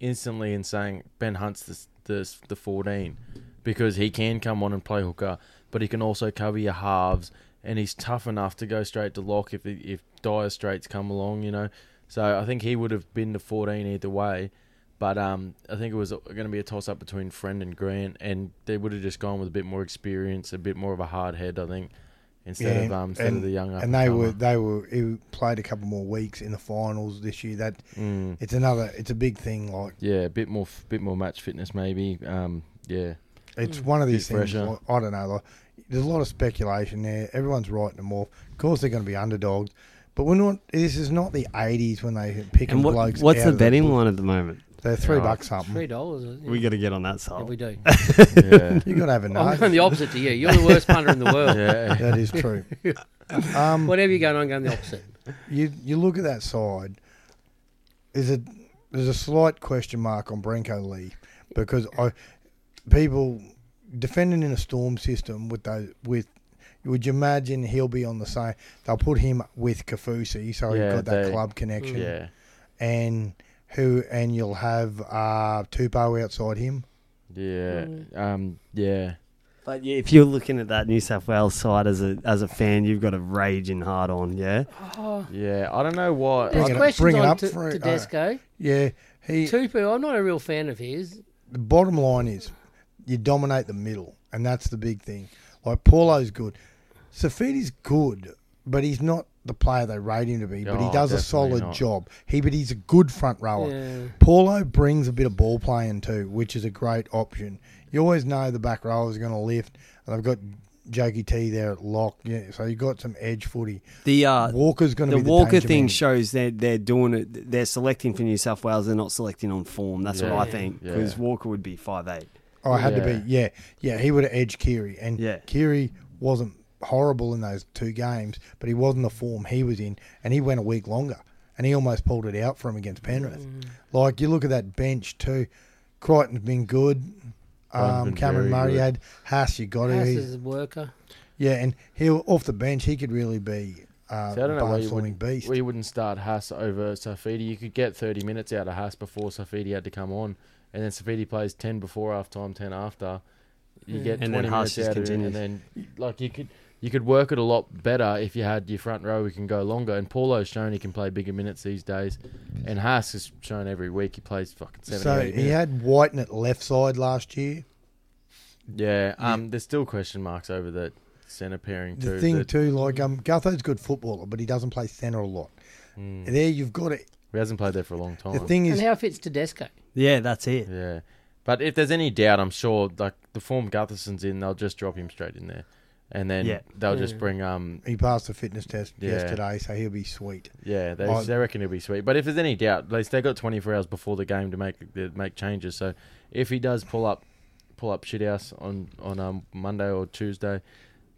[SPEAKER 5] instantly and saying Ben Hunt's the the, the fourteen because he can come on and play hooker, but he can also cover your halves and he's tough enough to go straight to lock if if dire straits come along, you know. So I think he would have been the fourteen either way. But um, I think it was going to be a toss up between Friend and Grant, and they would have just gone with a bit more experience, a bit more of a hard head, I think, instead of um, instead
[SPEAKER 2] and,
[SPEAKER 5] of the young up
[SPEAKER 2] and they were
[SPEAKER 5] would.
[SPEAKER 2] they were he played a couple more weeks in the finals this year. That
[SPEAKER 5] Mm.
[SPEAKER 2] it's another it's a big thing. Like
[SPEAKER 5] Yeah, a bit more, f- bit more match fitness maybe. Um, yeah,
[SPEAKER 3] Mm.
[SPEAKER 2] it's one of these
[SPEAKER 5] Bit
[SPEAKER 2] things.
[SPEAKER 5] fresher.
[SPEAKER 2] Like, I don't know. Like, there's a lot of speculation there. Everyone's writing them off. Of course, they're going to be underdogs. But we're not. This is not the '80s when they pick
[SPEAKER 4] And what,
[SPEAKER 2] blokes.
[SPEAKER 4] what's
[SPEAKER 2] out
[SPEAKER 4] the
[SPEAKER 2] of
[SPEAKER 4] betting line at the moment?
[SPEAKER 2] They're three
[SPEAKER 5] Right.
[SPEAKER 2] bucks something.
[SPEAKER 3] Oh. Three dollars.
[SPEAKER 4] We got to get on that side.
[SPEAKER 3] Yeah, we do.
[SPEAKER 5] yeah,
[SPEAKER 2] You got to have a
[SPEAKER 3] I'm going
[SPEAKER 2] nose.
[SPEAKER 3] the opposite to you. You're the worst punter in the world.
[SPEAKER 5] yeah.
[SPEAKER 2] that is true. Um,
[SPEAKER 3] Whatever you're going on, I'm going the opposite.
[SPEAKER 2] you you look at that side. Is it there's a slight question mark on Branko Lee because I people defending in a storm system with those with. Would you imagine he'll be on the same? They'll put him with Kafusi, so
[SPEAKER 5] Yeah,
[SPEAKER 2] he's got that
[SPEAKER 5] they-
[SPEAKER 2] club connection.
[SPEAKER 5] yeah.
[SPEAKER 2] and who and you'll have uh Tupou outside him.
[SPEAKER 5] Yeah. Um. Yeah.
[SPEAKER 4] But yeah, if you're looking at that New South Wales side as a as a fan, you've got a raging hard on. Yeah,
[SPEAKER 5] Yeah. I don't know why.
[SPEAKER 3] There's
[SPEAKER 2] it up-
[SPEAKER 3] questions
[SPEAKER 2] bring it
[SPEAKER 3] on
[SPEAKER 2] up
[SPEAKER 3] to,
[SPEAKER 2] for-
[SPEAKER 3] to Desco.
[SPEAKER 2] Yeah, he.
[SPEAKER 3] Tupu, I'm not a real fan of his.
[SPEAKER 2] The bottom line is, you dominate the middle, and that's the big thing. Like Paulo's good, Safidi's good, but he's not the player they rate him to be. But he
[SPEAKER 5] Oh,
[SPEAKER 2] does a
[SPEAKER 5] definitely
[SPEAKER 2] solid
[SPEAKER 5] not.
[SPEAKER 2] job. He, but he's a good front rower.
[SPEAKER 3] Yeah.
[SPEAKER 2] Paulo brings a bit of ball playing too, which is a great option. You always know the back rowers are going to lift, and I've got Jokey T there at lock. Yeah, so you've got some edge footy.
[SPEAKER 4] the uh,
[SPEAKER 2] Walker's going to
[SPEAKER 4] the
[SPEAKER 2] be the
[SPEAKER 4] Walker
[SPEAKER 2] danger
[SPEAKER 4] thing
[SPEAKER 2] man.
[SPEAKER 4] shows that they're doing it. They're selecting for New South Wales. They're not selecting on form. That's
[SPEAKER 5] Yeah.
[SPEAKER 4] what I think.
[SPEAKER 5] Yeah.
[SPEAKER 4] Because Walker would be five eight.
[SPEAKER 2] Oh, it had to
[SPEAKER 5] Yeah.
[SPEAKER 2] be. Yeah, yeah. He would have edged Kiri, and
[SPEAKER 4] Yeah.
[SPEAKER 2] Kiri wasn't horrible in those two games, but he wasn't the form he was in, and he went a week longer, and he almost pulled it out for him against Penrith. Like you look at that bench too. Crichton's been good.
[SPEAKER 5] Crichton's
[SPEAKER 2] Um,
[SPEAKER 5] been
[SPEAKER 2] Cameron
[SPEAKER 5] very
[SPEAKER 2] Murray
[SPEAKER 5] good.
[SPEAKER 2] had Haas. You got
[SPEAKER 3] House
[SPEAKER 2] it.
[SPEAKER 3] is a worker.
[SPEAKER 2] Yeah, and he off the bench he could really be uh,
[SPEAKER 5] See, I don't know why you
[SPEAKER 2] barnstorming
[SPEAKER 5] wouldn't,
[SPEAKER 2] beast.
[SPEAKER 5] why you wouldn't start Haas over Safidi. You could get 30 minutes out of Haas before Safidi had to come on, and then Safidi plays 10 before half time, 10 after. You get
[SPEAKER 4] And
[SPEAKER 5] 20
[SPEAKER 4] then Haas
[SPEAKER 5] minutes
[SPEAKER 4] just
[SPEAKER 5] out of it,
[SPEAKER 4] continues.
[SPEAKER 5] and then like you could you could work it a lot better if you had your front row who can go longer. And Paulo's shown he can play bigger minutes these days, and Haas has shown every week he plays fucking 70
[SPEAKER 2] so
[SPEAKER 5] 80
[SPEAKER 2] he
[SPEAKER 5] minutes.
[SPEAKER 2] had Whiten at left side last year.
[SPEAKER 5] Yeah, um, there's still question marks over the centre pairing too.
[SPEAKER 2] the thing
[SPEAKER 5] that-
[SPEAKER 2] too, like um, Gutho's good footballer, but he doesn't play centre a lot.
[SPEAKER 5] Hmm.
[SPEAKER 2] There you've got it.
[SPEAKER 5] he hasn't played there for a long time.
[SPEAKER 2] The thing
[SPEAKER 3] And
[SPEAKER 2] is,
[SPEAKER 3] how fits Tedesco?
[SPEAKER 4] Yeah, that's it.
[SPEAKER 5] Yeah. But if there's any doubt, I'm sure like the form Gutherson's in, they'll just drop him straight in there. And then
[SPEAKER 4] Yeah.
[SPEAKER 5] they'll just bring um
[SPEAKER 2] he passed the fitness test
[SPEAKER 5] Yeah.
[SPEAKER 2] yesterday, so he'll be sweet.
[SPEAKER 5] yeah, they,
[SPEAKER 2] Well-
[SPEAKER 5] they reckon he'll be sweet. But if there's any doubt, at least they got twenty four hours before the game to make to make changes. So if he does pull up pull up shithouse on, on um Monday or Tuesday,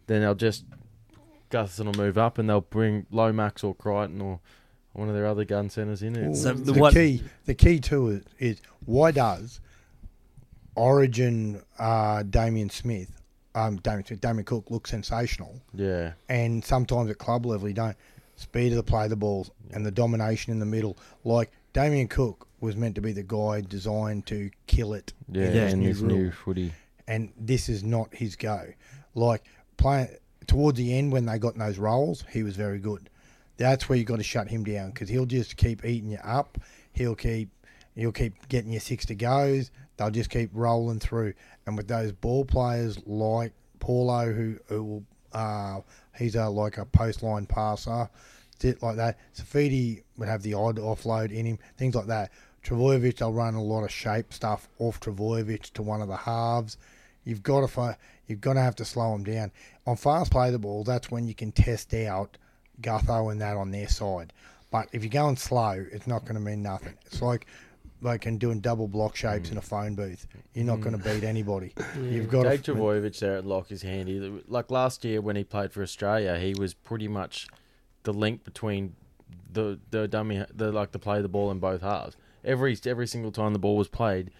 [SPEAKER 5] then they'll just Gutherson will move up and they'll bring Lomax or Crichton or one of their other gun centers in it.
[SPEAKER 4] So
[SPEAKER 2] the
[SPEAKER 4] the what-
[SPEAKER 2] key, the key to it is why does Origin uh, Damien Smith, um, Damien Smith, Damien Cook look sensational,
[SPEAKER 5] Yeah.
[SPEAKER 2] and sometimes at club level you don't. Speed of the play, the balls, and the domination in the middle. Like Damien Cook was meant to be the guy designed to kill it.
[SPEAKER 5] Yeah,
[SPEAKER 2] in
[SPEAKER 5] and
[SPEAKER 2] this
[SPEAKER 5] his
[SPEAKER 2] new rule.
[SPEAKER 5] new footy.
[SPEAKER 2] and this is not his go. Like playing towards the end when they got in those roles, he was very good. That's where you got to shut him down because he'll just keep eating you up. He'll keep he'll keep getting you six to goes. They'll just keep rolling through. And with those ball players like Paulo, who, who will uh, he's a, like a post line passer, sit like that. Safidi would have the odd offload in him, things like that. Travojevic, they'll run a lot of shape stuff off Travojevic to one of the halves. You've got to fi- you've got to have to slow them down on fast play the ball. That's when you can test out Gutho and that on their side. But if you're going slow, it's not going to mean nothing. It's like like and doing double block shapes in a phone booth. You're not going to beat anybody. You've got
[SPEAKER 5] Jake
[SPEAKER 2] to
[SPEAKER 5] Travojevic there at lock is handy. Like last year when he played for Australia, he was pretty much the link between the the dummy, the like the play the ball in both halves. Every every single time the ball was played,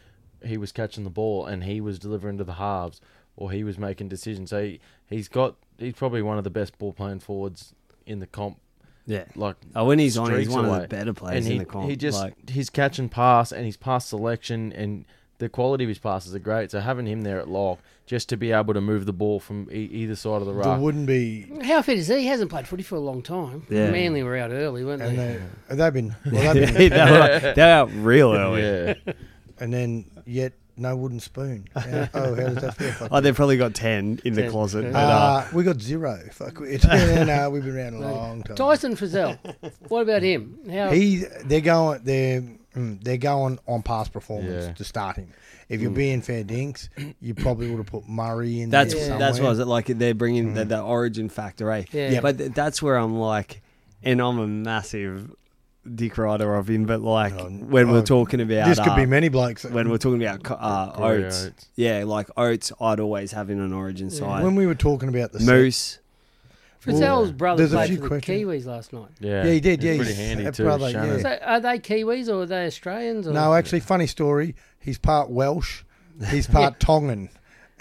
[SPEAKER 5] he was catching the ball and he was delivering to the halves, or he was making decisions. So he, he's got he's probably one of the best ball playing forwards in the comp.
[SPEAKER 4] Yeah.
[SPEAKER 5] Like
[SPEAKER 4] Oh, when he's on, he's
[SPEAKER 5] streaks
[SPEAKER 4] one of
[SPEAKER 5] away.
[SPEAKER 4] the better players
[SPEAKER 5] and he,
[SPEAKER 4] in the comp.
[SPEAKER 5] He just
[SPEAKER 4] like,
[SPEAKER 5] his catch and pass and his pass selection and the quality of his passes are great. So having him there at lock just to be able to move the ball from e- either side of the
[SPEAKER 2] There
[SPEAKER 5] ruck.
[SPEAKER 2] wouldn't be.
[SPEAKER 3] How fit is he? He hasn't played footy for a long time.
[SPEAKER 4] Yeah.
[SPEAKER 3] Manly were out early, weren't
[SPEAKER 2] And
[SPEAKER 3] they?
[SPEAKER 2] they, they've been. Well, they've been
[SPEAKER 4] they were, they were out real early.
[SPEAKER 5] yeah,
[SPEAKER 2] and then yet no wooden spoon. Yeah. Oh, how does that feel? Fuck
[SPEAKER 4] Oh, they've probably got ten in the
[SPEAKER 3] Ten.
[SPEAKER 4] closet.
[SPEAKER 3] Yeah. Ah,
[SPEAKER 4] But, uh,
[SPEAKER 2] Uh, we got zero. Fuck it. no, no, we've been around a long time.
[SPEAKER 3] Tyson uh, Frizzell. what about him? How
[SPEAKER 2] uh, He, they're going, they're, mm, they're going on past performance
[SPEAKER 5] Yeah.
[SPEAKER 2] to start him. If you're being fair dinks, you probably would have put Murray in.
[SPEAKER 4] Mm. that's
[SPEAKER 2] there
[SPEAKER 3] Yeah.
[SPEAKER 4] that's what I
[SPEAKER 2] somewhere.
[SPEAKER 4] was like. They're bringing
[SPEAKER 2] Mm.
[SPEAKER 4] the, the origin factor, eh?
[SPEAKER 3] Yeah. Yep.
[SPEAKER 4] But th- that's where I'm like, and I'm a massive dick rider of him. But like when
[SPEAKER 2] oh,
[SPEAKER 4] we're talking about
[SPEAKER 2] This could
[SPEAKER 4] uh,
[SPEAKER 2] be many blokes.
[SPEAKER 4] when we're talking about co- uh,
[SPEAKER 5] Corey
[SPEAKER 4] oats,
[SPEAKER 5] Oates.
[SPEAKER 4] yeah, like oats, I'd always have in an origin side.
[SPEAKER 2] when we were talking about the set-
[SPEAKER 4] Moose,
[SPEAKER 3] Frizzell's
[SPEAKER 2] Well,
[SPEAKER 3] brother
[SPEAKER 2] there's a
[SPEAKER 3] played
[SPEAKER 2] few
[SPEAKER 3] for the
[SPEAKER 2] questions.
[SPEAKER 3] Kiwis last night.
[SPEAKER 5] yeah,
[SPEAKER 2] Yeah, he did, yeah,
[SPEAKER 5] He's pretty
[SPEAKER 2] he's
[SPEAKER 5] handy
[SPEAKER 2] a
[SPEAKER 5] too.
[SPEAKER 2] brother,
[SPEAKER 5] Shannon.
[SPEAKER 2] yeah.
[SPEAKER 3] So are they Kiwis or are they Australians? Or?
[SPEAKER 2] No, actually, funny story. He's part Welsh, he's part Tongan,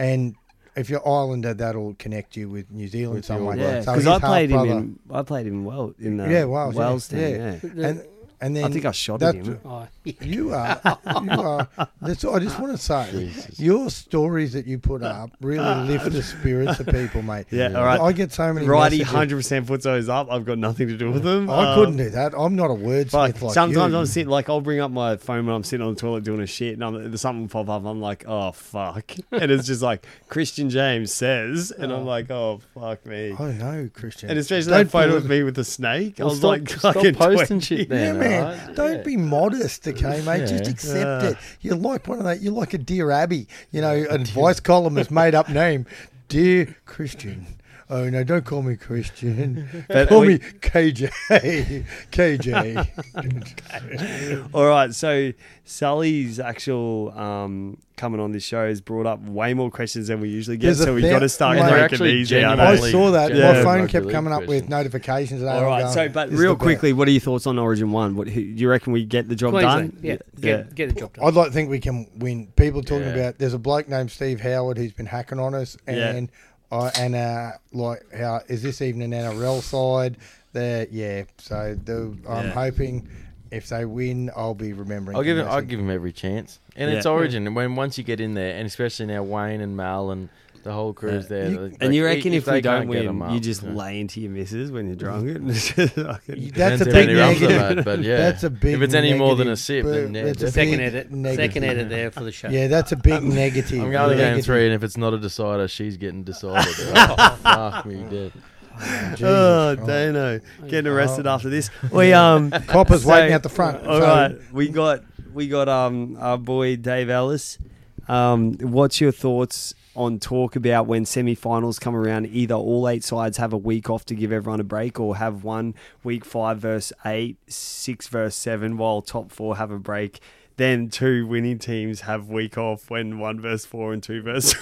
[SPEAKER 2] and if you're Islander, that'll connect you with New Zealand
[SPEAKER 5] With the
[SPEAKER 2] somewhere.
[SPEAKER 5] All
[SPEAKER 4] yeah,
[SPEAKER 5] Blacks.
[SPEAKER 2] So
[SPEAKER 4] because
[SPEAKER 2] he's
[SPEAKER 4] I played him
[SPEAKER 2] half-brother.
[SPEAKER 4] in I played him well in the
[SPEAKER 2] Yeah, Wales, yeah.
[SPEAKER 4] team,
[SPEAKER 2] Yeah.
[SPEAKER 4] yeah.
[SPEAKER 3] The-
[SPEAKER 2] and and then
[SPEAKER 4] I think I shot at
[SPEAKER 2] that's-
[SPEAKER 4] him.
[SPEAKER 3] oh,
[SPEAKER 2] You are, you are. That's. I just want to say, your stories that you put up really lift the spirits of people, mate.
[SPEAKER 4] Yeah, all right.
[SPEAKER 2] I get so many
[SPEAKER 4] Righty,
[SPEAKER 2] messages.
[SPEAKER 4] hundred percent puts those up. I've got nothing to do with them.
[SPEAKER 2] I
[SPEAKER 4] Um,
[SPEAKER 2] couldn't do that. I'm not a wordsmith
[SPEAKER 4] Fuck.
[SPEAKER 2] like
[SPEAKER 4] sometimes
[SPEAKER 2] you.
[SPEAKER 4] I'm sitting like I'll bring up my phone when I'm sitting on the toilet doing a shit, and I'm, there's something pop up. I'm like, oh fuck, and it's just like Christian James says, and I'm like, oh fuck me,
[SPEAKER 2] I know, Christian.
[SPEAKER 4] and especially
[SPEAKER 2] Don't
[SPEAKER 4] that photo
[SPEAKER 2] pull
[SPEAKER 4] of
[SPEAKER 2] it-
[SPEAKER 4] me with the snake. I
[SPEAKER 5] Well,
[SPEAKER 4] was
[SPEAKER 5] stop,
[SPEAKER 4] like,
[SPEAKER 5] stop
[SPEAKER 4] fucking
[SPEAKER 5] posting
[SPEAKER 4] 20.
[SPEAKER 5] shit
[SPEAKER 2] Yeah,
[SPEAKER 5] then.
[SPEAKER 2] man.
[SPEAKER 5] alright?
[SPEAKER 2] Don't
[SPEAKER 5] Yeah.
[SPEAKER 2] be modest, okay, mate. Just
[SPEAKER 5] Yeah.
[SPEAKER 2] accept it. You're like one of that. You're like a dear Abby, you know, advice columnist made up name, dear Christian. Oh no! Don't call me Christian.
[SPEAKER 4] But
[SPEAKER 2] call
[SPEAKER 4] we-
[SPEAKER 2] me KJ. KJ.
[SPEAKER 4] All right, so Sully's actual um, coming on this show has brought up way more questions than we usually get,
[SPEAKER 2] There's a
[SPEAKER 4] so we
[SPEAKER 2] fair-
[SPEAKER 4] got to start
[SPEAKER 2] And they're
[SPEAKER 4] breaking
[SPEAKER 5] actually
[SPEAKER 4] these out.
[SPEAKER 2] I
[SPEAKER 4] eh?
[SPEAKER 5] genuinely-
[SPEAKER 2] saw that.
[SPEAKER 4] Yeah.
[SPEAKER 2] My phone
[SPEAKER 5] Like
[SPEAKER 2] kept
[SPEAKER 5] really
[SPEAKER 2] coming up with
[SPEAKER 5] Christian.
[SPEAKER 2] notifications. and
[SPEAKER 4] All
[SPEAKER 2] I'm
[SPEAKER 4] right,
[SPEAKER 2] going,
[SPEAKER 4] so but
[SPEAKER 2] "This is
[SPEAKER 4] real
[SPEAKER 2] the
[SPEAKER 4] quickly, what are your thoughts on Origin One? What who, do you reckon we get the job
[SPEAKER 3] Queensland.
[SPEAKER 4] done?
[SPEAKER 3] Yeah, Get, get the job
[SPEAKER 2] best."
[SPEAKER 3] done.
[SPEAKER 2] I'd like to think we can win. People talking
[SPEAKER 5] Yeah.
[SPEAKER 2] about there's a bloke named Steve Howard who's been hacking on us,
[SPEAKER 4] Yeah.
[SPEAKER 2] and I and uh, like how is this even an NRL side? There, yeah. So the, I'm
[SPEAKER 4] Yeah.
[SPEAKER 2] hoping if they win, I'll be remembering.
[SPEAKER 5] I'll give him. I'll
[SPEAKER 2] Messi.
[SPEAKER 5] give him every chance, and it's
[SPEAKER 4] Yeah.
[SPEAKER 5] Origin. And when once you get in there, and especially now Wayne and Mal and the whole crew's there.
[SPEAKER 2] You-
[SPEAKER 5] like,
[SPEAKER 4] And you
[SPEAKER 5] i-
[SPEAKER 4] reckon if,
[SPEAKER 5] they
[SPEAKER 4] we don't
[SPEAKER 5] can't get 'em
[SPEAKER 4] win,
[SPEAKER 5] up,
[SPEAKER 4] you just
[SPEAKER 5] yeah.
[SPEAKER 4] lay into your missus when you're drunk? and it's just fucking-
[SPEAKER 2] That's a
[SPEAKER 5] Depends how
[SPEAKER 2] big
[SPEAKER 5] many rounds
[SPEAKER 2] negative.
[SPEAKER 5] I've had, but yeah,
[SPEAKER 2] That's a big.
[SPEAKER 5] If it's any more than a
[SPEAKER 2] negative,
[SPEAKER 5] sip,
[SPEAKER 2] but
[SPEAKER 5] then yeah,
[SPEAKER 2] that's a
[SPEAKER 5] definitely.
[SPEAKER 3] Second
[SPEAKER 2] big
[SPEAKER 3] edit.
[SPEAKER 2] negative.
[SPEAKER 3] Second edit there for the show.
[SPEAKER 2] Yeah, that's a big negative.
[SPEAKER 5] I'm going to game
[SPEAKER 2] Negative.
[SPEAKER 5] three, and if it's not a decider, she's getting decided. oh, fuck me, dead.
[SPEAKER 2] Jesus
[SPEAKER 4] Oh,
[SPEAKER 2] Christ.
[SPEAKER 4] Dano, getting arrested after this. We um,
[SPEAKER 2] Copper's
[SPEAKER 4] so-
[SPEAKER 2] waiting at the front.
[SPEAKER 4] All
[SPEAKER 2] so-
[SPEAKER 4] right, we got we got um our boy Dave Ellis. Um, what's your thoughts on talk about when semi-finals come around? Either all eight sides have a week off to give everyone a break, or have one week five verse eight, six verse seven, while top four have a break. Then two winning teams have week off when one verse four and two verse.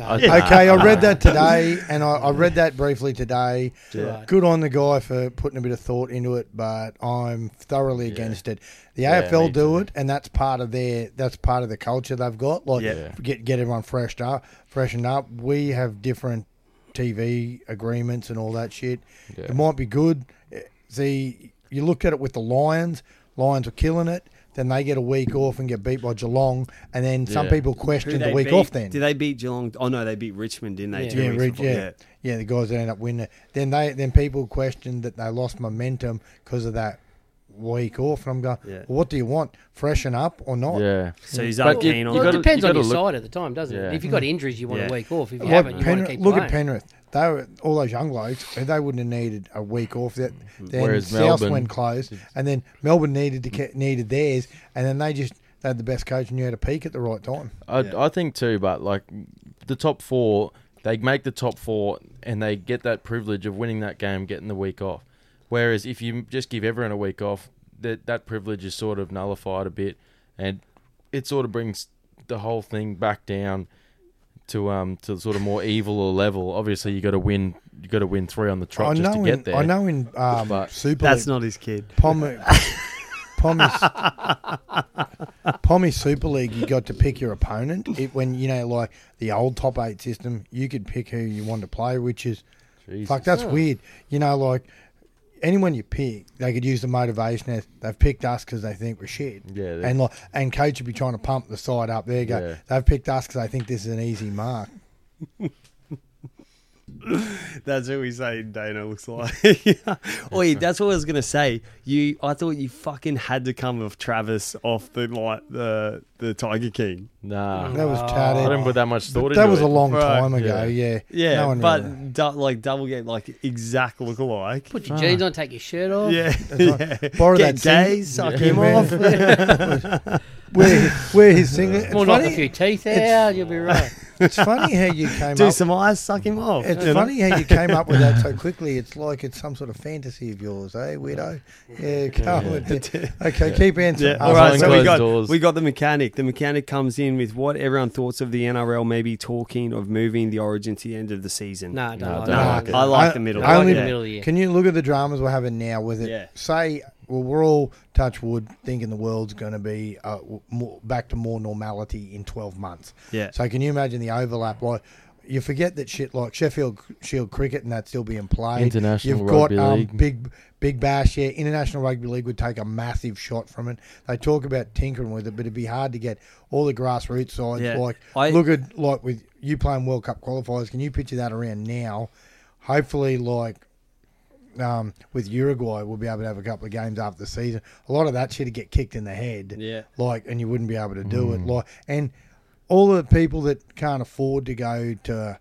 [SPEAKER 2] Okay, I read that today, and I, I read that briefly today.
[SPEAKER 3] Yeah.
[SPEAKER 2] Good on the guy for putting a bit of thought into it, but I'm thoroughly against it. The
[SPEAKER 5] Yeah,
[SPEAKER 2] AFL
[SPEAKER 5] me
[SPEAKER 2] do
[SPEAKER 5] too.
[SPEAKER 2] it, and that's part of their that's part of the culture they've got. Like
[SPEAKER 4] Yeah.
[SPEAKER 2] get get everyone freshed up, freshened up. We have different TV agreements and all that shit. It might be good. Eh, See, you looked at it with the Lions. Lions were killing it. Then they get a week off and get beat by Geelong, and then some
[SPEAKER 5] Yeah.
[SPEAKER 2] people
[SPEAKER 4] Did
[SPEAKER 2] question the
[SPEAKER 4] they
[SPEAKER 2] week
[SPEAKER 4] beat-
[SPEAKER 2] off. Then
[SPEAKER 4] did they beat Geelong? Oh no, they beat Richmond, didn't they?
[SPEAKER 3] Yeah.
[SPEAKER 4] two
[SPEAKER 2] yeah,
[SPEAKER 4] weeks
[SPEAKER 2] Reg,
[SPEAKER 4] before?
[SPEAKER 2] yeah. yeah, The guys that end up winning, then they then people questioned that they lost momentum because of that week off. And I'm going,
[SPEAKER 4] Yeah.
[SPEAKER 2] well, what do you want? Freshen up or not?
[SPEAKER 5] Yeah.
[SPEAKER 4] So he's
[SPEAKER 5] But you-
[SPEAKER 4] keen on.
[SPEAKER 5] you
[SPEAKER 3] Well,
[SPEAKER 5] gotta-
[SPEAKER 3] it depends on your
[SPEAKER 5] gotta look-
[SPEAKER 3] side at the time, doesn't
[SPEAKER 5] Yeah.
[SPEAKER 3] it? If you've got injuries, you want
[SPEAKER 4] Yeah.
[SPEAKER 3] a week off. If you
[SPEAKER 2] Like
[SPEAKER 3] haven't, you want
[SPEAKER 2] Penrith-
[SPEAKER 3] to keep
[SPEAKER 2] look
[SPEAKER 3] playing.
[SPEAKER 2] at Penrith. They were, all those young blokes, eh, they wouldn't have needed a week off. That then
[SPEAKER 5] Mm-hmm. Whereas
[SPEAKER 2] South
[SPEAKER 5] Melbourne-
[SPEAKER 2] went close, and then Melbourne needed to ke- needed theirs, and then they just they had the best coach and knew how to peak at the right time.
[SPEAKER 5] I,
[SPEAKER 4] Yeah.
[SPEAKER 5] I think too, but like the top four, they make the top four and they get that privilege of winning that game, getting the week off. Whereas if you just give everyone a week off, that that privilege is sort of nullified a bit, and it sort of brings the whole thing back down to um to sort of more evil level. Obviously, you got to win, you got to win three on the trot
[SPEAKER 2] I
[SPEAKER 5] just
[SPEAKER 2] know
[SPEAKER 5] to
[SPEAKER 2] in
[SPEAKER 5] get there.
[SPEAKER 2] I know in um,
[SPEAKER 5] But-
[SPEAKER 2] Super League,
[SPEAKER 4] That's not his kid.
[SPEAKER 2] Pommy, Pommy, Pommy Super League, you got to pick your opponent. It, when you know, like the old top eight system, you could pick who you wanted to play, which is
[SPEAKER 5] Jesus.
[SPEAKER 2] fuck. That's
[SPEAKER 3] Oh.
[SPEAKER 2] weird. You know, like anyone you pick, they could use the motivation as they've picked us because they think we're shit.
[SPEAKER 5] Yeah, they-
[SPEAKER 2] and like, and coach would be trying to pump the side up. There you go.
[SPEAKER 5] Yeah.
[SPEAKER 2] They've picked us because they think this is an easy mark.
[SPEAKER 4] That's what we say Dana looks like. Oi, that's what I was gonna say. You I thought you fucking had to come with Travis off the like the the Tiger King.
[SPEAKER 5] Nah.
[SPEAKER 2] That was
[SPEAKER 3] Oh.
[SPEAKER 2] tatted.
[SPEAKER 5] I didn't put that much thought
[SPEAKER 2] That
[SPEAKER 5] into
[SPEAKER 2] was
[SPEAKER 5] it.
[SPEAKER 2] a long
[SPEAKER 4] Right,
[SPEAKER 2] time ago. Yeah,
[SPEAKER 4] Yeah,
[SPEAKER 2] No one really-
[SPEAKER 4] but du- like double game, like exact look alike.
[SPEAKER 3] Put your jeans on, take your shirt off.
[SPEAKER 4] Yeah,
[SPEAKER 2] right.
[SPEAKER 4] yeah.
[SPEAKER 2] Borrow
[SPEAKER 4] Get
[SPEAKER 2] that thing.
[SPEAKER 4] gay, suck
[SPEAKER 2] Yeah.
[SPEAKER 4] him
[SPEAKER 2] Yeah.
[SPEAKER 4] off.
[SPEAKER 2] where where his thing? It's
[SPEAKER 3] More knock a
[SPEAKER 2] funny-
[SPEAKER 3] few teeth out, you'll be right.
[SPEAKER 2] It's funny how you came
[SPEAKER 4] Do
[SPEAKER 2] up.
[SPEAKER 4] some eyes, suck him off.
[SPEAKER 2] It's
[SPEAKER 4] you know?
[SPEAKER 2] funny how you came up with that so quickly. It's like it's some sort of fantasy of yours, eh, weirdo? Yeah, come with it. Okay, keep answering.
[SPEAKER 4] Yeah. All right.
[SPEAKER 5] Eyes on
[SPEAKER 4] So we
[SPEAKER 5] closed
[SPEAKER 4] got
[SPEAKER 5] doors.
[SPEAKER 4] we got the mechanic. The mechanic comes in with what everyone thoughts of the NRL. Maybe talking of moving the origin to the end of the season.
[SPEAKER 3] No, I don't
[SPEAKER 5] No,
[SPEAKER 3] like
[SPEAKER 5] don't
[SPEAKER 3] that.
[SPEAKER 5] like it.
[SPEAKER 4] I like the middle.
[SPEAKER 3] I
[SPEAKER 4] I
[SPEAKER 3] like
[SPEAKER 4] like
[SPEAKER 3] the
[SPEAKER 4] it.
[SPEAKER 3] middle of the year.
[SPEAKER 2] Can you look at the dramas we're having now with it?
[SPEAKER 4] Yeah.
[SPEAKER 2] Say, well, we're all touch wood thinking the world's going to be uh, w- more, back to more normality in 12 months.
[SPEAKER 4] Yeah.
[SPEAKER 2] So can you imagine the overlap? Like, you forget that shit like Sheffield Shield cricket and that's still being played.
[SPEAKER 5] International
[SPEAKER 2] You've
[SPEAKER 5] Rugby
[SPEAKER 2] got
[SPEAKER 5] League.
[SPEAKER 2] Um, big big bash. Yeah, international rugby league would take a massive shot from it. They talk about tinkering with it, but it'd be hard to get all the grassroots sides.
[SPEAKER 4] Yeah.
[SPEAKER 2] Like
[SPEAKER 4] I-
[SPEAKER 2] look at like with you playing World Cup qualifiers. Can you picture that around now? Hopefully, like um, with Uruguay, we'll be able to have a couple of games after the season. A lot of that shit would get kicked in the head.
[SPEAKER 4] Yeah.
[SPEAKER 2] Like, and you wouldn't be able to do it. Like, and all the people that can't afford to go to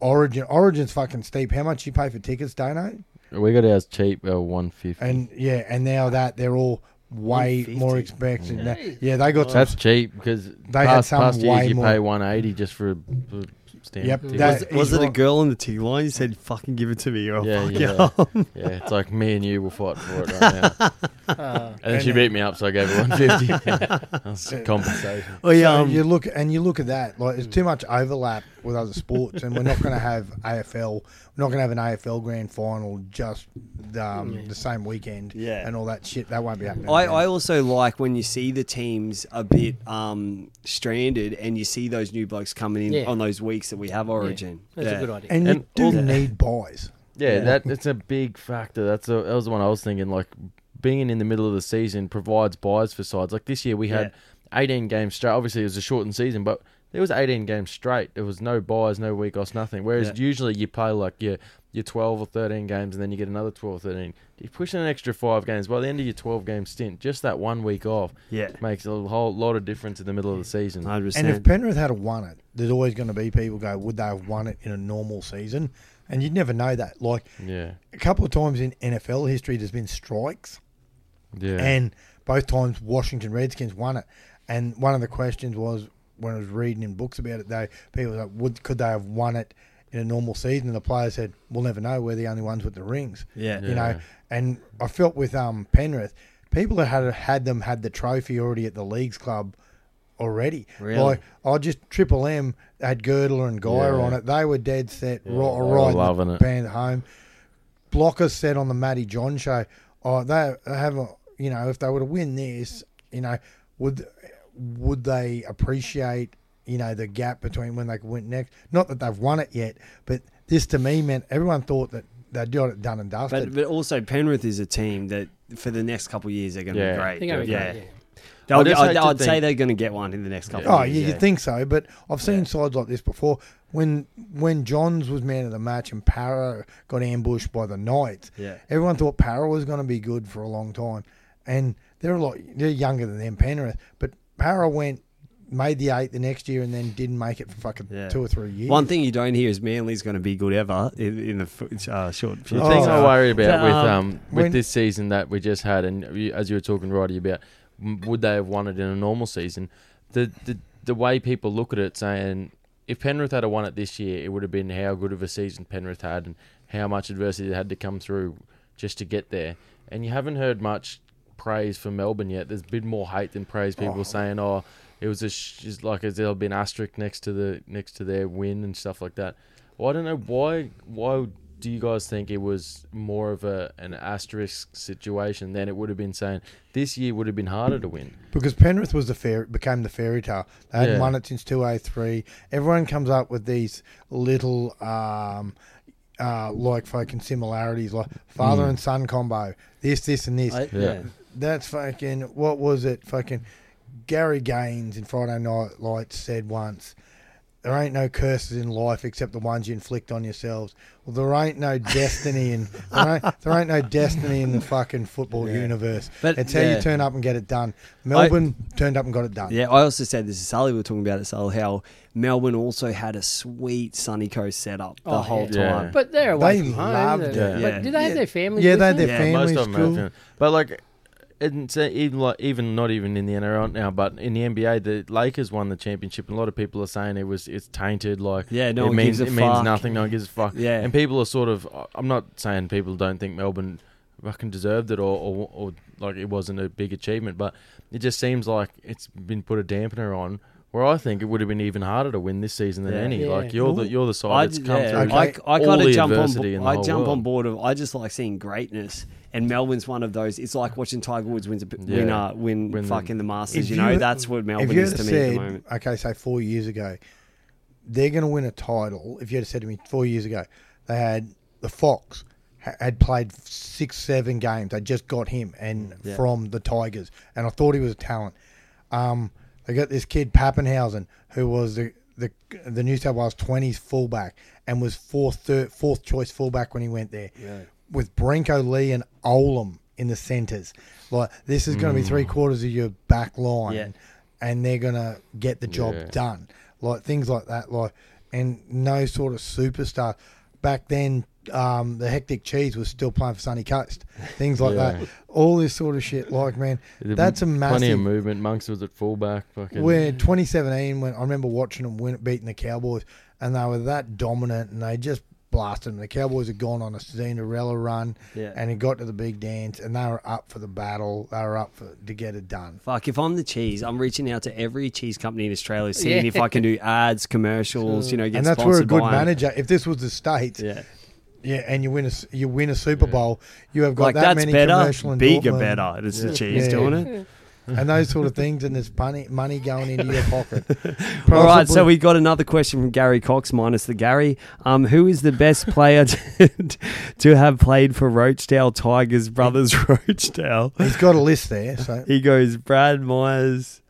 [SPEAKER 2] Origin, Origin's fucking steep. How much you pay for tickets, Dano?
[SPEAKER 5] We got ours cheap, uh, one fifty.
[SPEAKER 2] And yeah, and now that they're all way
[SPEAKER 4] 150.
[SPEAKER 2] more expensive. now. Yeah, they got
[SPEAKER 5] That's
[SPEAKER 2] some.
[SPEAKER 5] cheap because
[SPEAKER 2] uh, They had
[SPEAKER 5] past,
[SPEAKER 2] some
[SPEAKER 5] past
[SPEAKER 2] way
[SPEAKER 5] years you
[SPEAKER 2] more-
[SPEAKER 5] pay one eighty just for a b- stand.
[SPEAKER 2] Yep,
[SPEAKER 5] ticket.
[SPEAKER 2] that-
[SPEAKER 4] Was
[SPEAKER 2] He's
[SPEAKER 4] it a
[SPEAKER 2] right.
[SPEAKER 4] girl in the T line? You said, "Fucking give it to me." Oh, Or,
[SPEAKER 5] yeah,
[SPEAKER 4] fuck
[SPEAKER 5] yeah,
[SPEAKER 4] yeah.
[SPEAKER 5] yeah. It's like me and you will fight for it right now. and then she beat me up, so I gave her one fifty. compensation.
[SPEAKER 4] Oh, yeah,
[SPEAKER 2] So
[SPEAKER 4] um,
[SPEAKER 2] you look and you look at that. Like, there's too much overlap with other sports, and we're not going to have AFL. We're not going to have an AFL grand final just um, the same weekend.
[SPEAKER 4] Yeah.
[SPEAKER 2] and all that shit that won't be happening.
[SPEAKER 4] I,
[SPEAKER 2] again.
[SPEAKER 4] I also like when you see the teams a bit um, stranded and you see those new blokes coming in
[SPEAKER 3] Yeah.
[SPEAKER 4] on those weeks that we have Origin.
[SPEAKER 3] That's
[SPEAKER 4] Yeah.
[SPEAKER 3] a good idea.
[SPEAKER 2] and you
[SPEAKER 5] and
[SPEAKER 2] do
[SPEAKER 5] also-
[SPEAKER 2] need buys.
[SPEAKER 5] Yeah, that it's a big factor. That's a, that was the one I was thinking. Like being in the middle of the season provides buys for sides. Like this year we had eighteen games straight. Obviously it was a shortened season, but there was eighteen games straight. There was no buys, no week offs, nothing. Whereas
[SPEAKER 4] Yeah.
[SPEAKER 5] usually you play like your your twelve or thirteen games, and then you get another twelve or thirteen. You push in an extra five games by the end of your twelve game stint. Just that one week off,
[SPEAKER 4] Yeah.
[SPEAKER 5] makes a whole lot of difference in the middle of the season.
[SPEAKER 4] 100%.
[SPEAKER 2] And if Penrith had have won it, there's always going to be people go, would they have won it in a normal season? And you'd never know that. Like
[SPEAKER 5] Yeah,
[SPEAKER 2] a couple of times in NFL history, there's been strikes.
[SPEAKER 5] yeah,
[SPEAKER 2] And both times Washington Redskins won it. And one of the questions was when I was reading in books about it, they people were like, would could they have won it in a normal season? And the player said, "We'll never know. We're the only ones with the rings."
[SPEAKER 4] Yeah.
[SPEAKER 2] you know.
[SPEAKER 5] Yeah.
[SPEAKER 2] And I felt with um Penrith, people that had had them had the trophy already at the leagues club already.
[SPEAKER 4] Really?
[SPEAKER 2] Like I just Triple M had Girdler and Guyer
[SPEAKER 5] Yeah.
[SPEAKER 2] on it. They were dead set, yeah,
[SPEAKER 5] they were
[SPEAKER 2] right,
[SPEAKER 5] loving
[SPEAKER 2] the
[SPEAKER 5] it.
[SPEAKER 2] band home. Blocker said on the Matty John show, "Oh, they have a you know if they were to win this, you know, would would they appreciate you know the gap between when they could win next? Not that they've won it yet, but this to me meant everyone thought that they'd got it done and dusted.
[SPEAKER 4] but, but also, Penrith is a team that for the next couple of years, they're going to
[SPEAKER 5] Yeah.
[SPEAKER 4] be great.
[SPEAKER 3] They're gonna be
[SPEAKER 4] yeah.
[SPEAKER 3] great, yeah.
[SPEAKER 4] They'll
[SPEAKER 5] I
[SPEAKER 4] get-
[SPEAKER 5] just
[SPEAKER 4] I'd,
[SPEAKER 5] hate to
[SPEAKER 4] I'd say
[SPEAKER 5] think-
[SPEAKER 4] they're going to get one in the next couple
[SPEAKER 2] Oh,
[SPEAKER 4] of
[SPEAKER 2] yeah,
[SPEAKER 4] years.
[SPEAKER 2] you'd think so, but I've seen sides like this before. When when Johns was man of the match and Parra got ambushed by the Knights,
[SPEAKER 4] Yeah.
[SPEAKER 2] everyone thought Parra was going to be good for a long time, and they're a lot they're younger than them Penrith, but Parra went made the eight the next year and then didn't make it for fucking
[SPEAKER 4] Yeah.
[SPEAKER 2] two or three years.
[SPEAKER 4] One thing you don't hear is Manly's going to be good ever in, in the f- uh, short
[SPEAKER 5] The
[SPEAKER 4] future.
[SPEAKER 2] Oh.
[SPEAKER 5] thing I worry about with
[SPEAKER 4] Um,
[SPEAKER 5] um with
[SPEAKER 2] when-
[SPEAKER 5] this season that we just had, and you, as you were talking, Roddy, about m- would they have won it in a normal season? The the the way people look at it, saying if Penrith had have won it this year, it would have been how good of a season Penrith had and how much adversity they had to come through just to get there. And you haven't heard much praise for Melbourne yet. There's been more hate than praise. People saying, "Oh, it was a sh- it's like as there'll be an asterisk next to the next to their win and stuff like that." Well, I don't know why. Why do you guys think it was more of a an asterisk situation than it would have been saying this year would have been harder to win?
[SPEAKER 2] because Penrith was the fair became the fairy tale. They hadn't
[SPEAKER 5] Yeah.
[SPEAKER 2] won it since two oh three. Everyone comes up with these little um, uh, like fucking similarities, like father and son combo, this, this, and this.
[SPEAKER 4] I-
[SPEAKER 5] Yeah.
[SPEAKER 4] yeah.
[SPEAKER 2] That's fucking what was it? Fucking Gary Gaines in Friday Night Lights said once, "There ain't no curses in life except the ones you inflict on yourselves." Well, there ain't no destiny in there ain't, there ain't no destiny in the fucking football universe.
[SPEAKER 4] But-
[SPEAKER 2] it's how
[SPEAKER 4] yeah.
[SPEAKER 2] you turn up and get it done. Melbourne turned up and got it done.
[SPEAKER 4] Yeah, I also said this to Sully. We were talking about it, Sully, how Melbourne also had a sweet sunny coast setup the
[SPEAKER 3] Oh,
[SPEAKER 4] whole
[SPEAKER 5] yeah.
[SPEAKER 4] time.
[SPEAKER 5] Yeah.
[SPEAKER 3] But they're away
[SPEAKER 2] They
[SPEAKER 3] from home.
[SPEAKER 2] loved
[SPEAKER 3] they're-
[SPEAKER 5] it.
[SPEAKER 3] But
[SPEAKER 4] Yeah.
[SPEAKER 3] do they have
[SPEAKER 2] Yeah.
[SPEAKER 3] their families?
[SPEAKER 2] Yeah,
[SPEAKER 3] with
[SPEAKER 2] they
[SPEAKER 3] them?
[SPEAKER 2] had their
[SPEAKER 4] Yeah,
[SPEAKER 2] families.
[SPEAKER 5] most of them
[SPEAKER 2] cool.
[SPEAKER 5] have, yeah. but like it's uh, even like even not even in the NRL now, but in the NBA, the Lakers won the championship, and a lot of people are saying it was it's tainted. Like
[SPEAKER 4] Yeah, no
[SPEAKER 5] it
[SPEAKER 4] one
[SPEAKER 5] means
[SPEAKER 4] gives a
[SPEAKER 5] it means
[SPEAKER 4] fuck.
[SPEAKER 5] nothing. No one gives a fuck.
[SPEAKER 4] Yeah.
[SPEAKER 5] and people are sort of. I'm not saying people don't think Melbourne fucking deserved it or, or or like it wasn't a big achievement, but it just seems like it's been put a dampener on. Where I think it would have been even harder to win this season than
[SPEAKER 4] Yeah.
[SPEAKER 5] any.
[SPEAKER 3] Yeah.
[SPEAKER 5] Like you're the you're the
[SPEAKER 4] I,
[SPEAKER 5] side that's
[SPEAKER 4] d-
[SPEAKER 5] come
[SPEAKER 4] yeah,
[SPEAKER 5] through.
[SPEAKER 4] I, I
[SPEAKER 5] all
[SPEAKER 4] kind of
[SPEAKER 5] the
[SPEAKER 4] jump on.
[SPEAKER 5] adversity in
[SPEAKER 4] bo-
[SPEAKER 5] the
[SPEAKER 4] I
[SPEAKER 5] whole
[SPEAKER 4] jump on
[SPEAKER 5] world.
[SPEAKER 4] board of. I just like seeing greatness, and Melbourne's one of those. It's like watching Tiger Woods win,
[SPEAKER 5] Yeah.
[SPEAKER 4] win, uh, win,
[SPEAKER 5] Win the-
[SPEAKER 4] fucking the Masters.
[SPEAKER 2] If
[SPEAKER 4] You know,
[SPEAKER 2] you-
[SPEAKER 4] that's what
[SPEAKER 2] If
[SPEAKER 4] Melbourne
[SPEAKER 2] you
[SPEAKER 4] is
[SPEAKER 2] had
[SPEAKER 4] to me at the
[SPEAKER 2] said,
[SPEAKER 4] moment.
[SPEAKER 2] okay, say four years ago, they're going to win a title. If you had said to me four years ago, they had the Fox ha- had played six, seven games. They just got him and
[SPEAKER 4] Yeah.
[SPEAKER 2] from the Tigers, and I thought he was a talent. Um, they got this kid Pappenhausen, who was the the, the New South Wales twenties fullback and was fourth third, fourth choice fullback when he went there. With Brinko Lee and Olam in the centres, like this is going to be three quarters of your back line
[SPEAKER 4] Mm. Yeah.
[SPEAKER 2] and they're gonna get the job
[SPEAKER 5] Yeah.
[SPEAKER 2] done. Like things like that, like and no sort of superstar. Back then, um, the hectic cheese was still playing for Sunny Coast. Things like
[SPEAKER 5] Yeah.
[SPEAKER 2] that. All this sort of shit. Like man,
[SPEAKER 5] There's
[SPEAKER 2] that's a
[SPEAKER 5] plenty of
[SPEAKER 2] massive.
[SPEAKER 5] movement. Monks was at fullback. Fucking
[SPEAKER 2] Where 2017, when I remember watching them win, beating the Cowboys, and they were that dominant, and they just blasted them. The Cowboys had gone on a Cinderella run,
[SPEAKER 4] Yeah.
[SPEAKER 2] and it got to the big dance, and they were up for the battle. They were up for to get it done.
[SPEAKER 4] Fuck, if I'm the cheese, I'm reaching out to every cheese company in Australia, seeing
[SPEAKER 3] Yeah.
[SPEAKER 4] if I can do ads, commercials. You know, get
[SPEAKER 2] and that's where a
[SPEAKER 4] sponsored
[SPEAKER 2] good
[SPEAKER 4] by 'em.
[SPEAKER 2] manager. If this was the states,
[SPEAKER 4] Yeah,
[SPEAKER 2] Yeah, and you win a s- you win a Super Bowl, you have got
[SPEAKER 4] like
[SPEAKER 2] that
[SPEAKER 4] that's
[SPEAKER 2] many
[SPEAKER 4] better,
[SPEAKER 2] commercial
[SPEAKER 4] bigger,
[SPEAKER 2] endorsements
[SPEAKER 4] better. It's the cheese
[SPEAKER 2] Yeah.
[SPEAKER 4] doing it.
[SPEAKER 2] and those sort of things, and there's money money going into your pocket.
[SPEAKER 4] All right, so
[SPEAKER 2] Possibly-
[SPEAKER 4] we got another question from Gary Cox, minus the Gary. Um, who is the best player to, to have played for Roachdale Tigers Brothers Roachdale?
[SPEAKER 2] he's got a list there. So
[SPEAKER 4] He goes Brad Myers,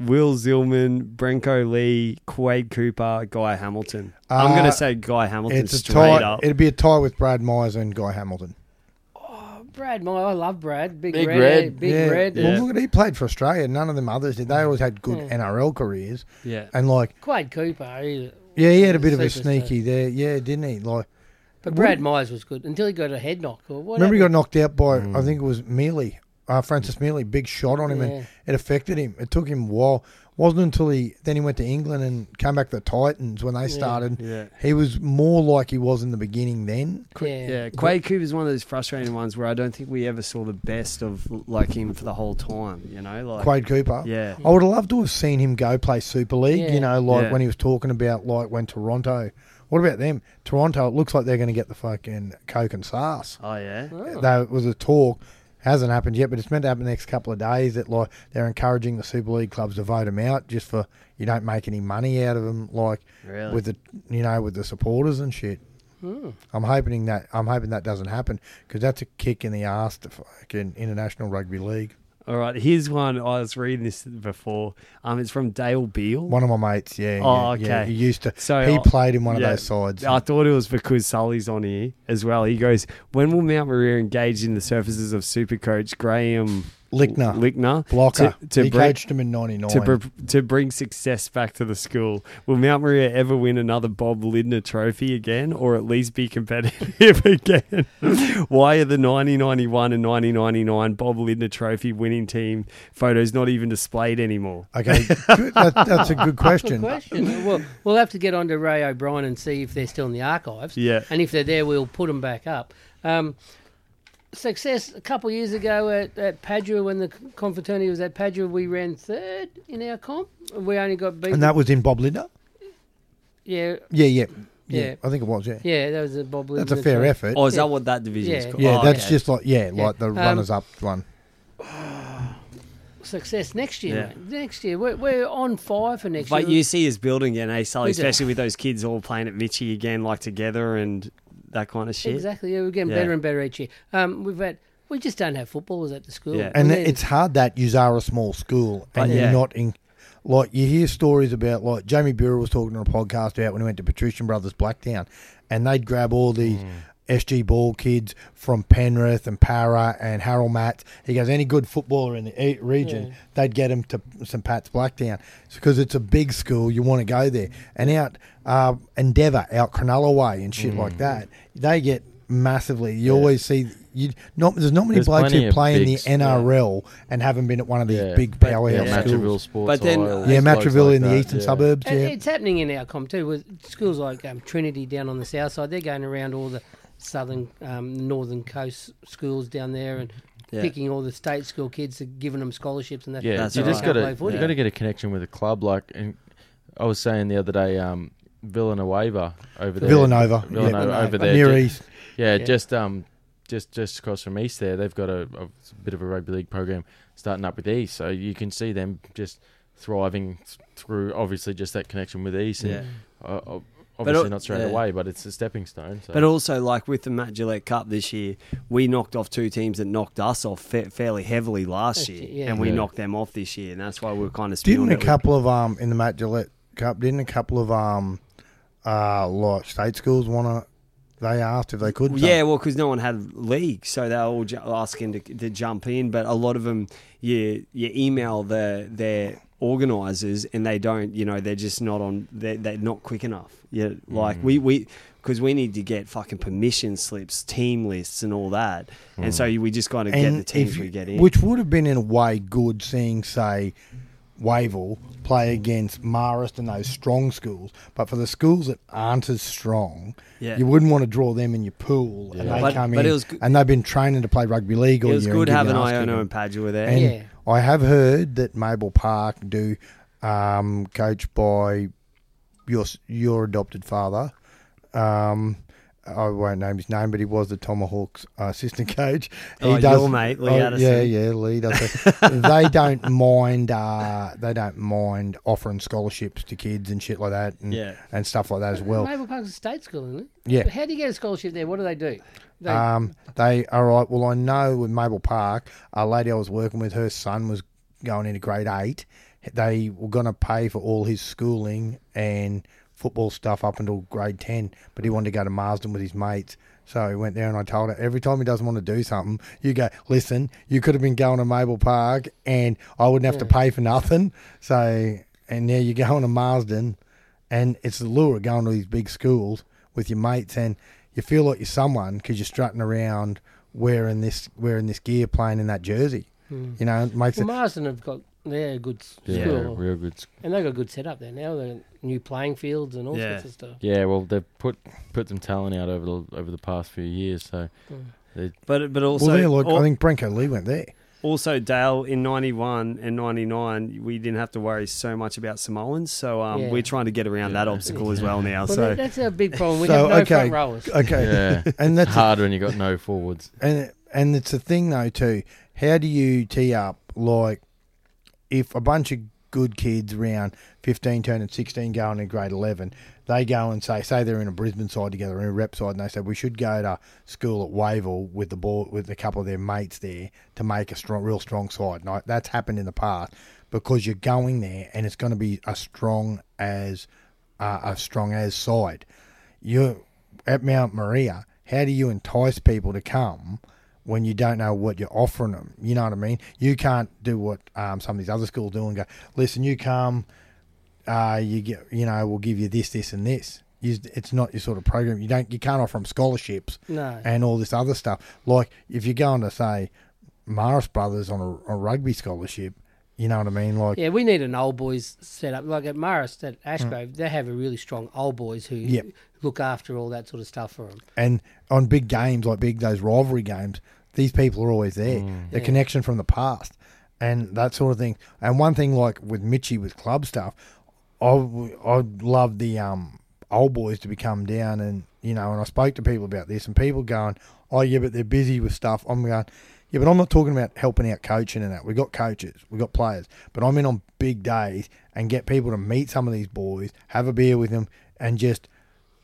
[SPEAKER 4] Will Zillman, Brenko Lee, Quade Cooper, Guy Hamilton. I'm
[SPEAKER 2] Uh,
[SPEAKER 4] going to say Guy Hamilton
[SPEAKER 2] it's a
[SPEAKER 4] straight
[SPEAKER 2] tie.
[SPEAKER 4] up.
[SPEAKER 2] It'd be a tie with Brad Myers and Guy Hamilton.
[SPEAKER 3] Brad Meyer, I love Brad. Big,
[SPEAKER 5] Big
[SPEAKER 3] red,
[SPEAKER 5] Red.
[SPEAKER 3] eh, big
[SPEAKER 2] yeah.
[SPEAKER 3] red.
[SPEAKER 2] Well, look at he played for Australia. None of them others did. They always had good
[SPEAKER 3] Yeah.
[SPEAKER 2] NRL careers,
[SPEAKER 4] yeah.
[SPEAKER 2] and like
[SPEAKER 3] Quade Cooper. He,
[SPEAKER 2] yeah, he had a bit of a
[SPEAKER 3] Superstar.
[SPEAKER 2] sneaky there. Yeah, didn't he? Like
[SPEAKER 3] but Brad Myers was good until he got a head knock or whatever.
[SPEAKER 2] remember he got knocked out by I
[SPEAKER 4] Mm.
[SPEAKER 2] think it was Mealy, uh, Francis Mealy, big shot on him,
[SPEAKER 3] Yeah.
[SPEAKER 2] and it affected him. It took him a while. Wasn't until he then he went to England and came back to the Titans when they started.
[SPEAKER 4] Yeah.
[SPEAKER 2] He was more like he was in the beginning then.
[SPEAKER 3] yeah.
[SPEAKER 4] Yeah, Quade Cooper's one of those frustrating ones where I don't think we ever saw the best of like him for the whole time, you know? Like
[SPEAKER 2] Quade Cooper.
[SPEAKER 4] Yeah.
[SPEAKER 2] I would have loved to have seen him go play Super League.
[SPEAKER 3] Yeah.
[SPEAKER 2] You know, like
[SPEAKER 4] Yeah.
[SPEAKER 2] when he was talking about like when Toronto. What about them? Toronto. It looks like they're going to get the fucking coke and sars.
[SPEAKER 4] Oh yeah.
[SPEAKER 2] That was a talk. Hasn't happened yet, but it's meant to happen the next couple of days. That like they're encouraging the Super League clubs to vote them out just for you don't make any money out of them, like
[SPEAKER 4] Really? Hmm.
[SPEAKER 2] with the you know with the supporters and shit. I'm hoping that I'm hoping that doesn't happen because that's a kick in the ass to fucking international rugby league.
[SPEAKER 4] All right, here's one. I was reading this before. Um, it's from Dale Beale.
[SPEAKER 2] One of my mates, yeah,
[SPEAKER 4] Oh,
[SPEAKER 2] yeah, yeah,
[SPEAKER 4] okay.
[SPEAKER 2] he used to.
[SPEAKER 4] So
[SPEAKER 2] he
[SPEAKER 4] I-
[SPEAKER 2] played in one
[SPEAKER 4] Yeah. Uh,
[SPEAKER 2] of those sides.
[SPEAKER 4] I thought it was because Sully's on here as well. He goes, "When will Mount Maria engage in the services of Supercoach Graham
[SPEAKER 2] Lickner,
[SPEAKER 4] Lickner
[SPEAKER 2] blocker.
[SPEAKER 4] to, to
[SPEAKER 2] he
[SPEAKER 4] bring
[SPEAKER 2] coached him in '99.
[SPEAKER 4] to, br- to bring success back to the school? Will Mount Maria ever win another Bob Lidner Trophy again, or at least be competitive again? Why are the 1991 and 1999 Bob Lidner Trophy winning team photos not even displayed anymore?"
[SPEAKER 2] okay, good. That, that's a good
[SPEAKER 3] Good
[SPEAKER 2] question.
[SPEAKER 3] question. well, we'll have to get on to Ray O'Brien and see if they're still in the archives.
[SPEAKER 4] Yeah.
[SPEAKER 3] And if they're there, we'll put them back up. Um, success a couple of years ago at, at Padua, when the confraternity was at Padua, we ran third in our comp. We only got beat.
[SPEAKER 2] And that was in Bob Linder.
[SPEAKER 3] yeah,
[SPEAKER 2] Yeah, yeah, yeah.
[SPEAKER 3] Yeah.
[SPEAKER 2] I think it was. Yeah,
[SPEAKER 3] yeah, that was a Bob.
[SPEAKER 2] that's a
[SPEAKER 3] Lidman
[SPEAKER 2] fair
[SPEAKER 3] try.
[SPEAKER 2] effort.
[SPEAKER 4] Oh, is that what that division is
[SPEAKER 3] Yeah.
[SPEAKER 4] called?
[SPEAKER 2] yeah,
[SPEAKER 4] Oh,
[SPEAKER 2] that's
[SPEAKER 4] okay.
[SPEAKER 2] just like yeah, like the
[SPEAKER 3] Um,
[SPEAKER 2] runners-up one.
[SPEAKER 3] Success next year,
[SPEAKER 4] Yeah.
[SPEAKER 3] mate. Next year, we're, we're on fire for next
[SPEAKER 4] But
[SPEAKER 3] year.
[SPEAKER 4] you see his building again, eh, Sully?
[SPEAKER 3] We do.
[SPEAKER 4] Especially with those kids all playing at Mitchie again, like together, and that kind of shit.
[SPEAKER 3] Exactly. Yeah, we're getting
[SPEAKER 4] Yeah.
[SPEAKER 3] better and better each year. Um, we've had we just don't have footballers at the school.
[SPEAKER 4] Yeah.
[SPEAKER 2] And
[SPEAKER 3] We need-
[SPEAKER 2] it's hard that you are a small school and
[SPEAKER 4] yeah.
[SPEAKER 2] you're not in. Like you hear stories about, like Jamie Burrell was talking on a podcast about when he went to Patrician Brothers Blacktown, and they'd grab all the
[SPEAKER 4] Mm.
[SPEAKER 2] SG Ball kids from Penrith and Para and Harold Matts. He goes, any good footballer in the e- region, they'd get him to St Pat's Blacktown because it's a big school. You want to go there, and out uh, Endeavour, out Cronulla way, and shit
[SPEAKER 4] Mm.
[SPEAKER 2] like that. They get massively. You always see you not. There's not many
[SPEAKER 5] There's
[SPEAKER 2] blokes
[SPEAKER 5] plenty
[SPEAKER 2] who
[SPEAKER 5] of
[SPEAKER 2] play in the
[SPEAKER 5] bigs, yeah.
[SPEAKER 2] NRL and haven't been at one of these
[SPEAKER 5] Yeah.
[SPEAKER 2] big
[SPEAKER 5] But-
[SPEAKER 2] powerhouse
[SPEAKER 5] yeah, Matraville
[SPEAKER 2] schools.
[SPEAKER 5] Sports.
[SPEAKER 4] But then-
[SPEAKER 5] Oil,
[SPEAKER 2] Oh, yeah,
[SPEAKER 5] those blokes
[SPEAKER 2] Matraville
[SPEAKER 5] like
[SPEAKER 2] in the
[SPEAKER 5] that,
[SPEAKER 2] eastern
[SPEAKER 5] yeah.
[SPEAKER 2] suburbs.
[SPEAKER 3] And
[SPEAKER 2] Yeah,
[SPEAKER 3] It's happening in our comp too. With schools like um, Trinity down on the south side, they're going around all the southern, um, northern coast schools down there and
[SPEAKER 4] Yeah.
[SPEAKER 3] picking all the state school kids and giving them scholarships and that.
[SPEAKER 5] Yeah,
[SPEAKER 4] That's
[SPEAKER 5] you
[SPEAKER 3] They
[SPEAKER 5] just
[SPEAKER 4] right.
[SPEAKER 5] got
[SPEAKER 3] can't
[SPEAKER 5] to
[SPEAKER 3] play footy.
[SPEAKER 5] you got to get a connection with a club. Like, and I was saying the other day, um, Villanueva over there,
[SPEAKER 2] Villanova, yeah.
[SPEAKER 5] Villanova over there,
[SPEAKER 2] near
[SPEAKER 5] ju-
[SPEAKER 2] east.
[SPEAKER 5] yeah,
[SPEAKER 3] Yeah.
[SPEAKER 5] just um, just just across from East there, they've got a, a bit of a rugby league program starting up with East, so you can see them just thriving th- through obviously just that connection with East. And, uh, uh, obviously
[SPEAKER 4] al-
[SPEAKER 5] not straight
[SPEAKER 4] yeah.
[SPEAKER 5] away, but it's a stepping stone. So.
[SPEAKER 4] But also, like with the Matt Gillette Cup this year, we knocked off two teams that knocked us off fa- fairly heavily last
[SPEAKER 3] That's
[SPEAKER 4] year,
[SPEAKER 3] it, yeah.
[SPEAKER 4] and we
[SPEAKER 5] Yeah.
[SPEAKER 4] knocked them off this year, and that's why we're kind of
[SPEAKER 2] Didn't a couple of um in the Matt Gillette Cup? Didn't a couple of um uh like state schools want to? They asked if they could.
[SPEAKER 4] yeah, well, because no one had league, so they were all ju- asking to, to jump in. But a lot of them, you you email the their organisers, and they don't. You know, they're just not on. They're, they're not quick enough. Yeah, like we we because we need to get fucking permission slips, team lists, and all that. And so we just kind of get
[SPEAKER 2] and
[SPEAKER 4] the teams
[SPEAKER 2] if-
[SPEAKER 4] we get in.
[SPEAKER 2] Which would have been in a way good seeing, say, Wavell play against Marist and those strong schools. But for the schools that aren't as strong,
[SPEAKER 4] Yeah.
[SPEAKER 2] you wouldn't want to draw them in your pool and
[SPEAKER 5] Yeah.
[SPEAKER 2] they
[SPEAKER 4] But-
[SPEAKER 2] come in
[SPEAKER 4] but it was good-
[SPEAKER 2] and they've been training to play rugby league all
[SPEAKER 4] it was
[SPEAKER 2] year.
[SPEAKER 4] good
[SPEAKER 2] and
[SPEAKER 4] having
[SPEAKER 2] getting ass
[SPEAKER 4] Iona
[SPEAKER 2] kicking.
[SPEAKER 4] and Padua there.
[SPEAKER 2] And
[SPEAKER 3] Yeah.
[SPEAKER 2] I have heard that Mabel Park do um, coach by your your adopted father. Um, I won't name his name, but he was the Tomahawks uh, assistant coach. He
[SPEAKER 4] Oh, your mate, Lee Addison.
[SPEAKER 2] Yeah, yeah, Lee does. that. they don't mind. Uh, they don't mind offering scholarships to kids and shit like that, and,
[SPEAKER 4] Yeah.
[SPEAKER 2] and stuff like that as well.
[SPEAKER 3] Maple Park's a state school, isn't it?
[SPEAKER 2] Yeah.
[SPEAKER 3] How do you get a scholarship there? What do they do? They,
[SPEAKER 2] Um, they all right. Well, I know with Mabel Park, a lady I was working with, her son was going into grade eight. They were going to pay for all his schooling and football stuff up until grade ten, but he wanted to go to Marsden with his mates. So he went there, and I told her every time he doesn't want to do something, you go. Listen, you could have been going to Mabel Park, and I wouldn't have to pay for nothing. So, and now you're going to Marsden, and it's the lure of going to these big schools with your mates, and you feel like you're someone because you're strutting around wearing this wearing this gear, playing in that jersey. You know, it makes
[SPEAKER 3] Hmm. well,
[SPEAKER 2] it.
[SPEAKER 3] Marsden have got they're a good s- school,
[SPEAKER 5] yeah, real good. sc-
[SPEAKER 3] and they've got a good setup there now. They're new playing fields and all
[SPEAKER 4] Yeah.
[SPEAKER 3] sorts of stuff.
[SPEAKER 5] Yeah, well, they've put put some talent out over the over the past few years, so
[SPEAKER 4] But but also,
[SPEAKER 2] Well, there, like,
[SPEAKER 3] oh
[SPEAKER 4] al-
[SPEAKER 2] I think Branko Lee went there.
[SPEAKER 4] also Dale in '91 and '99, we didn't have to worry so much about Samoans. So um,
[SPEAKER 3] Yeah.
[SPEAKER 4] we're trying to get around that obstacle as well now.
[SPEAKER 3] Well,
[SPEAKER 4] so
[SPEAKER 3] that- that's our big problem. We
[SPEAKER 2] So,
[SPEAKER 3] have no
[SPEAKER 2] okay.
[SPEAKER 3] front rowers.
[SPEAKER 2] Okay,
[SPEAKER 5] yeah,
[SPEAKER 2] and that's
[SPEAKER 5] hard when you got no forwards.
[SPEAKER 2] and and it's a thing though too. How do you tee up like if a bunch of good kids around 15 turning 16 going to grade 11 they go and say say they're in a brisbane side together in a rep side and they say we should go to school at wavell with the ball with a couple of their mates there to make a strong real strong side and I, that's happened in the past because you're going there and it's going to be a strong as uh, a strong as side you're at Mount Maria. How do you entice people to come when you don't know what you're offering them? You know what I mean? You can't do what um, some of these other schools do and go, listen, you come, uh, you get, you know, we'll give you this, this, and this. You, it's not your sort of program. You don't, you can't offer them scholarships
[SPEAKER 3] No.
[SPEAKER 2] and all this other stuff. Like if you're going to say Maris Brothers on a, a rugby scholarship, you know what I mean? Like
[SPEAKER 3] Yeah, we need an old boys setup. Like at Morris, at Ashgrove, they have a really strong old boys who
[SPEAKER 2] Yep.
[SPEAKER 3] look after all that sort of stuff for them.
[SPEAKER 2] And on big games like big those rivalry games, these people are always there. The connection from the past and that sort of thing. And one thing like with Mitchy with club stuff, I w- I love the um old boys to be come down and you know. And I spoke to people about this and people going, oh yeah, but they're busy with stuff. I'm going. Yeah, but I'm not talking about helping out coaching and that. We've got coaches, we've got players, but I'm in on big days and get people to meet some of these boys, have a beer with them, and just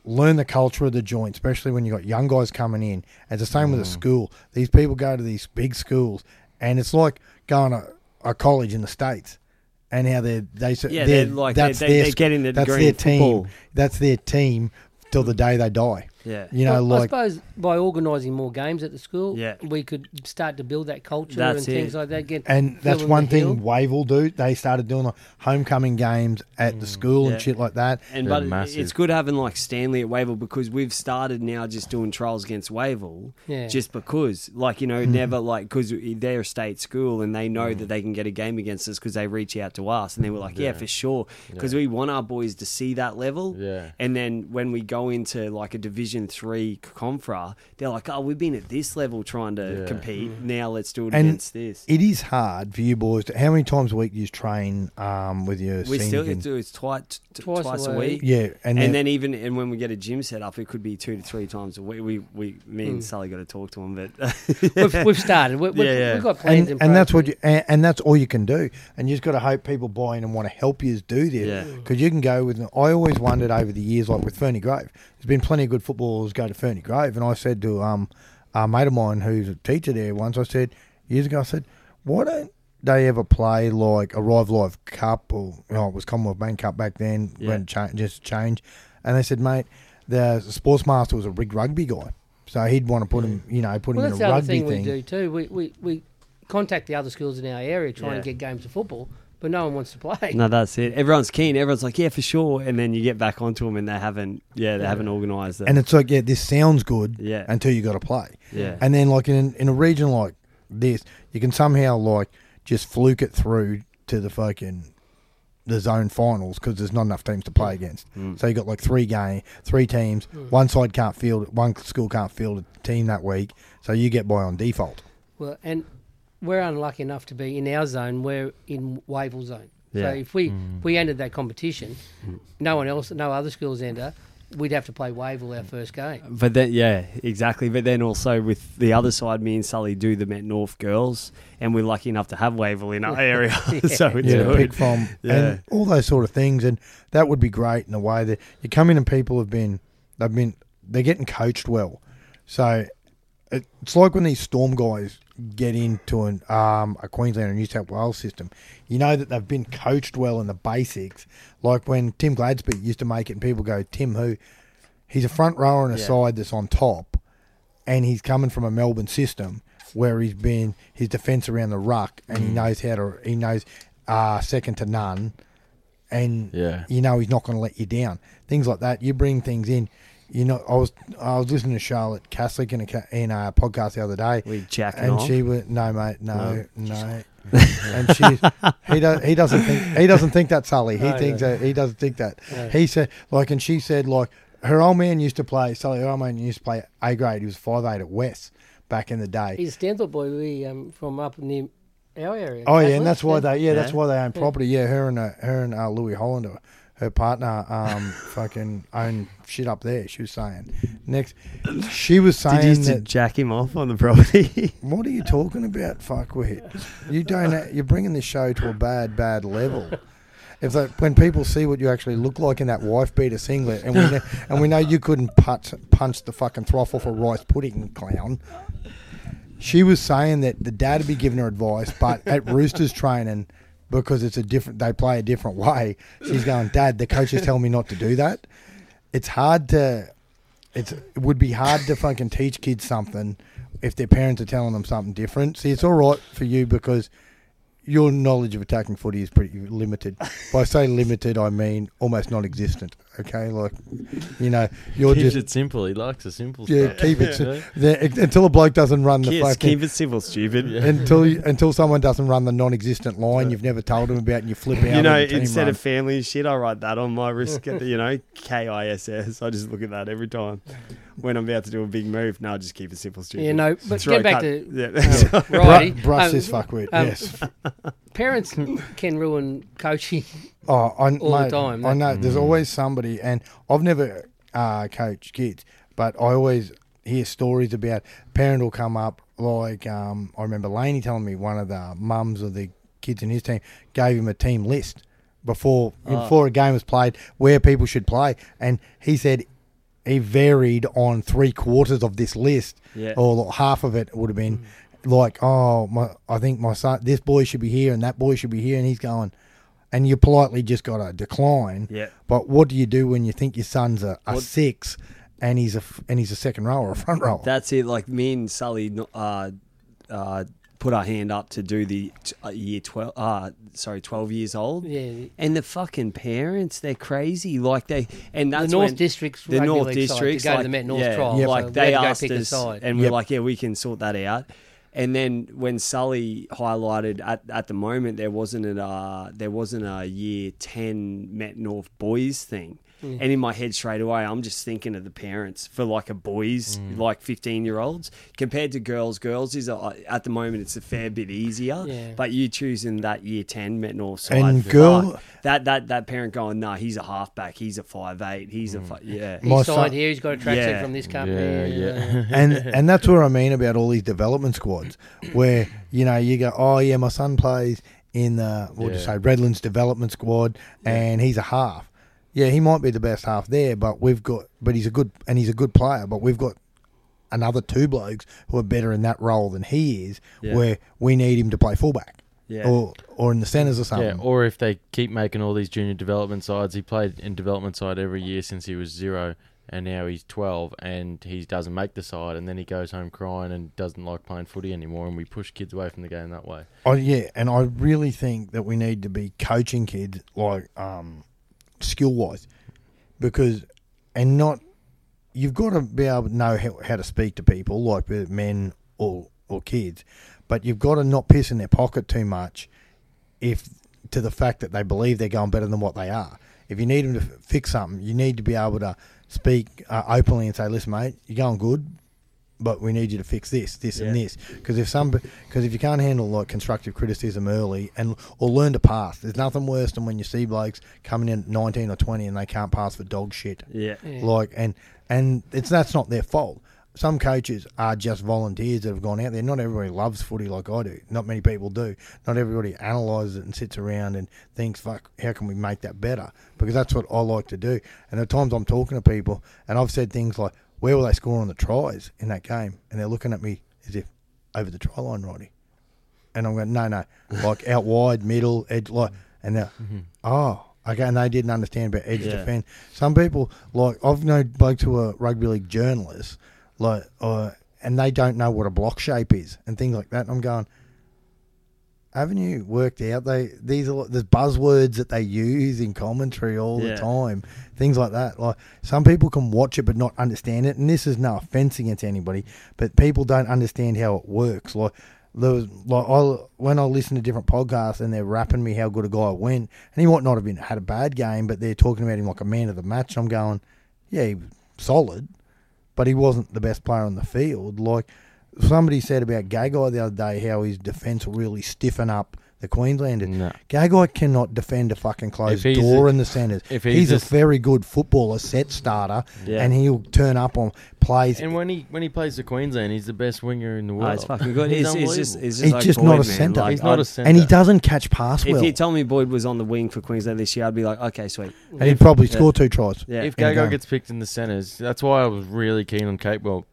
[SPEAKER 2] learn the culture of the joint, especially when you got young guys coming in. It's the same with a
[SPEAKER 4] Mm.
[SPEAKER 2] school. These people go to these big schools, and it's like going to a college in the states, and how they they they're,
[SPEAKER 4] Yeah, they're like-
[SPEAKER 2] that's
[SPEAKER 4] they-
[SPEAKER 2] their,
[SPEAKER 4] they're getting the
[SPEAKER 2] that's
[SPEAKER 4] degree
[SPEAKER 2] their
[SPEAKER 4] in
[SPEAKER 2] team.
[SPEAKER 4] football.
[SPEAKER 2] That's their team till the day they die.
[SPEAKER 4] Yeah.
[SPEAKER 2] you know,
[SPEAKER 3] Well, I
[SPEAKER 2] like
[SPEAKER 3] suppose by organising more games at the school,
[SPEAKER 4] Yeah.
[SPEAKER 3] we could start to build that culture and
[SPEAKER 4] That's
[SPEAKER 3] things
[SPEAKER 4] it.
[SPEAKER 3] like that. Get
[SPEAKER 2] And that's
[SPEAKER 3] fill in
[SPEAKER 2] one
[SPEAKER 3] the
[SPEAKER 2] thing
[SPEAKER 3] hill.
[SPEAKER 2] Wave will do. They started doing the homecoming games at the school
[SPEAKER 4] Mm, yeah.
[SPEAKER 2] and shit like that.
[SPEAKER 4] And
[SPEAKER 5] They're
[SPEAKER 4] but
[SPEAKER 5] massive.
[SPEAKER 4] it's good having like Stanley at Wavell because we've started now just doing trials against Wavell,
[SPEAKER 3] Yeah.
[SPEAKER 4] just because like you know never like because they're a state school and they know that they can get a game against us because they reach out to us and they were like yeah, for sure because we want our boys to see that level
[SPEAKER 5] Yeah.
[SPEAKER 4] and then when we go into like a Division Three confra they're like oh we've been at this level trying to
[SPEAKER 5] Yeah.
[SPEAKER 4] compete now let's do it
[SPEAKER 2] And
[SPEAKER 4] against this
[SPEAKER 2] It is hard for you boys. To, how many times a week do you train um, with your
[SPEAKER 4] we
[SPEAKER 2] senior
[SPEAKER 4] still
[SPEAKER 2] gen-
[SPEAKER 4] do it's twice
[SPEAKER 3] Twice
[SPEAKER 4] twice,
[SPEAKER 3] a
[SPEAKER 4] a
[SPEAKER 3] week.
[SPEAKER 4] week
[SPEAKER 2] Yeah, and,
[SPEAKER 4] and
[SPEAKER 2] then,
[SPEAKER 4] then even and when we get a gym set up, it could be two to three times a week. We we me
[SPEAKER 2] Mm.
[SPEAKER 4] and Sally got to talk to him, but
[SPEAKER 3] we've, we've started. We, we,
[SPEAKER 4] Yeah, yeah.
[SPEAKER 3] We've got plans
[SPEAKER 2] and,
[SPEAKER 3] in
[SPEAKER 2] and that's what
[SPEAKER 3] place.
[SPEAKER 2] you, and, and that's all you can do. And you just got to hope people buy in and want to help you do this.
[SPEAKER 4] Yeah.
[SPEAKER 3] Mm.
[SPEAKER 2] Because you can go with. I always wondered over the years, like with Fernie Grove, there's been plenty of good footballers go to Fernie Grove, and I said to um, a mate of mine who's a teacher there once, I said years ago, I said, why don't they ever play like a Rive Live Cup or you know, it was Commonwealth Bank Cup back then when it cha- just changed, and they said, mate, the sportsmaster was a big rugby guy. So he'd want to put him, you know, put
[SPEAKER 3] Well,
[SPEAKER 2] him in
[SPEAKER 3] that's the
[SPEAKER 2] a
[SPEAKER 3] other
[SPEAKER 2] rugby
[SPEAKER 3] thing, we do too. We, we, we contact the other schools in our area trying
[SPEAKER 4] Yeah.
[SPEAKER 3] to get games of football, but no one wants to play.
[SPEAKER 4] no, that's it. Everyone's keen. Everyone's like, yeah, for sure. And then you get back onto them, and they haven't. Yeah, they haven't organised it.
[SPEAKER 2] And it's like, yeah, this sounds good
[SPEAKER 4] Yeah.
[SPEAKER 2] until you got to play.
[SPEAKER 4] Yeah.
[SPEAKER 2] And then, like, in, in a region like this, you can somehow, like, just fluke it through to the fucking the zone finals because there's not enough teams to play against.
[SPEAKER 4] Mm.
[SPEAKER 2] So you got like three game, three teams. One side can't field it. One school can't field a team that week. So you get by on default.
[SPEAKER 3] Well, and we're unlucky enough to be in our zone. We're in Wavell zone.
[SPEAKER 4] Yeah.
[SPEAKER 3] So if we
[SPEAKER 2] Mm.
[SPEAKER 3] if we entered that competition, no one else, no other schools enter. We'd have to play Wavell
[SPEAKER 2] Mm.
[SPEAKER 3] our first game.
[SPEAKER 4] But then, yeah, exactly. But then also with the other side, me and Sully do the Met North girls, and we're lucky enough to have Waverley in our area. so it's
[SPEAKER 2] yeah, to
[SPEAKER 4] good.
[SPEAKER 2] pick from
[SPEAKER 4] Yeah.
[SPEAKER 2] and all those sort of things and that would be great in a way that you come in and people have been they've been they're getting coached well so it- it's like when these storm guys get into an um, a Queensland or New South Wales system, you know that they've been coached well in the basics. Like when Tim Gladsby used to make it, and people go, "Tim, who? He's a front rower and a
[SPEAKER 4] Yeah.
[SPEAKER 2] side that's on top, and he's coming from a Melbourne system where he's been his defence around the ruck, and
[SPEAKER 4] Mm.
[SPEAKER 2] he knows how to he knows uh, second to none, and
[SPEAKER 5] Yeah.
[SPEAKER 2] you know he's not going to let you down. Things like that. You bring things in. You know, I was I was listening to Charlotte Caslick in a ca- in a podcast the other day.
[SPEAKER 4] We jacking
[SPEAKER 2] and
[SPEAKER 4] off?
[SPEAKER 2] she was no mate, no, no. and she he does he doesn't think he doesn't think that Sully. He
[SPEAKER 3] Oh,
[SPEAKER 2] thinks
[SPEAKER 3] yeah.
[SPEAKER 2] that uh, he doesn't think that. He said like, and she said like, her old man used to play Sully. Her old man used to play A grade. He was five eight at West back in the day.
[SPEAKER 3] He's a Stanthorpe boy. We um, from up near our area.
[SPEAKER 2] Oh yeah, and
[SPEAKER 3] Catholic,
[SPEAKER 2] that's why they yeah, that's
[SPEAKER 4] Yeah.
[SPEAKER 2] why they own property. Yeah, her and uh, her and uh, Louis Hollander, her partner, um, fucking own shit up there. She was saying next, she was
[SPEAKER 4] Did you
[SPEAKER 2] saying
[SPEAKER 4] used to
[SPEAKER 2] that.
[SPEAKER 4] jack him off on the property?
[SPEAKER 2] What are you talking about, fuckwit? You don't. ha- You're bringing this show to a bad, bad level. If they, when people see what you actually look like in that wife beater singlet, and we know, and we know you couldn't punch, punch the fucking trough off a rice pudding, clown. She was saying that the dad would be giving her advice, but at Roosters training, because it's a different, they play a different way. She's going, Dad, the coach is telling me not to do that. It's hard to it's it would be hard to fucking teach kids something if their parents are telling them something different. See, it's all right for you because your knowledge of attacking footy is pretty limited. By say limited, I mean almost non-existent. Okay, like you know, you're
[SPEAKER 5] Keeps
[SPEAKER 2] just
[SPEAKER 5] it simple. He likes the simple
[SPEAKER 2] yeah,
[SPEAKER 5] stuff.
[SPEAKER 2] keep it
[SPEAKER 5] Yeah.
[SPEAKER 2] the, until a bloke doesn't run the
[SPEAKER 4] Kids,
[SPEAKER 2] fucking
[SPEAKER 4] keep it civil, stupid.
[SPEAKER 2] until you, until someone doesn't run the non-existent line you've never told them about, and you flip out.
[SPEAKER 4] You know,
[SPEAKER 2] and the team
[SPEAKER 4] instead
[SPEAKER 2] run.
[SPEAKER 4] of family shit, I write that on my wrist. get the- You know, K I S S. I just look at that every time when I'm about to do a big move. No, I just keep it simple, stupid.
[SPEAKER 3] Yeah, no, but
[SPEAKER 4] Throw
[SPEAKER 3] get
[SPEAKER 4] a
[SPEAKER 3] back
[SPEAKER 4] cut-
[SPEAKER 3] to uh,
[SPEAKER 4] yeah.
[SPEAKER 3] Righty.
[SPEAKER 2] Bru- brush
[SPEAKER 3] Um,
[SPEAKER 2] this fuckwit.
[SPEAKER 3] um,
[SPEAKER 2] yes.
[SPEAKER 3] Parents can ruin coaching.
[SPEAKER 2] Oh, I,
[SPEAKER 3] all the
[SPEAKER 2] mate,
[SPEAKER 3] time.
[SPEAKER 2] I know. There's always somebody, and I've never uh, coached kids, but I always hear stories about parent will come up. Like um, I remember Laney telling me one of the mums of the kids in his team gave him a team
[SPEAKER 3] Oh.
[SPEAKER 2] list before before a game was played where people should play, and he said he varied on three quarters of this list,
[SPEAKER 4] Yeah.
[SPEAKER 2] or like half of it would have been like, oh, my, I think my son, this boy should be here and that boy should be here, and he's going, and you politely just got to decline.
[SPEAKER 4] Yeah.
[SPEAKER 2] But what do you do when you think your son's a, a
[SPEAKER 4] What-
[SPEAKER 2] six and he's a f- and he's a second rower or a front rower?
[SPEAKER 4] That's it. Like me and Sully uh, uh, put our hand up to do the t- uh, year twelve. Uh, sorry, twelve years old.
[SPEAKER 3] Yeah.
[SPEAKER 4] And the fucking parents, they're crazy. Like they and that's
[SPEAKER 3] North
[SPEAKER 4] when-
[SPEAKER 3] District's
[SPEAKER 4] the
[SPEAKER 3] rugby
[SPEAKER 4] North
[SPEAKER 3] league side to
[SPEAKER 4] Districts
[SPEAKER 3] go to
[SPEAKER 4] like,
[SPEAKER 3] the Met North
[SPEAKER 4] yeah,
[SPEAKER 3] trial,
[SPEAKER 4] Like
[SPEAKER 3] so we had to
[SPEAKER 4] they
[SPEAKER 3] go
[SPEAKER 4] asked
[SPEAKER 3] pick a
[SPEAKER 4] us,
[SPEAKER 3] side.
[SPEAKER 4] and we're
[SPEAKER 2] Yep.
[SPEAKER 4] like, yeah, we can sort that out. And then when Sully highlighted at, at the moment there wasn't a uh, there wasn't a year ten Met North boys thing.
[SPEAKER 2] Mm.
[SPEAKER 4] And in my head straight away, I'm just thinking of the parents for like a boys,
[SPEAKER 2] Mm.
[SPEAKER 4] like 15 year olds compared to girls. Girls is a, at the moment it's a fair bit easier,
[SPEAKER 3] Yeah.
[SPEAKER 4] but you choosing that year 10 Met North side
[SPEAKER 2] And
[SPEAKER 4] fuck.
[SPEAKER 2] girl-
[SPEAKER 4] that that that parent going, nah, he's a halfback, he's a five eight, he's
[SPEAKER 2] Mm.
[SPEAKER 4] a fi- yeah.
[SPEAKER 3] He
[SPEAKER 2] My
[SPEAKER 3] signed
[SPEAKER 2] son-
[SPEAKER 3] here. He's got a tracksuit
[SPEAKER 4] Yeah.
[SPEAKER 3] from this
[SPEAKER 5] Yeah,
[SPEAKER 3] company. Uh,
[SPEAKER 5] yeah.
[SPEAKER 2] and and that's what I mean about all these development squads, where you know you go, oh yeah, my son plays in the we'll just
[SPEAKER 5] Yeah.
[SPEAKER 2] say Redlands development squad, and he's a half. Yeah, he might be the best half there, but we've got, but he's a good and he's a good player, but we've got another two blokes who are better in that role than he is,
[SPEAKER 4] Yeah.
[SPEAKER 2] where we need him to play fullback,
[SPEAKER 4] Yeah.
[SPEAKER 2] or or in the centres or something.
[SPEAKER 5] Yeah, or if they keep making all these junior development sides, he played in development side every year since he was zero, and now he's twelve, and he doesn't make the side, and then he goes home crying and doesn't like playing footy anymore, and we push kids away from the game that way.
[SPEAKER 2] Oh yeah, and I really think that we need to be coaching kids like um, skill wise, because and not you've got to be able to know how, how to speak to people like with men or or kids, but you've got to not piss in their pocket too much if to the fact that they believe they're going better than what they are. If you need them to f- fix something, you need to be able to speak uh, openly and say, "Listen, mate, you're going good, but we need you to fix this, this, and
[SPEAKER 4] Yeah.
[SPEAKER 2] this." Because if some, because if you can't handle like constructive criticism early and or learn to pass, there's nothing worse than when you see blokes coming in at 19 or 20 and they can't pass for dog shit.
[SPEAKER 4] Yeah.
[SPEAKER 2] Like and and it's that's not their fault. Some coaches are just volunteers that have gone out there. Not everybody loves footy like I do. Not many people do. Not everybody analyses it and sits around and thinks, "Fuck, how can we make that better?" Because that's what I like to do. And at times I'm talking to people, and I've said things like, "Where will they score on the tries in that game?" And they're looking at me as if over the try line, Roddy. And I'm going, no, no, like out wide, middle, edge, like, and they're, oh, okay. And they didn't understand about edge
[SPEAKER 4] Mm-hmm. Yeah.
[SPEAKER 2] defend. Some people, like, I've known blokes who are rugby league journalists, like, uh, and they don't know what a block shape is and things like that. And I'm going, haven't you worked out they these are there's buzzwords that they use in commentary all
[SPEAKER 4] Yeah.
[SPEAKER 2] the time, things like that. Like some people can watch it but not understand it, and this is no offense against anybody, but people don't understand how it works. Like there was like I when I listen to different podcasts and they're rapping me how good a guy went, and he might not have been had a bad game, but they're talking about him like a man of the match. And I'm going, yeah, he was solid but he wasn't the best player on the field. Like somebody said about Gagai the other day, how his defence will really stiffen up the Queenslander.
[SPEAKER 5] No.
[SPEAKER 2] Gagai cannot defend a fucking closed
[SPEAKER 5] he's
[SPEAKER 2] door
[SPEAKER 5] a-
[SPEAKER 2] in the centres.
[SPEAKER 5] if
[SPEAKER 2] he's,
[SPEAKER 5] he's
[SPEAKER 2] a,
[SPEAKER 5] a-
[SPEAKER 2] very good footballer, set starter,
[SPEAKER 4] Yeah.
[SPEAKER 2] and he'll turn up on plays.
[SPEAKER 5] And when he when he plays the Queensland, he's the best winger in the world.
[SPEAKER 4] Oh, it's fucking good.
[SPEAKER 5] Ah, He's
[SPEAKER 4] It's, it's just,
[SPEAKER 5] unbelievable.
[SPEAKER 4] it's just,
[SPEAKER 2] He's
[SPEAKER 4] like
[SPEAKER 2] just
[SPEAKER 4] Boyd,
[SPEAKER 2] not a
[SPEAKER 4] man.
[SPEAKER 2] centre.
[SPEAKER 4] Like,
[SPEAKER 5] He's not
[SPEAKER 4] I'd-
[SPEAKER 5] a centre.
[SPEAKER 2] and he doesn't catch pass
[SPEAKER 4] If
[SPEAKER 2] well.
[SPEAKER 4] you told me Boyd was on the wing for Queensland this year, I'd be like, okay, sweet.
[SPEAKER 2] and he'd probably score two tries.
[SPEAKER 4] Yeah.
[SPEAKER 5] if
[SPEAKER 2] in a
[SPEAKER 5] Gago
[SPEAKER 2] game.
[SPEAKER 5] gets picked in the centres, that's why I was really keen on Capewell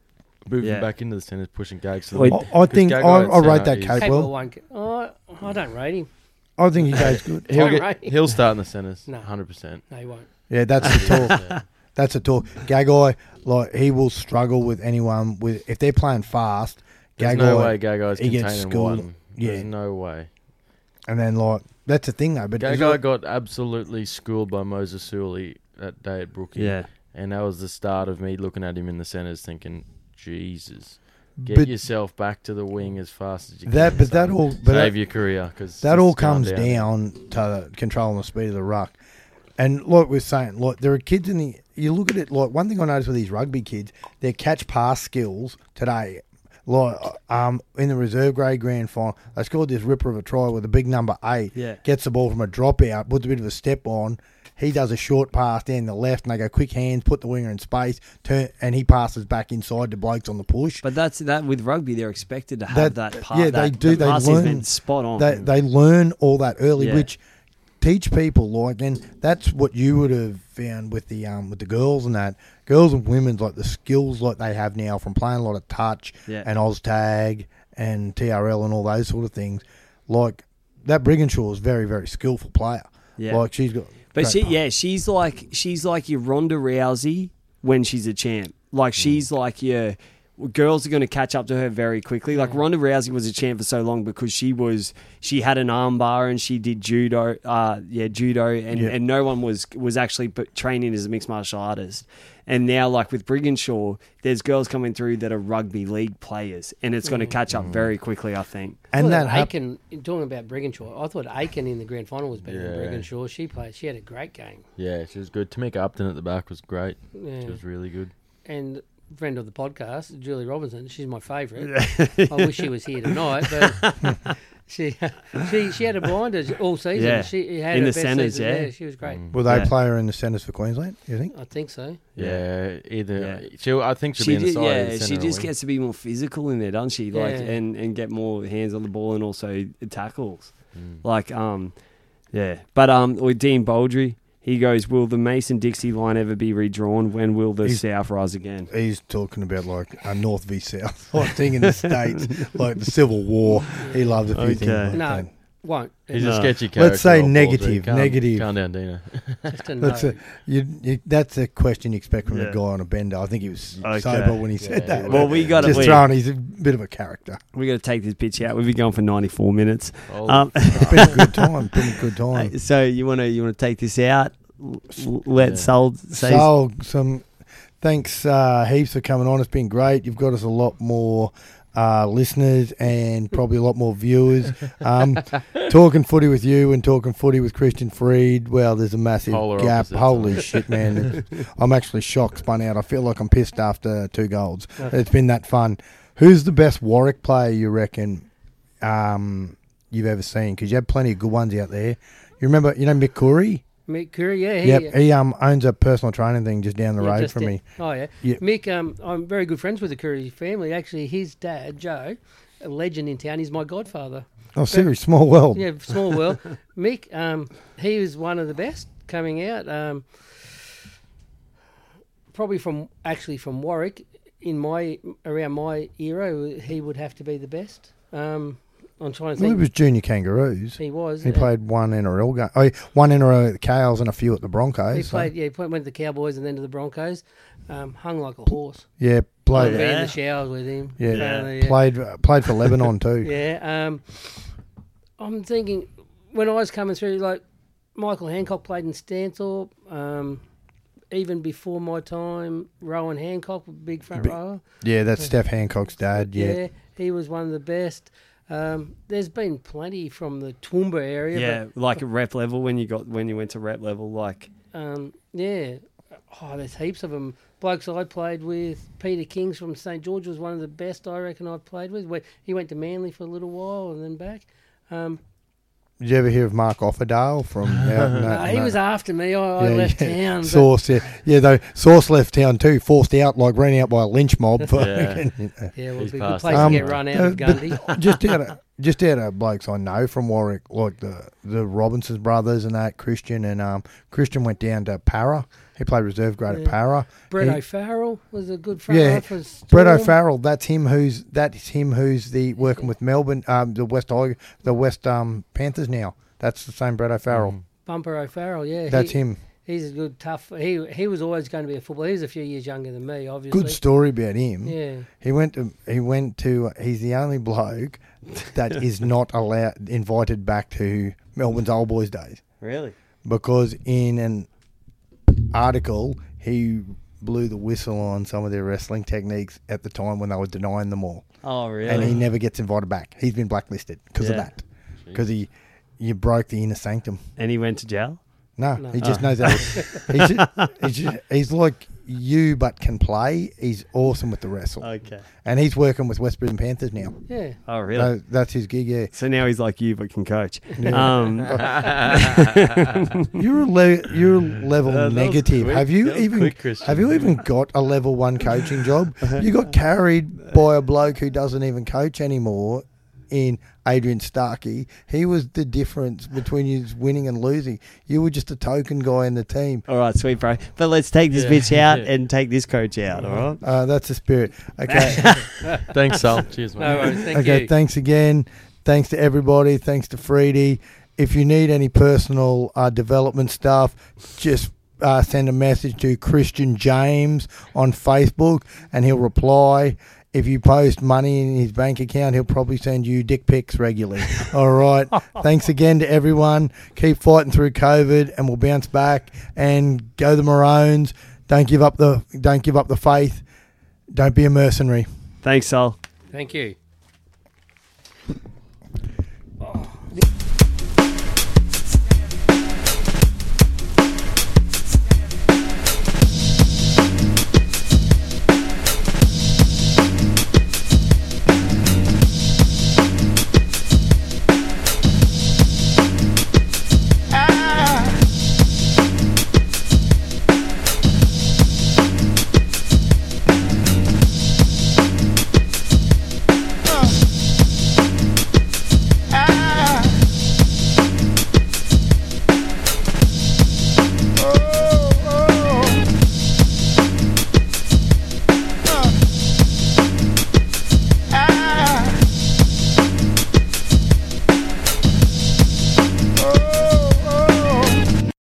[SPEAKER 5] moving
[SPEAKER 4] Yeah.
[SPEAKER 5] back into the centres, pushing Gags to the
[SPEAKER 4] Wait,
[SPEAKER 5] wall.
[SPEAKER 2] I, I think I,
[SPEAKER 5] 'Cause Gagai
[SPEAKER 2] I
[SPEAKER 5] at
[SPEAKER 2] rate
[SPEAKER 5] centre
[SPEAKER 2] that
[SPEAKER 5] is-
[SPEAKER 2] Cape
[SPEAKER 3] Capewell
[SPEAKER 2] well.
[SPEAKER 3] won't. get- Oh, I don't rate him.
[SPEAKER 2] I think he goes good.
[SPEAKER 5] He'll,
[SPEAKER 3] All
[SPEAKER 5] get,
[SPEAKER 3] right.
[SPEAKER 5] he'll start in the centres,
[SPEAKER 3] No.
[SPEAKER 5] hundred percent.
[SPEAKER 3] No, he won't.
[SPEAKER 2] Yeah, that's the talk. That's a talk. Gagai, like he will struggle with anyone with if they're playing fast.
[SPEAKER 5] There's
[SPEAKER 2] Gagai,
[SPEAKER 5] no way Gagai's
[SPEAKER 2] he gets
[SPEAKER 5] containing
[SPEAKER 2] schooled.
[SPEAKER 5] one.
[SPEAKER 2] Yeah.
[SPEAKER 5] There's no way.
[SPEAKER 2] and then like that's the thing though. But there's
[SPEAKER 5] Gagai
[SPEAKER 2] al-
[SPEAKER 5] got absolutely schooled by Moses Suli that day at Brookie.
[SPEAKER 4] Yeah.
[SPEAKER 5] And that was the start of me looking at him in the centres thinking, Jesus, get
[SPEAKER 2] But-
[SPEAKER 5] yourself back to the wing as fast as you
[SPEAKER 2] That-
[SPEAKER 5] can.
[SPEAKER 2] but that
[SPEAKER 5] son.
[SPEAKER 2] all- but
[SPEAKER 5] Save
[SPEAKER 2] that-
[SPEAKER 5] your career. Cause
[SPEAKER 2] that
[SPEAKER 5] it's
[SPEAKER 2] all
[SPEAKER 5] going
[SPEAKER 2] comes down to controlling the speed of the ruck. And like we're saying, like there are kids in the you look at it like one thing I noticed with these rugby kids, their catch pass skills today. Like um, in the reserve grade grand final, they scored this ripper of a try with a big number eight.
[SPEAKER 4] Yeah.
[SPEAKER 2] gets the ball from a dropout, puts a bit of a step on. He does a short pass down the left, and they go quick hands, put the winger in space, turn, and he passes back inside to blokes on the push.
[SPEAKER 4] But that's that with rugby, they're expected to have that, part.
[SPEAKER 2] Yeah, they
[SPEAKER 4] that-
[SPEAKER 2] do.
[SPEAKER 4] the
[SPEAKER 2] they
[SPEAKER 4] pass has
[SPEAKER 2] learn
[SPEAKER 4] been spot on.
[SPEAKER 2] They, they learn all that early,
[SPEAKER 4] Mm. Yeah.
[SPEAKER 2] which teach people like, and that's what you would have found with the um with the girls and that girls and women's like the skills like they have now from playing a lot of touch
[SPEAKER 4] Yeah.
[SPEAKER 2] and OzTag and TRL and all those sort of things. Like that Brigginshaw is very very skillful player.
[SPEAKER 4] Yeah.
[SPEAKER 2] like she's got.
[SPEAKER 4] But
[SPEAKER 2] great
[SPEAKER 4] she,
[SPEAKER 2] pa-
[SPEAKER 4] yeah, she's like she's like your Ronda Rousey when she's a champ. Like
[SPEAKER 2] Mm.
[SPEAKER 4] she's like your girls are going to catch up to her very quickly. Like Ronda Rousey was a champ for so long because she was she had an armbar and she did judo, uh, yeah, judo, and,
[SPEAKER 2] Yeah.
[SPEAKER 4] and no one was was actually p- training as a mixed martial artist. And now, like with Brigginshaw, there's girls coming through that are rugby league players, and it's
[SPEAKER 2] Mm.
[SPEAKER 4] going to catch up very quickly. I think.
[SPEAKER 2] and
[SPEAKER 3] I
[SPEAKER 2] that
[SPEAKER 3] thought
[SPEAKER 2] hap-
[SPEAKER 3] Aiken talking about Brigginshaw. I thought Aiken in the grand final was better
[SPEAKER 5] Yeah.
[SPEAKER 3] than Brigginshaw. She played. She had a great game.
[SPEAKER 5] Yeah, she was good. Tamika Upton at the back was great.
[SPEAKER 3] Yeah.
[SPEAKER 5] She was really good.
[SPEAKER 3] And friend of the podcast, Julie Robinson. She's my favourite. I wish she was here tonight, but she she she had a blinder all season.
[SPEAKER 4] Yeah.
[SPEAKER 3] She had
[SPEAKER 4] In
[SPEAKER 3] her
[SPEAKER 4] the
[SPEAKER 3] best
[SPEAKER 4] centres,
[SPEAKER 3] season.
[SPEAKER 4] yeah.
[SPEAKER 3] she was great.
[SPEAKER 2] will they
[SPEAKER 4] Yeah.
[SPEAKER 2] play her in the centres for Queensland? You think?
[SPEAKER 3] I think so.
[SPEAKER 5] Yeah, either
[SPEAKER 4] Yeah.
[SPEAKER 5] she. I think she'll be in the
[SPEAKER 4] ju-
[SPEAKER 5] side.
[SPEAKER 4] yeah,
[SPEAKER 5] the
[SPEAKER 4] she
[SPEAKER 5] centre
[SPEAKER 4] just
[SPEAKER 5] wing.
[SPEAKER 4] gets to be more physical in there, doesn't she? Like
[SPEAKER 3] Yeah.
[SPEAKER 4] and and get more hands on the ball and also tackles.
[SPEAKER 5] Mm.
[SPEAKER 4] Like um, yeah. But um, with Dean Baldry, he goes, "Will the Mason Dixie line ever be redrawn? When will the
[SPEAKER 2] He's-
[SPEAKER 4] South rise again?"
[SPEAKER 2] He's talking about like a North v South like thing in the states, like the Civil War. He loves a few things.
[SPEAKER 4] Okay.
[SPEAKER 2] Like
[SPEAKER 3] No,
[SPEAKER 2] that.
[SPEAKER 3] won't.
[SPEAKER 5] He's
[SPEAKER 4] No.
[SPEAKER 5] a sketchy character.
[SPEAKER 2] Let's say
[SPEAKER 5] old Baldry.
[SPEAKER 2] negative,
[SPEAKER 5] Calm-
[SPEAKER 2] negative.
[SPEAKER 5] Calm down, Dina.
[SPEAKER 3] Just a no.
[SPEAKER 2] That's a, you, you, that's a question you expect from
[SPEAKER 4] Yeah.
[SPEAKER 2] a guy on a bender. I think he was
[SPEAKER 4] Okay.
[SPEAKER 2] sober when he said
[SPEAKER 5] Yeah,
[SPEAKER 2] that.
[SPEAKER 4] Well, we got to
[SPEAKER 2] just
[SPEAKER 4] we,
[SPEAKER 2] throwing. He's a bit of a character.
[SPEAKER 4] we got to take this bitch out. We've been going for ninety four minutes.
[SPEAKER 5] Oh,
[SPEAKER 4] Um,
[SPEAKER 2] It's been a good time. Been a good time.
[SPEAKER 4] so you want to you want to take this out? L- l- Let
[SPEAKER 5] Yeah.
[SPEAKER 4] Sol say
[SPEAKER 2] So some thanks uh, heaps for coming on. It's been great. You've got us a lot more uh, listeners and probably a lot more viewers. Um, talking footy with you and talking footy with Christian Freed. Well, there's a massive
[SPEAKER 5] Polar
[SPEAKER 2] gap.
[SPEAKER 5] opposites,
[SPEAKER 2] Holy
[SPEAKER 5] aren't
[SPEAKER 2] shit, man! I'm actually shocked, spun out. I feel like I'm pissed after two golds. It's been that fun. Who's the best Warwick player you reckon um, you've ever seen? Because you had plenty of good ones out there. You remember, you know, Mick Curry.
[SPEAKER 3] Mick Curry, yeah, he,
[SPEAKER 2] Yep, he um owns a personal training thing just down the
[SPEAKER 3] yeah,
[SPEAKER 2] road
[SPEAKER 3] just
[SPEAKER 2] from
[SPEAKER 3] it.
[SPEAKER 2] me.
[SPEAKER 3] Oh yeah,
[SPEAKER 2] Yep.
[SPEAKER 3] Mick. Um, I'm very good friends with the Curry family. Actually, his dad Joe, a legend in town, he's my godfather.
[SPEAKER 2] Oh, serious, small world.
[SPEAKER 3] Yeah, small world. Mick, um, he was one of the best coming out. Um, probably from actually from Warwick, in my around my era, he would have to be the best. Um, I'm trying to
[SPEAKER 2] Well, he
[SPEAKER 3] think.
[SPEAKER 2] was junior Kangaroos.
[SPEAKER 3] He was.
[SPEAKER 2] He
[SPEAKER 3] uh,
[SPEAKER 2] played one NRL game. Oh, one NRL at the Cales and a few at the Broncos.
[SPEAKER 3] He
[SPEAKER 2] so-
[SPEAKER 3] played. Yeah, he played- went to the Cowboys and then to the Broncos. Um, hung like a horse.
[SPEAKER 2] Oh, Yeah,
[SPEAKER 3] I'd
[SPEAKER 2] played.
[SPEAKER 3] be in
[SPEAKER 4] Yeah.
[SPEAKER 3] the showers with him.
[SPEAKER 2] Yeah,
[SPEAKER 3] apparently,
[SPEAKER 2] played uh, played for Lebanon too.
[SPEAKER 3] Yeah. Um, I'm thinking when I was coming through, like Michael Hancock played in Stanthorpe. Um, even before my time, Rowan Hancock, big front rower.
[SPEAKER 2] Yeah, that's Steph Hancock's dad. Yeah,
[SPEAKER 3] he was one of the best. Um, there's been plenty from the Toowoomba area.
[SPEAKER 4] yeah, like at rep level when you got when you went to rep level, like
[SPEAKER 3] But, um, yeah. Oh, there's heaps of them. Blokes I played with, Peter Kings from St George was one of the best I reckon I've played with. Where he went to Manly for a little while and then back. Um,
[SPEAKER 2] Did you ever hear of Mark Offerdale from? out in
[SPEAKER 3] Uh,
[SPEAKER 2] that-
[SPEAKER 3] he
[SPEAKER 2] in
[SPEAKER 3] was
[SPEAKER 2] that-
[SPEAKER 3] after me. I, I left town. but-
[SPEAKER 2] Source, yeah, yeah. Though Source left town too, forced out like ran out by a lynch mob. For,
[SPEAKER 5] Yeah.
[SPEAKER 3] yeah, well,
[SPEAKER 5] He's
[SPEAKER 3] it'd be a good
[SPEAKER 5] passed
[SPEAKER 3] place
[SPEAKER 5] that.
[SPEAKER 2] Um,
[SPEAKER 3] to get run out
[SPEAKER 2] uh,
[SPEAKER 3] of Gundy.
[SPEAKER 2] just out of just out of blokes I know from Warwick, like the the Robinsons brothers and that Christian and um Christian went down to Para. He played reserve grade at
[SPEAKER 3] Yeah.
[SPEAKER 2] Para.
[SPEAKER 3] Brett
[SPEAKER 2] He-
[SPEAKER 3] O'Farrell was a good front
[SPEAKER 2] Yeah,
[SPEAKER 3] row for Storm.
[SPEAKER 2] Brett O'Farrell, that's him who's that's him who's the working with Melbourne, um, the West Tig- the West um, Panthers now. That's the same Brett O'Farrell.
[SPEAKER 3] Bumper O'Farrell, yeah.
[SPEAKER 2] That's
[SPEAKER 3] Mm. he-
[SPEAKER 2] him.
[SPEAKER 3] He's a good, tough. He he was always going to be a footballer. He was a few years younger than me, obviously.
[SPEAKER 2] Good story about him.
[SPEAKER 3] Yeah.
[SPEAKER 2] He went to he went to he's the only bloke that is not allowed invited back to Melbourne's old boys days.
[SPEAKER 4] really.
[SPEAKER 2] because in an article he blew the whistle on some of their wrestling techniques at the time when they were denying them all,
[SPEAKER 4] Oh, really?
[SPEAKER 2] and he never gets invited back. He's been blacklisted because
[SPEAKER 4] Yeah.
[SPEAKER 2] of that, because he you broke the inner sanctum.
[SPEAKER 4] and he went to jail.
[SPEAKER 2] No, he
[SPEAKER 4] Ah.
[SPEAKER 2] just knows that. he's, ju- he's, ju- he's like you, but can play. He's awesome with the wrestle,
[SPEAKER 4] Okay.
[SPEAKER 2] and he's working with West Brisbane Panthers now.
[SPEAKER 3] Yeah.
[SPEAKER 4] Oh, really?
[SPEAKER 2] So that's his gig. Yeah,
[SPEAKER 4] So now he's like you, but can coach. Um,
[SPEAKER 2] You're a le- you're level
[SPEAKER 5] that was
[SPEAKER 2] negative.
[SPEAKER 5] quick.
[SPEAKER 2] Have you
[SPEAKER 5] That was
[SPEAKER 2] even
[SPEAKER 5] quick, Christian. Uh-huh.
[SPEAKER 2] have you even got a level one coaching job? You got carried by a bloke who doesn't even coach anymore in Adrian Starkey, he was the difference between you winning and losing. You were just a token guy in the team.
[SPEAKER 4] All right, sweet bro. But let's take this
[SPEAKER 5] Yeah.
[SPEAKER 4] bitch out
[SPEAKER 5] Yeah.
[SPEAKER 4] and take this coach out. All right.
[SPEAKER 2] Uh, that's the spirit. Okay.
[SPEAKER 5] Thanks, Sal. Cheers, mate.
[SPEAKER 3] No worries. Thank
[SPEAKER 2] okay,
[SPEAKER 3] you.
[SPEAKER 2] thanks again. Thanks to everybody. Thanks to Freedy. If you need any personal uh, development stuff, just uh, send a message to Christian James on Facebook and he'll reply. If you post money in his bank account, he'll probably send you dick pics regularly. All right. Thanks again to everyone. Keep fighting through COVID and we'll bounce back and go the Maroons. Don't give up the don't give up the faith. Don't be a mercenary.
[SPEAKER 4] Thanks, Sol.
[SPEAKER 7] Thank you.